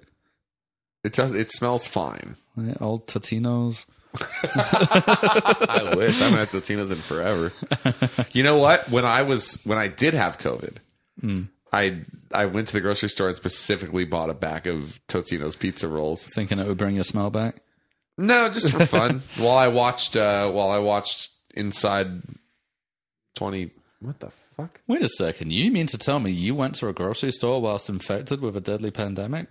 Speaker 2: it does. It smells fine.
Speaker 1: Like Old Tatinos.
Speaker 2: I wish I haven't had Tatinos in forever. You know what? When I was when I did have COVID, I I went to the grocery store and specifically bought a bag of Totino's pizza rolls.
Speaker 1: thinking it would bring your smell back.
Speaker 2: No, just for fun. while I watched uh while I watched Inside Twenty. What the fuck?
Speaker 1: Wait a second. You mean to tell me you went to a grocery store whilst infected with a deadly pandemic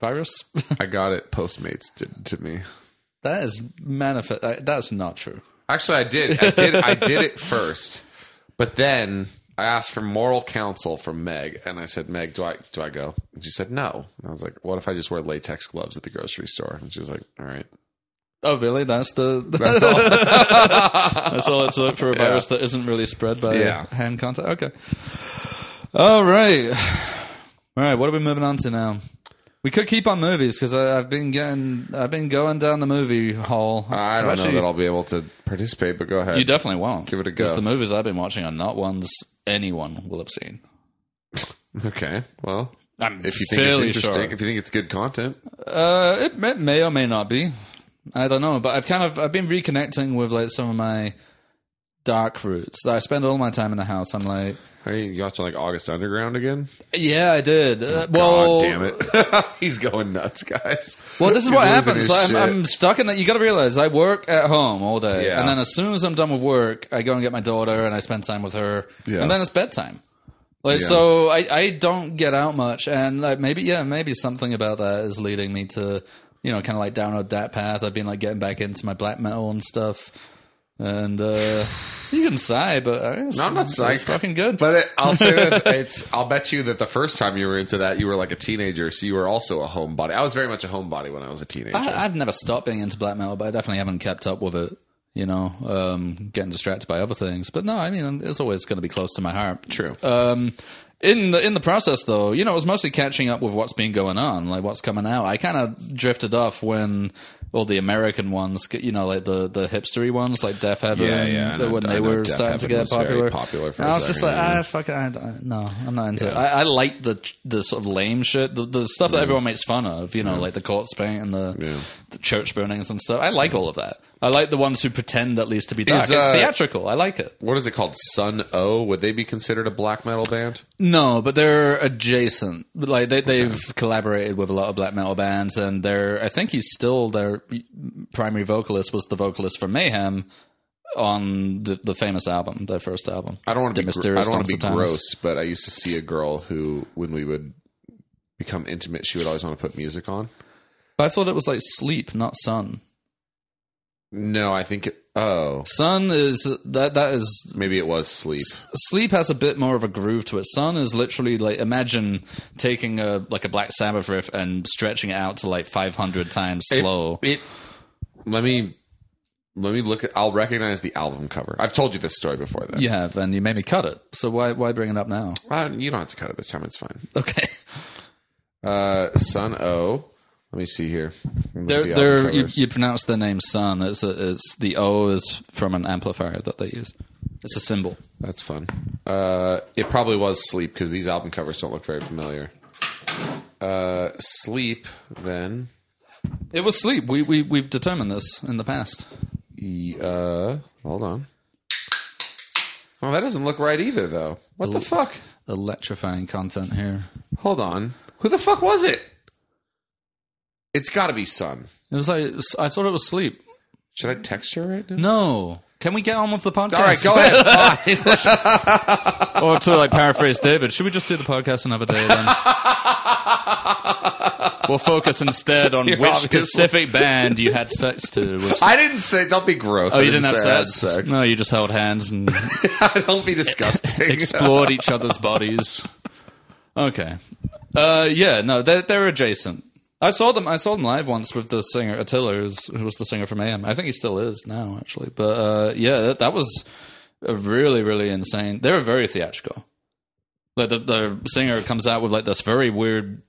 Speaker 1: virus?
Speaker 2: I got it. Postmates did to me.
Speaker 1: that is manifest. Uh, that's not true.
Speaker 2: Actually, I did. I did. I did it first, but then I asked for moral counsel from Meg, and I said, "Meg, do I do I go?" And she said, "No." And I was like, "What if I just wear latex gloves at the grocery store?" And she was like, "All right."
Speaker 1: Oh, really? That's the that's all. that's all it took for a virus that isn't really spread by
Speaker 2: Yeah.
Speaker 1: hand contact. Okay. All right. All right. What are we moving on to now? We could keep on movies because I've been getting, I've been going down the movie hole.
Speaker 2: I don't
Speaker 1: I've actually-
Speaker 2: know that I'll be able to participate, but go ahead.
Speaker 1: You definitely won't.
Speaker 2: Give it a
Speaker 1: Because
Speaker 2: go.
Speaker 1: the movies I've been watching are not ones anyone will have seen.
Speaker 2: okay. Well,
Speaker 1: I'm
Speaker 2: if you think it's
Speaker 1: fairly
Speaker 2: interesting,
Speaker 1: sure.
Speaker 2: if you think it's good content,
Speaker 1: Uh, it may, may or may not be. I don't know, but I've kind of I've been reconnecting with like some of my dark roots. I spend all my time in the house. I'm like,
Speaker 2: are you you watching like August Underground again?
Speaker 1: yeah, I did. Uh, well,
Speaker 2: Oh, God damn it, he's going nuts, guys.
Speaker 1: Well, this is
Speaker 2: He's
Speaker 1: what
Speaker 2: losing
Speaker 1: happens.
Speaker 2: his
Speaker 1: I'm,
Speaker 2: shit.
Speaker 1: I'm stuck in that. You got to realize I work at home all day,
Speaker 2: Yeah.
Speaker 1: and then as soon as I'm done with work, I go and get my daughter and I spend time with her,
Speaker 2: Yeah.
Speaker 1: and then it's bedtime. Like
Speaker 2: Yeah.
Speaker 1: so, I, I don't get out much, and like maybe yeah, maybe something about that is leading me to you know kind of like download that path. I've been like getting back into my black metal and stuff, and uh you can sigh, but I,
Speaker 2: No, I'm not
Speaker 1: It's
Speaker 2: psyched.
Speaker 1: fucking good.
Speaker 2: But it, I'll say this: it's. I'll bet you that the first time you were into that, you were like a teenager, so you were also a homebody. I was very much a homebody when I was a teenager.
Speaker 1: I, I've never stopped being into black metal, but I definitely haven't kept up with it. You know, um, getting distracted by other things. But no, I mean, it's always going to be close to my heart.
Speaker 2: True.
Speaker 1: Um, in the in the process, though, you know, it was mostly catching up with what's been going on, like what's coming out. I kind of drifted off when all the American ones, you know, like the the hipstery ones, like Death Heaven,
Speaker 2: Yeah, yeah, I know-
Speaker 1: when
Speaker 2: I
Speaker 1: they
Speaker 2: know
Speaker 1: were
Speaker 2: Death
Speaker 1: starting to
Speaker 2: Heaven
Speaker 1: get
Speaker 2: was
Speaker 1: popular.
Speaker 2: very popular for
Speaker 1: And I
Speaker 2: a
Speaker 1: was just
Speaker 2: second,
Speaker 1: like,
Speaker 2: yeah.
Speaker 1: ah, fuck it, I, don't- no, I'm not into it. I, I like the the sort of lame shit, the, the stuff that everyone makes fun of, you know, like the corpse paint and the, the church burnings and stuff. I like all of that. I like the ones who pretend at least to be dark.
Speaker 2: Is,
Speaker 1: it's
Speaker 2: uh,
Speaker 1: theatrical. I like it.
Speaker 2: what is it called? Sun O? Would they be considered a black metal band?
Speaker 1: No, but they're adjacent. Like they, they've collaborated with a lot of black metal bands, and they're. I think he's still their primary vocalist. Was the vocalist for Mayhem on the, the famous album, their first album.
Speaker 2: I don't want to
Speaker 1: The
Speaker 2: be. Gr- I
Speaker 1: Mysterious
Speaker 2: don't want to be
Speaker 1: Times of Times.
Speaker 2: gross, but I used to see a girl who, when we would become intimate, she would always want to put music on.
Speaker 1: But I thought it was like Sleep, not Sun.
Speaker 2: No, I think. It, oh,
Speaker 1: Sun is that that is
Speaker 2: maybe it was sleep.
Speaker 1: sleep has a bit more of a groove to it. Sun is literally like imagine taking a like a Black Sabbath riff and stretching it out to like 500 times slow.
Speaker 2: It, let me. Let me look. At, I'll recognize the album cover. I've told you this story before. Then
Speaker 1: you have, and you made me cut it. So why why bring it up now?
Speaker 2: Uh, you don't have to cut it this time. It's fine.
Speaker 1: Okay,
Speaker 2: Uh, Sun O. Let me see here.
Speaker 1: they're,
Speaker 2: The album
Speaker 1: they're, you,
Speaker 2: covers.
Speaker 1: you pronounce the name Sun. It's a, it's the O is from an amplifier that they use. It's a symbol.
Speaker 2: That's fun. Uh, it probably was Sleep because these album covers don't look very familiar. Uh, sleep. Then
Speaker 1: It was sleep. We we we've determined this in the past.
Speaker 2: uh, hold on. Well, that doesn't look right either, though. What the fuck?
Speaker 1: Electrifying content here.
Speaker 2: Hold on. Who the fuck was it? It's got to be Sun.
Speaker 1: It was like I thought it was sleep.
Speaker 2: Should I text her right now?
Speaker 1: No. Can we get on with the podcast?
Speaker 2: All right, go ahead. Fine.
Speaker 1: or to like paraphrase David, should we just do the podcast another day then? we'll focus instead on which
Speaker 2: obviously-
Speaker 1: specific band you had sex to. With
Speaker 2: I didn't say. Don't be gross.
Speaker 1: oh,
Speaker 2: I
Speaker 1: you didn't have
Speaker 2: say I had
Speaker 1: sex.
Speaker 2: sex.
Speaker 1: No, you just held hands and
Speaker 2: don't be disgusting.
Speaker 1: explored each other's bodies. Okay. Uh, yeah, no, they're, they're adjacent. I saw them. I saw them live once with the singer Attila, who's, who was the singer from AM. I think he still is now, actually. But uh, yeah, that, that was a really, really insane. They were very theatrical. Like the, the singer comes out with like this very weird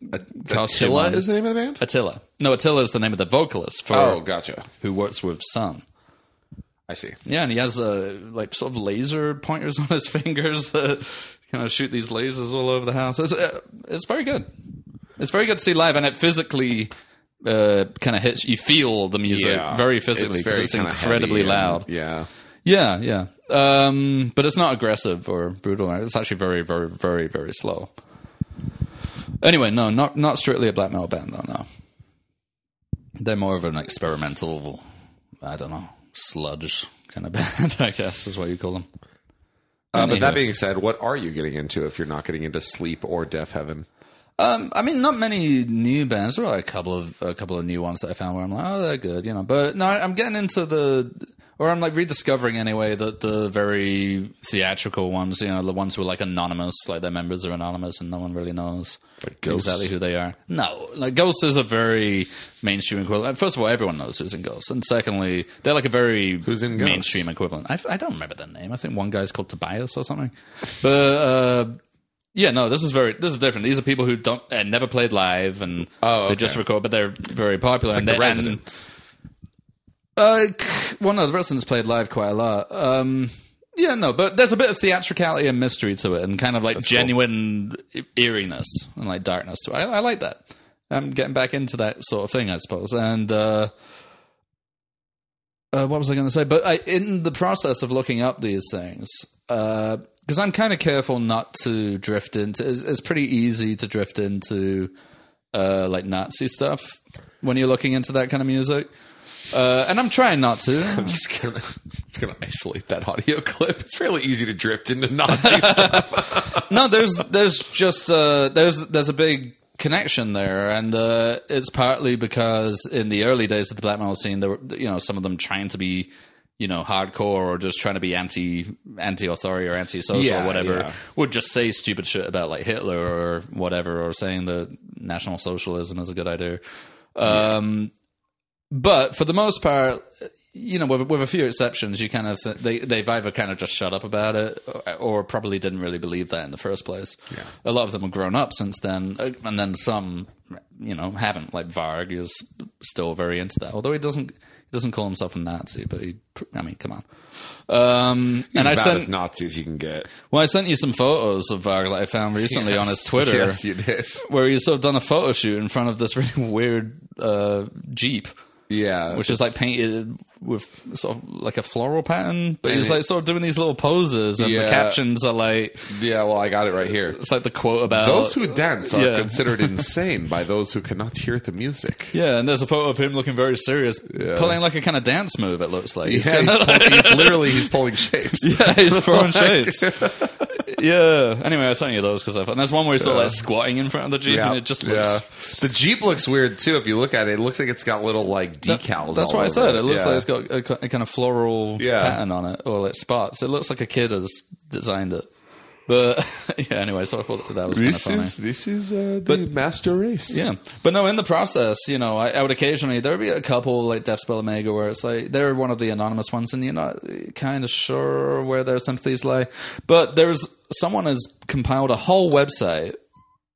Speaker 1: costume.
Speaker 2: Attila
Speaker 1: on.
Speaker 2: is the name of the band.
Speaker 1: Attila. No, Attila is the name of the vocalist for
Speaker 2: Oh, gotcha.
Speaker 1: who works with Sun.
Speaker 2: I see.
Speaker 1: Yeah, and he has uh, like sort of laser pointers on his fingers that kind of shoot these lasers all over the house. It's, uh, it's very good. It's very good to see live, and it physically uh, kind of hits. You feel the music very physically because it's,
Speaker 2: kinda
Speaker 1: incredibly
Speaker 2: heavy and-
Speaker 1: loud.
Speaker 2: yeah.
Speaker 1: Yeah, yeah. Um, but it's not aggressive or brutal. It's actually very, very, very, very slow. Anyway, no, not not strictly a black metal band though. No, they're more of an experimental, I don't know, sludge kind of band. I guess is what you call them.
Speaker 2: Uh, but
Speaker 1: Anywho.
Speaker 2: that being said, what are you getting into if you're not getting into sleep or deaf heaven?
Speaker 1: Um, I mean, not many new bands. There are a couple of a couple of new ones that I found where I'm like, oh, they're good, you know. But no, I'm getting into the, or I'm like rediscovering anyway that the very theatrical ones, you know, the ones who are like anonymous, like their members are anonymous and no one really knows exactly who they are. No, like Ghost is a very mainstream equivalent. Uh, First of all, everyone knows who's in Ghost, and secondly, they're like a very
Speaker 2: Who's in Ghost?
Speaker 1: mainstream equivalent. I, f- I don't remember their name. I think one guy's called Tobias or something, but. uh yeah, no, this is very this is different. These are people who don't uh, never played live and they just record, but they're very popular. and
Speaker 2: The
Speaker 1: they- and-
Speaker 2: residents.
Speaker 1: uh, k- well, no, the residents played live quite a lot. Um, yeah, no, but there's a bit of theatricality and mystery to it, and kind of like genuine e- eeriness and like darkness to it. I, I like that. I'm getting back into that sort of thing, I suppose. And uh, uh, what was I going to say? But I, in the process of looking up these things, because I'm kind of careful not to drift into. It's, it's pretty easy to drift into uh, like Nazi stuff when you're looking into that kind of music. Uh, and I'm trying not to.
Speaker 2: I'm just gonna, just gonna isolate that audio clip. It's really easy to drift into Nazi stuff.
Speaker 1: no, there's there's just uh, there's there's a big connection there, and uh, it's partly because in the early days of the black metal scene, there were you know some of them trying to be you know hardcore or just trying to be anti anti authority or anti social
Speaker 2: Yeah,
Speaker 1: or whatever
Speaker 2: yeah.
Speaker 1: would just say stupid shit about like Hitler or whatever, or saying that National Socialism is a good idea. Um, But for the most part, you know, with, with a few exceptions, you kind of th- they they've either kind of just shut up about it, or, or probably didn't really believe that in the first place. Yeah. A lot of them have grown up since then, uh, and then some, you know, haven't. Like Varg is still very into that, although he doesn't he doesn't call himself a Nazi, but he, pr- I mean, come on. Um, and I
Speaker 2: about
Speaker 1: sent
Speaker 2: as Nazi as you can get.
Speaker 1: well, I sent you some photos of Varg that I found recently on his Twitter,
Speaker 2: Yes, you did.
Speaker 1: where he's sort of done a photo shoot in front of this really weird uh, Jeep,
Speaker 2: Yeah,
Speaker 1: which is like painted with sort of like a floral pattern. But he's
Speaker 2: it-
Speaker 1: like sort of doing these little poses, and the
Speaker 2: Yeah.
Speaker 1: captions are like
Speaker 2: yeah. Well, I got it right here.
Speaker 1: it's like the quote about
Speaker 2: Those who dance are
Speaker 1: yeah.
Speaker 2: considered insane by those who cannot hear the music.
Speaker 1: Yeah, and there's a photo of him looking very serious, pulling like a kind of dance move. It looks like he's
Speaker 2: Yeah,
Speaker 1: kinda
Speaker 2: he's,
Speaker 1: like-
Speaker 2: pull- he's literally he's pulling shapes.
Speaker 1: Yeah, he's throwing shapes. yeah. Anyway, I sent you those because I thought there's one where he's sort of like squatting in front of the jeep, and it just looks
Speaker 2: Yeah. The Jeep looks weird too. If you look at it, it looks like it's got little like decals.
Speaker 1: That's
Speaker 2: all
Speaker 1: what I
Speaker 2: over
Speaker 1: said. It looks
Speaker 2: Yeah.
Speaker 1: like it's got a, ki- a kind of floral
Speaker 2: Yeah.
Speaker 1: pattern on it, or like spots. It looks like a kid has designed it. But yeah, anyway, so I thought that was kind of
Speaker 2: This
Speaker 1: funny.
Speaker 2: is this is uh, the master race.
Speaker 1: Yeah, but no, in the process, you know, I, I would occasionally there would be a couple like Death Spell Omega where it's like they're one of the anonymous ones, and you're not kind of sure where their sympathies lie. But there's someone has compiled a whole website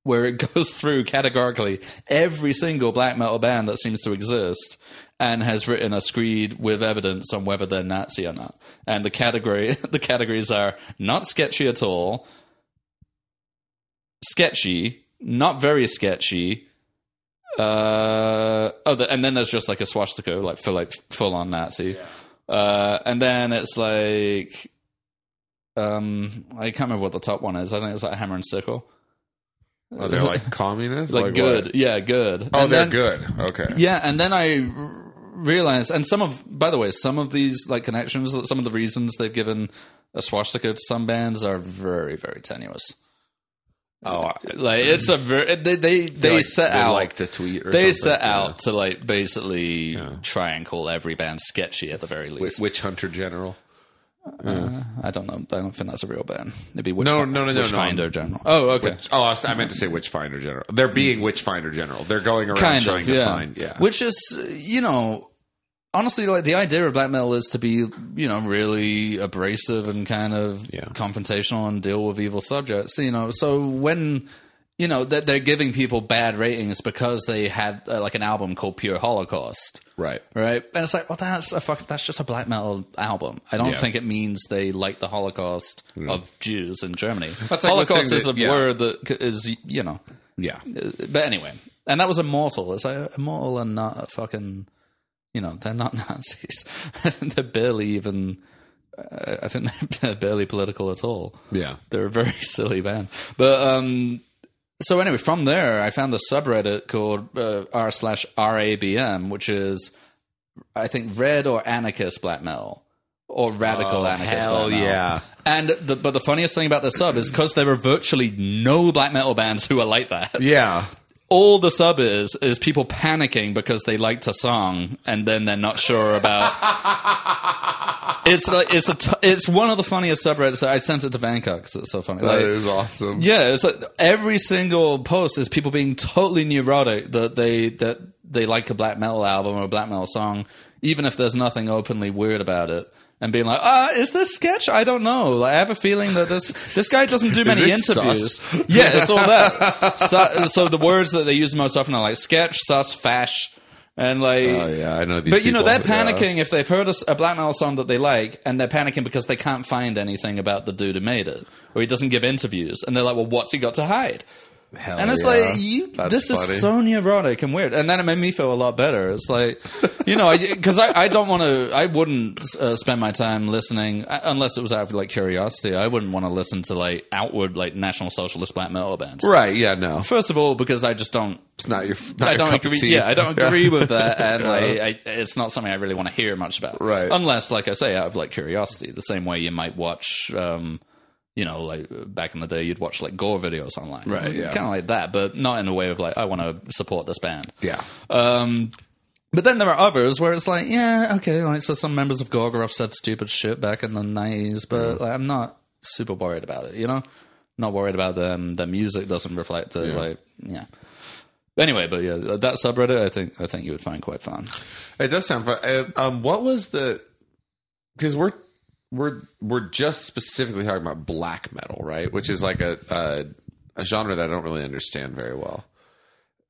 Speaker 1: where it goes through categorically every single black metal band that seems to exist and has written a screed with evidence on whether they're Nazi or not. And the category the categories are not sketchy at all, sketchy, not very sketchy. Uh, oh, the, and then there's just like a swastika, like for like full on Nazi. Uh, and then it's like Um, I can't remember what the top one is. I think it's like Hammer and Sickle.
Speaker 2: Are they like communists?
Speaker 1: Like,
Speaker 2: what?
Speaker 1: good, yeah, good.
Speaker 2: Oh,
Speaker 1: And
Speaker 2: they're
Speaker 1: then-
Speaker 2: good. Okay.
Speaker 1: Yeah, and then I r- realized, and some of, by the way, some of these like connections, some of the reasons they've given a swastika to some bands are very, very tenuous.
Speaker 2: Oh, I-
Speaker 1: Like it's a very they they, they
Speaker 2: like-
Speaker 1: set
Speaker 2: they
Speaker 1: out
Speaker 2: like to tweet or
Speaker 1: they
Speaker 2: something,
Speaker 1: set
Speaker 2: yeah.
Speaker 1: out to like basically try and call every band sketchy at the very least.
Speaker 2: Witch Hunter General.
Speaker 1: I don't know. I don't think that's a real band. Maybe Witch
Speaker 2: No, no, no, no, no.
Speaker 1: Finder General. Oh, okay. Mm.
Speaker 2: Oh, I was- I meant to say Witchfinder General. They're being Witchfinder General. They're going around
Speaker 1: kind
Speaker 2: trying
Speaker 1: of,
Speaker 2: to
Speaker 1: yeah.
Speaker 2: find. Yeah.
Speaker 1: Which is, you know, honestly, like the idea of black metal is to be, you know, really abrasive and kind of
Speaker 2: Yeah.
Speaker 1: confrontational and deal with evil subjects. You know, so when you know that they're giving people bad ratings because they had uh, like an album called Pure Holocaust.
Speaker 2: right.
Speaker 1: Right, and it's like, well, that's a fuck. That's just a black metal album. I don't
Speaker 2: Yeah.
Speaker 1: think it means they like the Holocaust of Jews in Germany.
Speaker 2: That's like
Speaker 1: Holocaust
Speaker 2: listening
Speaker 1: is
Speaker 2: to-
Speaker 1: a
Speaker 2: yeah.
Speaker 1: word that c- is, you know,
Speaker 2: Yeah.
Speaker 1: but anyway, and that was Immortal. It's like Immortal are not a fucking, you know, they're not Nazis. they're barely even. uh, I I think they're barely political at all.
Speaker 2: Yeah.
Speaker 1: they're a very silly band. But um, so anyway, from there, I found a subreddit called uh, r slash rabm, which is, I think, red or anarchist black metal or radical anarchist
Speaker 2: Oh, hell
Speaker 1: black metal.
Speaker 2: yeah.
Speaker 1: And the, but the funniest thing about the sub is because there are virtually no black metal bands who are like that
Speaker 2: Yeah.
Speaker 1: all the sub is is people panicking because they liked a song and then they're not sure about. it's like it's a t- it's one of the funniest subreddits. I sent it to Vanka because it's so funny. Like,
Speaker 2: That is awesome.
Speaker 1: yeah, it's like every single post is people being totally neurotic that they that they like a black metal album or a black metal song, even if there's nothing openly weird about it. And being like, uh, is this sketch? I don't know. Like, I have a feeling that this this guy doesn't do many
Speaker 2: this
Speaker 1: interviews. Yeah, it's all that. so, so the words that they use most often are like sketch, sus, fash, and like.
Speaker 2: Oh, yeah. I know these
Speaker 1: But you know
Speaker 2: people.
Speaker 1: they're
Speaker 2: Yeah.
Speaker 1: panicking if they've heard a, s- a black metal song that they like, and they're panicking because they can't find anything about the dude who made it, or he doesn't give interviews, and they're like, "Well, what's he got to hide?"
Speaker 2: Hell
Speaker 1: and it's
Speaker 2: yeah.
Speaker 1: like, "You,
Speaker 2: That's
Speaker 1: this
Speaker 2: funny.
Speaker 1: is so neurotic and weird." And then it made me feel a lot better. It's like, you know, because I, I, don't want to, I wouldn't uh, spend my time listening uh, unless it was out of like curiosity. I wouldn't want to listen to like outward like national socialist black metal bands.
Speaker 2: Right. Yeah. No.
Speaker 1: First of all, because I just don't
Speaker 2: It's not your. Not
Speaker 1: I
Speaker 2: your
Speaker 1: don't
Speaker 2: cup of
Speaker 1: agree.
Speaker 2: tea.
Speaker 1: Yeah, I don't agree with that, and like, I, it's not something I really want to hear much about.
Speaker 2: Right.
Speaker 1: Unless, like I say, out of like curiosity, the same way you might watch, um, you know, like back in the day, you'd watch like gore videos online,
Speaker 2: Right, yeah.
Speaker 1: Kind of like that, but not in a way of like I want to support this band.
Speaker 2: Yeah.
Speaker 1: Um, but then there are others where it's like, yeah, okay, like so some members of Gorgoroth said stupid shit back in the nineties,
Speaker 2: Mm.
Speaker 1: but like, I'm not super worried about it, you know. Not worried about them. Their music doesn't reflect it. Like, yeah. Anyway, but yeah, that subreddit, I think, I think you would find quite fun.
Speaker 2: It does sound fun. Uh, Um, what was the? Because we're we're we're just specifically talking about black metal, right? Which is like a a, a genre that I don't really understand very well.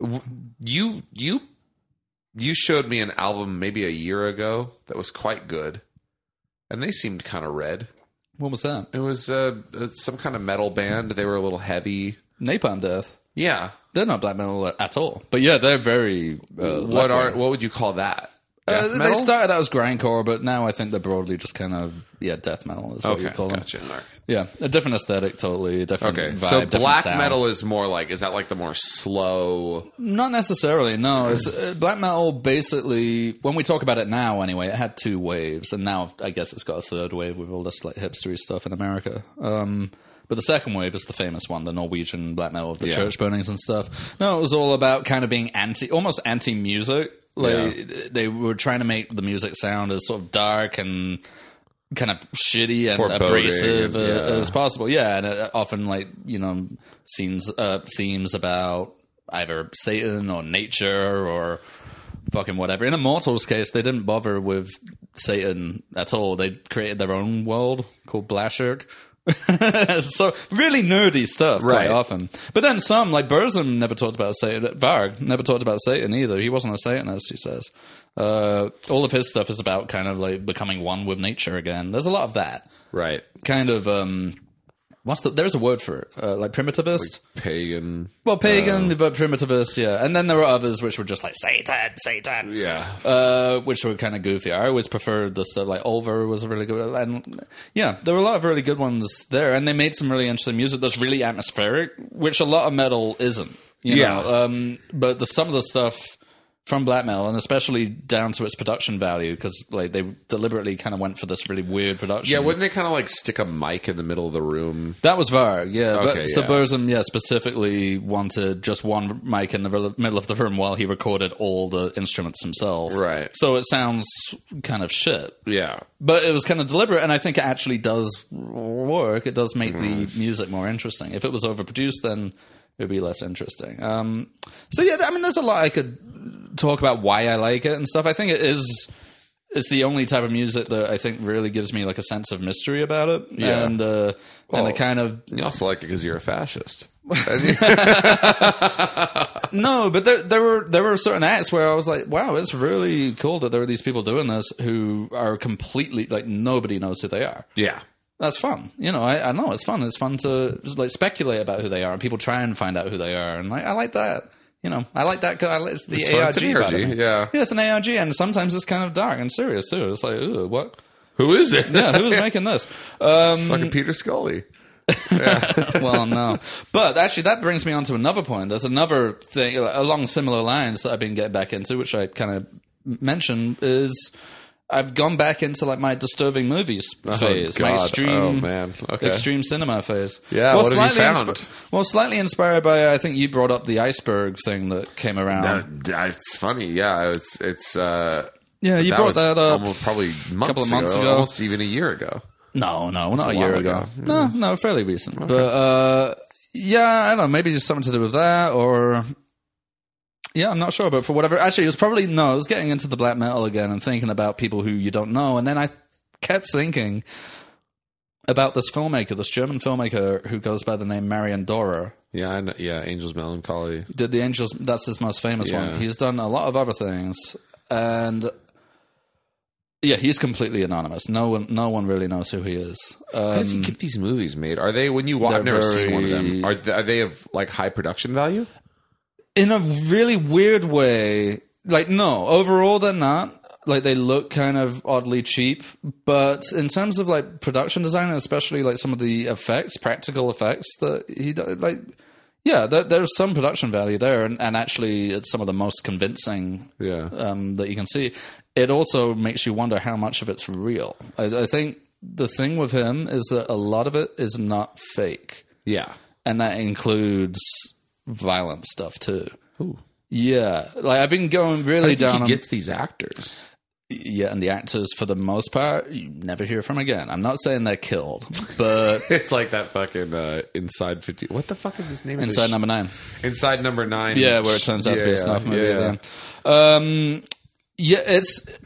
Speaker 2: W- You you you showed me an album maybe a year ago that was quite good, and they seemed kind of red.
Speaker 1: What was that?
Speaker 2: It was uh, uh, some kind of metal band. They were a little heavy.
Speaker 1: Napalm Death.
Speaker 2: Yeah.
Speaker 1: They're not black metal at all, but yeah, they're very. Uh,
Speaker 2: what
Speaker 1: left-wing.
Speaker 2: are what would you call that?
Speaker 1: Uh,
Speaker 2: Death
Speaker 1: they
Speaker 2: metal?
Speaker 1: started out as grindcore, but now I think they're broadly just kind of yeah, death metal is what
Speaker 2: Okay,
Speaker 1: you call them.
Speaker 2: gotcha. All right.
Speaker 1: Yeah, a different aesthetic, totally. a Different
Speaker 2: Okay,
Speaker 1: vibe,
Speaker 2: so
Speaker 1: different
Speaker 2: black
Speaker 1: sound.
Speaker 2: metal is more like is that like the more slow?
Speaker 1: Not necessarily. No, it's, uh, black metal basically. When we talk about it now, anyway, it had two waves, and now I guess it's got a third wave with all this like hipstery stuff in America. Um, but the second wave is the famous one, the Norwegian black metal of the
Speaker 2: Yeah.
Speaker 1: church burnings and stuff. No, it was all about kind of being anti, almost anti music. Like they were trying to make the music sound as sort of dark and kind of shitty and
Speaker 2: Foreboding,
Speaker 1: abrasive uh,
Speaker 2: yeah.
Speaker 1: as possible. Yeah, and uh, often like you know scenes uh, themes about either Satan or nature or fucking whatever. In Immortals' case, they didn't bother with Satan at all. They created their own world called Blashirk. so really nerdy stuff
Speaker 2: Right.
Speaker 1: quite often. But then some, like Burzum never talked about Satan. Varg never talked about Satan either. He wasn't a Satanist, he says. Uh, all of his stuff is about kind of like becoming one with nature again. There's a lot of that
Speaker 2: Right.
Speaker 1: kind of um what's the? There's a word for it, uh, like primitivist.
Speaker 2: pagan.
Speaker 1: well, pagan, but primitivist, yeah. And then there were others which were just like Satan, Satan,
Speaker 2: Yeah.
Speaker 1: uh, which were kind of goofy. I always preferred the stuff like Over was a really good, and yeah, there were a lot of really good ones there, and they made some really interesting music that's really atmospheric, which a lot of metal isn't. You
Speaker 2: Yeah.
Speaker 1: know? um, but the, some of the stuff from black metal, and especially down to its production value, because like they deliberately kind of went for this really weird production.
Speaker 2: Yeah, wouldn't they kind of like stick a mic in the middle of the room?
Speaker 1: That was Varg, yeah. but
Speaker 2: Okay, yeah.
Speaker 1: Suburzum, yeah, specifically wanted just one mic in the rel- middle of the room while he recorded all the instruments himself.
Speaker 2: Right.
Speaker 1: So it sounds kind of shit,
Speaker 2: Yeah.
Speaker 1: but it was kind of deliberate, and I think it actually does work. It does make
Speaker 2: Mm.
Speaker 1: the music more interesting. If it was overproduced, then it would be less interesting. Um, so yeah, I mean, there's a lot I could talk about why I like it and stuff. I think it is. It's the only type of music that I think really gives me like a sense of mystery about it,
Speaker 2: Yeah.
Speaker 1: and uh, and
Speaker 2: Well-
Speaker 1: a kind of
Speaker 2: You also like it because you're a fascist.
Speaker 1: No, but there, there were there were certain acts where I was like, wow, it's really cool that there are these people doing this who are completely like nobody knows who they are.
Speaker 2: Yeah.
Speaker 1: That's fun, you know. I, I know it's fun. It's fun to just, like speculate about who they are, and people try and find out who they are, and like I like that. You know, I like that. 'cause I like, it's the
Speaker 2: It's fun.
Speaker 1: ARG,
Speaker 2: It's an
Speaker 1: part of
Speaker 2: ARG,
Speaker 1: me.
Speaker 2: yeah.
Speaker 1: yeah, it's an ARG, and sometimes it's kind of dark and serious too. It's like, ooh, what?
Speaker 2: Who is it?
Speaker 1: Yeah, who's making this? Um,
Speaker 2: It's fucking Peter Scully.
Speaker 1: well, no. But actually, that brings me on to another point. There's another thing like, along similar lines that I've been getting back into, which I kind of mentioned is I've gone back into like my disturbing movies phase, my
Speaker 2: Oh, God.
Speaker 1: extreme,
Speaker 2: Oh, man. Okay.
Speaker 1: extreme cinema phase.
Speaker 2: Yeah, what have you
Speaker 1: slightly
Speaker 2: found?
Speaker 1: well, slightly inspired by I think you brought up the iceberg thing that came around.
Speaker 2: That- it's funny. Yeah. It's, it's, uh,
Speaker 1: yeah, you brought
Speaker 2: was
Speaker 1: that up.
Speaker 2: almost probably months
Speaker 1: couple of months
Speaker 2: ago,
Speaker 1: ago.
Speaker 2: almost even a year ago.
Speaker 1: No, no, not a,
Speaker 2: a
Speaker 1: year
Speaker 2: while
Speaker 1: ago.
Speaker 2: ago.
Speaker 1: No, no, fairly recent. But uh, yeah, I don't know. Maybe just something to do with that, or yeah, I'm not sure. But for whatever, actually, it was probably no. I was getting into the black metal again and thinking about people who you don't know, and then I kept thinking about this filmmaker, this German filmmaker who goes by the name Marian Dorer.
Speaker 2: Yeah, I know, yeah, Angel's Melancholy.
Speaker 1: Did the Angels? That's his most famous one.
Speaker 2: Yeah.
Speaker 1: He's done a lot of other things, and yeah, he's completely anonymous. No one, no one really knows who he is.
Speaker 2: How does he get these movies made? Are they when you watch? I've
Speaker 1: Um, they're
Speaker 2: never seen one of them.
Speaker 1: very-
Speaker 2: Are they, are they of like high production value?
Speaker 1: in a really weird way like no overall they're not like they look kind of oddly cheap but in terms of like production design and especially like some of the effects practical effects that he do- like yeah there, there's some production value there and, and actually it's some of the most convincing
Speaker 2: Yeah.
Speaker 1: um, that you can see it also makes you wonder how much of it's real I, I think the thing with him is that a lot of it is not fake
Speaker 2: Yeah.
Speaker 1: and that includes violent stuff too. Yeah, like I've been going really
Speaker 2: He
Speaker 1: down. on,
Speaker 2: gets these actors.
Speaker 1: yeah, and the actors for the most part you never hear from again. I'm not saying they're killed, but
Speaker 2: It's like that fucking uh, Inside 50. What the fuck is this name? of this
Speaker 1: inside
Speaker 2: sh-
Speaker 1: number nine.
Speaker 2: Inside number nine.
Speaker 1: Yeah, where it turns out to be
Speaker 2: Yeah,
Speaker 1: a snuff movie.
Speaker 2: yeah.
Speaker 1: Yeah. Um, yeah, it's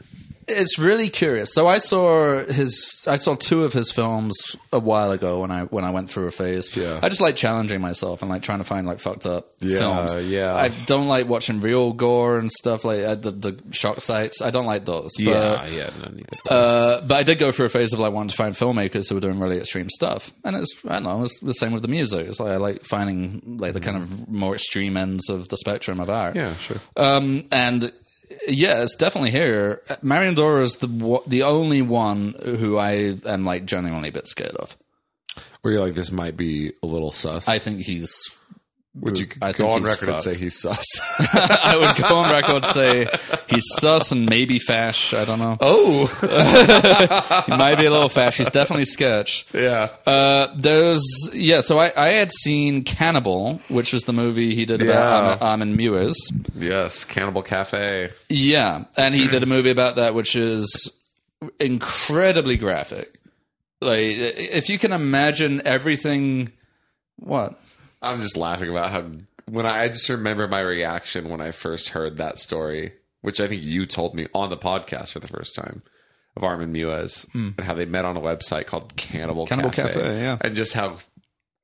Speaker 1: it's really curious. So I saw his, I saw two of his films a while ago when I when I went through a phase.
Speaker 2: Yeah.
Speaker 1: I just like challenging myself and like trying to find like fucked up
Speaker 2: Yeah,
Speaker 1: films.
Speaker 2: yeah.
Speaker 1: I don't like watching real gore and stuff like uh, the the shock sites. I don't like those. But,
Speaker 2: Yeah, yeah, no, neither.
Speaker 1: uh, but I did go through a phase of like wanting to find filmmakers who were doing really extreme stuff, and it's I don't know, it's the same with the music. It's like I like finding like the kind of more extreme ends of the spectrum of art.
Speaker 2: yeah, sure.
Speaker 1: Um, and yeah, it's definitely here. Marion Dora is the wa- the only one who I am like genuinely a bit scared of.
Speaker 2: Where you're like, this might be a little sus.
Speaker 1: I think he's.
Speaker 2: Would you
Speaker 1: I think
Speaker 2: go on
Speaker 1: he's
Speaker 2: record
Speaker 1: fucked.
Speaker 2: and say he's sus?
Speaker 1: I would go on record to say he's sus and maybe fash. I don't know.
Speaker 2: oh,
Speaker 1: He might be a little fash. He's definitely sketch.
Speaker 2: yeah.
Speaker 1: Uh, there's yeah. So I, I had seen Cannibal, which was the movie he did about
Speaker 2: Yeah.
Speaker 1: Armin, Armin Mewers.
Speaker 2: yes, Cannibal Cafe.
Speaker 1: Yeah, and he did a movie about that, which is incredibly graphic. Like if you can imagine everything, what?
Speaker 2: I'm just laughing about how when I, I just remember my reaction when I first heard that story, which I think you told me on the podcast for the first time of Armin Muez and how they met on a website called Cannibal,
Speaker 1: Hmm. Cannibal
Speaker 2: Cafe,
Speaker 1: Cafe, yeah.
Speaker 2: and just how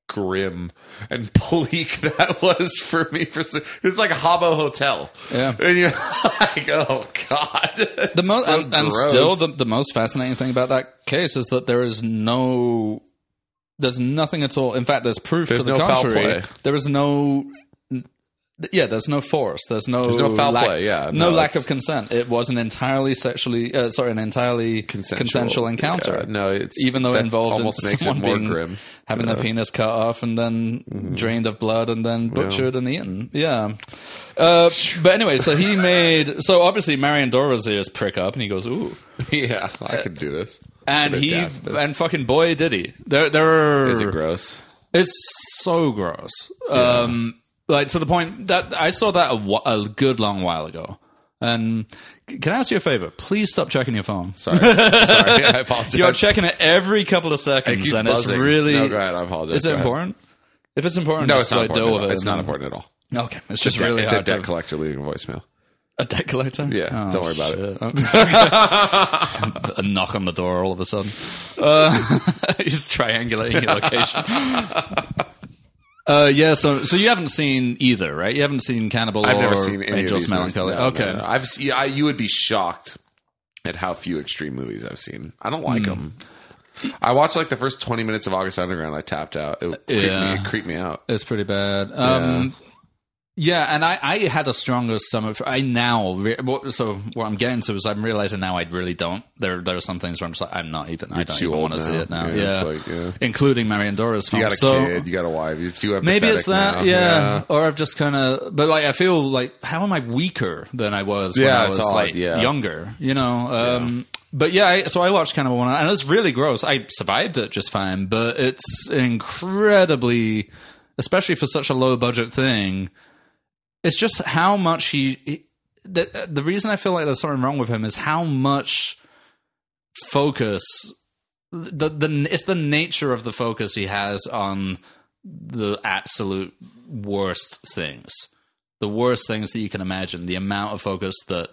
Speaker 2: grim and bleak that was for me. For s- it's like a Hobo Hotel,
Speaker 1: Yeah.
Speaker 2: and you're like, oh god,
Speaker 1: The most
Speaker 2: So
Speaker 1: and, and
Speaker 2: gross.
Speaker 1: still the the most fascinating thing about that case is that there is no There's nothing at all. In fact, there's proof
Speaker 2: There's
Speaker 1: to the
Speaker 2: no foul
Speaker 1: contrary.
Speaker 2: play.
Speaker 1: There is no. Yeah, there's no force. There's no
Speaker 2: There's no foul
Speaker 1: lack,
Speaker 2: play, yeah.
Speaker 1: no,
Speaker 2: No,
Speaker 1: lack
Speaker 2: it's-
Speaker 1: of consent. It was an entirely sexually, uh, sorry, an entirely consensual, encounter.
Speaker 2: Yeah, no, it's
Speaker 1: even though it
Speaker 2: that
Speaker 1: involved in
Speaker 2: almost makes it
Speaker 1: someone
Speaker 2: more
Speaker 1: being
Speaker 2: grim.
Speaker 1: having their penis cut off and then
Speaker 2: Mm-hmm.
Speaker 1: drained of blood and then butchered and eaten. Yeah. Uh, but anyway, so he made so obviously Marion Dora's ears prick up and he goes ooh.
Speaker 2: yeah, I could do this.
Speaker 1: And
Speaker 2: Could've
Speaker 1: he
Speaker 2: dabbed this.
Speaker 1: and fucking boy did he. There there are
Speaker 2: Is it gross?
Speaker 1: it's so gross. Um, like to the point that I saw that a, wh- a good long while ago. And c- can I ask you a favor? Please stop checking your phone.
Speaker 2: Sorry, sorry, I apologize.
Speaker 1: You're checking it every couple of seconds,
Speaker 2: It keeps
Speaker 1: and
Speaker 2: buzzing.
Speaker 1: it's really.
Speaker 2: No, go ahead, I apologize.
Speaker 1: Is it
Speaker 2: Go ahead.
Speaker 1: important? If it's important,
Speaker 2: no,
Speaker 1: just,
Speaker 2: it's not
Speaker 1: like,
Speaker 2: important.
Speaker 1: deal
Speaker 2: at
Speaker 1: with
Speaker 2: all.
Speaker 1: it
Speaker 2: It's
Speaker 1: and
Speaker 2: not
Speaker 1: then-
Speaker 2: important at all.
Speaker 1: Okay, it's just
Speaker 2: It's
Speaker 1: really
Speaker 2: a
Speaker 1: hard
Speaker 2: debt
Speaker 1: to Oh,
Speaker 2: collector leaving a voicemail.
Speaker 1: a debt collector.
Speaker 2: Yeah, don't worry about it.
Speaker 1: it. a knock on the door all of a sudden. Uh, he's triangulating your location. Uh, yeah, so so you haven't seen either, right? You haven't seen Cannibal
Speaker 2: I've
Speaker 1: or
Speaker 2: never seen any
Speaker 1: Angel's
Speaker 2: of these
Speaker 1: Melancholy.
Speaker 2: Movies. No,
Speaker 1: okay,
Speaker 2: no, no. I've seen. I, you would be shocked at how few extreme movies I've seen. I don't
Speaker 1: Hmm.
Speaker 2: like them. I watched like the first twenty minutes of August Underground. I tapped out. It creeped,
Speaker 1: Yeah.
Speaker 2: me, it creeped me out.
Speaker 1: it's pretty bad. Um, yeah. and I, I had a stronger stomach. For, I now re- what- so what I'm getting to is I'm realizing now I really don't. There there are some things where I'm just like I'm not even. I don't
Speaker 2: too
Speaker 1: even
Speaker 2: old
Speaker 1: want to see
Speaker 2: now.
Speaker 1: it now.
Speaker 2: Yeah,
Speaker 1: Yeah,
Speaker 2: it's like, yeah.
Speaker 1: including Marion Dora's film.
Speaker 2: You got a
Speaker 1: so,
Speaker 2: kid. You got a wife. You're too empathetic
Speaker 1: Maybe it's that,
Speaker 2: now.
Speaker 1: yeah. Or I've just kind of, but like I feel like how am I weaker than I was
Speaker 2: Yeah,
Speaker 1: when I
Speaker 2: it's
Speaker 1: was
Speaker 2: odd,
Speaker 1: like
Speaker 2: yeah.
Speaker 1: younger, you know? Um, But yeah, I, so I watched Cannibal One, and it's really gross. I survived it just fine, but it's incredibly, especially for such a low budget thing. It's just how much he. he the, the reason I feel like there's something wrong with him is how much focus the the it's the nature of the focus he has on the absolute worst things, the worst things that you can imagine. The amount of focus that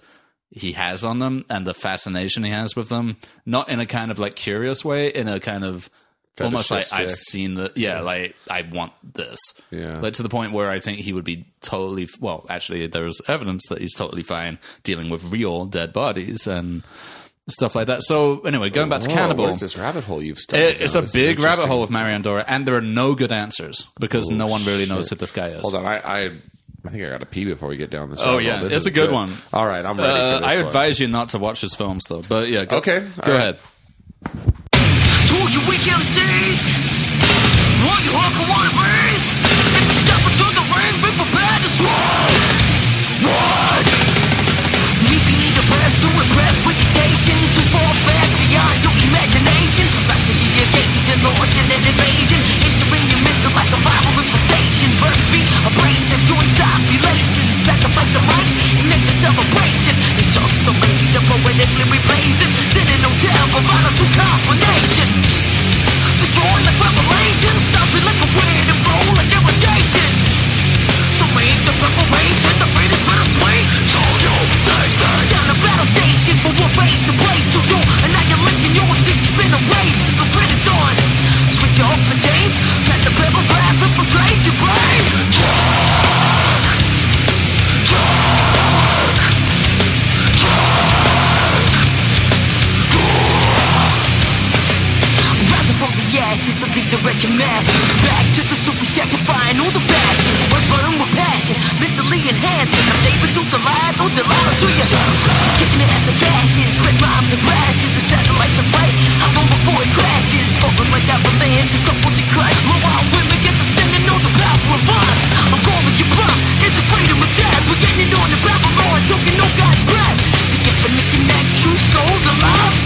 Speaker 1: he has on them and the fascination he has with them, not in a kind of like curious way, in a kind of almost like I've
Speaker 2: Fetishistic.
Speaker 1: seen the yeah, like I want this,
Speaker 2: Yeah.
Speaker 1: like to the point where I think he would be totally well. Actually, there's evidence that he's totally fine dealing with real dead bodies and. Stuff like that. So anyway, going back to
Speaker 2: Whoa,
Speaker 1: cannibal.
Speaker 2: where's this rabbit hole you've stuck?
Speaker 1: It, it's a big rabbit hole with Marion Dora, and there are no good answers because no one really knows who this guy is.
Speaker 2: Hold on, I, I, I think I got to pee before we get down this.
Speaker 1: Oh,
Speaker 2: rabbit
Speaker 1: yeah.
Speaker 2: hole. This
Speaker 1: It's
Speaker 2: is
Speaker 1: a good one.
Speaker 2: All right, I'm ready.
Speaker 1: Uh,
Speaker 2: for this
Speaker 1: I
Speaker 2: one.
Speaker 1: advise you not to watch his films, though. But yeah, go,
Speaker 2: Okay, all
Speaker 1: go
Speaker 2: right.
Speaker 1: ahead.
Speaker 5: To all you weak MCs, all you hooker wannabes, if you step into the ring, be prepared to swallow. What? We be the best to impress reputation, to fall fast beyond your imagination. Back to the invasion, launching an invasion, entering your mental like a viral infestation. Birth beat, a brain that's doing population, sacrifice the rights and make the celebration. It's just the way the poetically replacing, sitting on town, providing true combination. Destroying like revelation, stopping like a wind and flow like irrigation. So make the preparation, the fate is bittersweet. So you taste it. Down the battle station, but we're face to place to do annihilation. Your existence been erased, so the grid is on. Switch off and change, let the paper wrap infiltrate your brain. Rising from the ashes to leave the wrecking masses Back to the super sacrificing all the passion Work burning with passion, mentally enhancing I'm David to the light, or the light to your Kicking the ass of gashes, red rhymes and blashes The satellite the fight, I roll before it crashes Open like avalanche, scuffle the crust My wild women get the sending all the power of us I'm calling you bluff, it's the freedom of death We're getting it on the Babylon, talking no God's breath The infinite connects two souls alive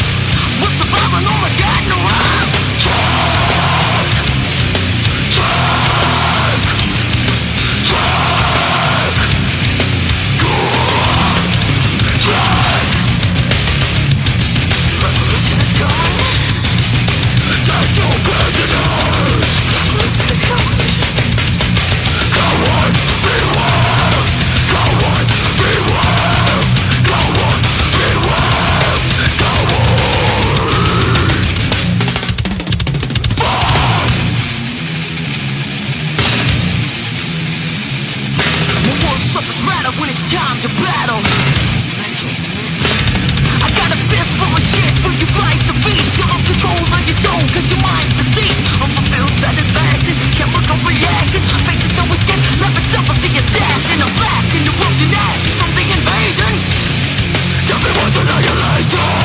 Speaker 5: What's the vibe? Oh my God, no rhyme annihilated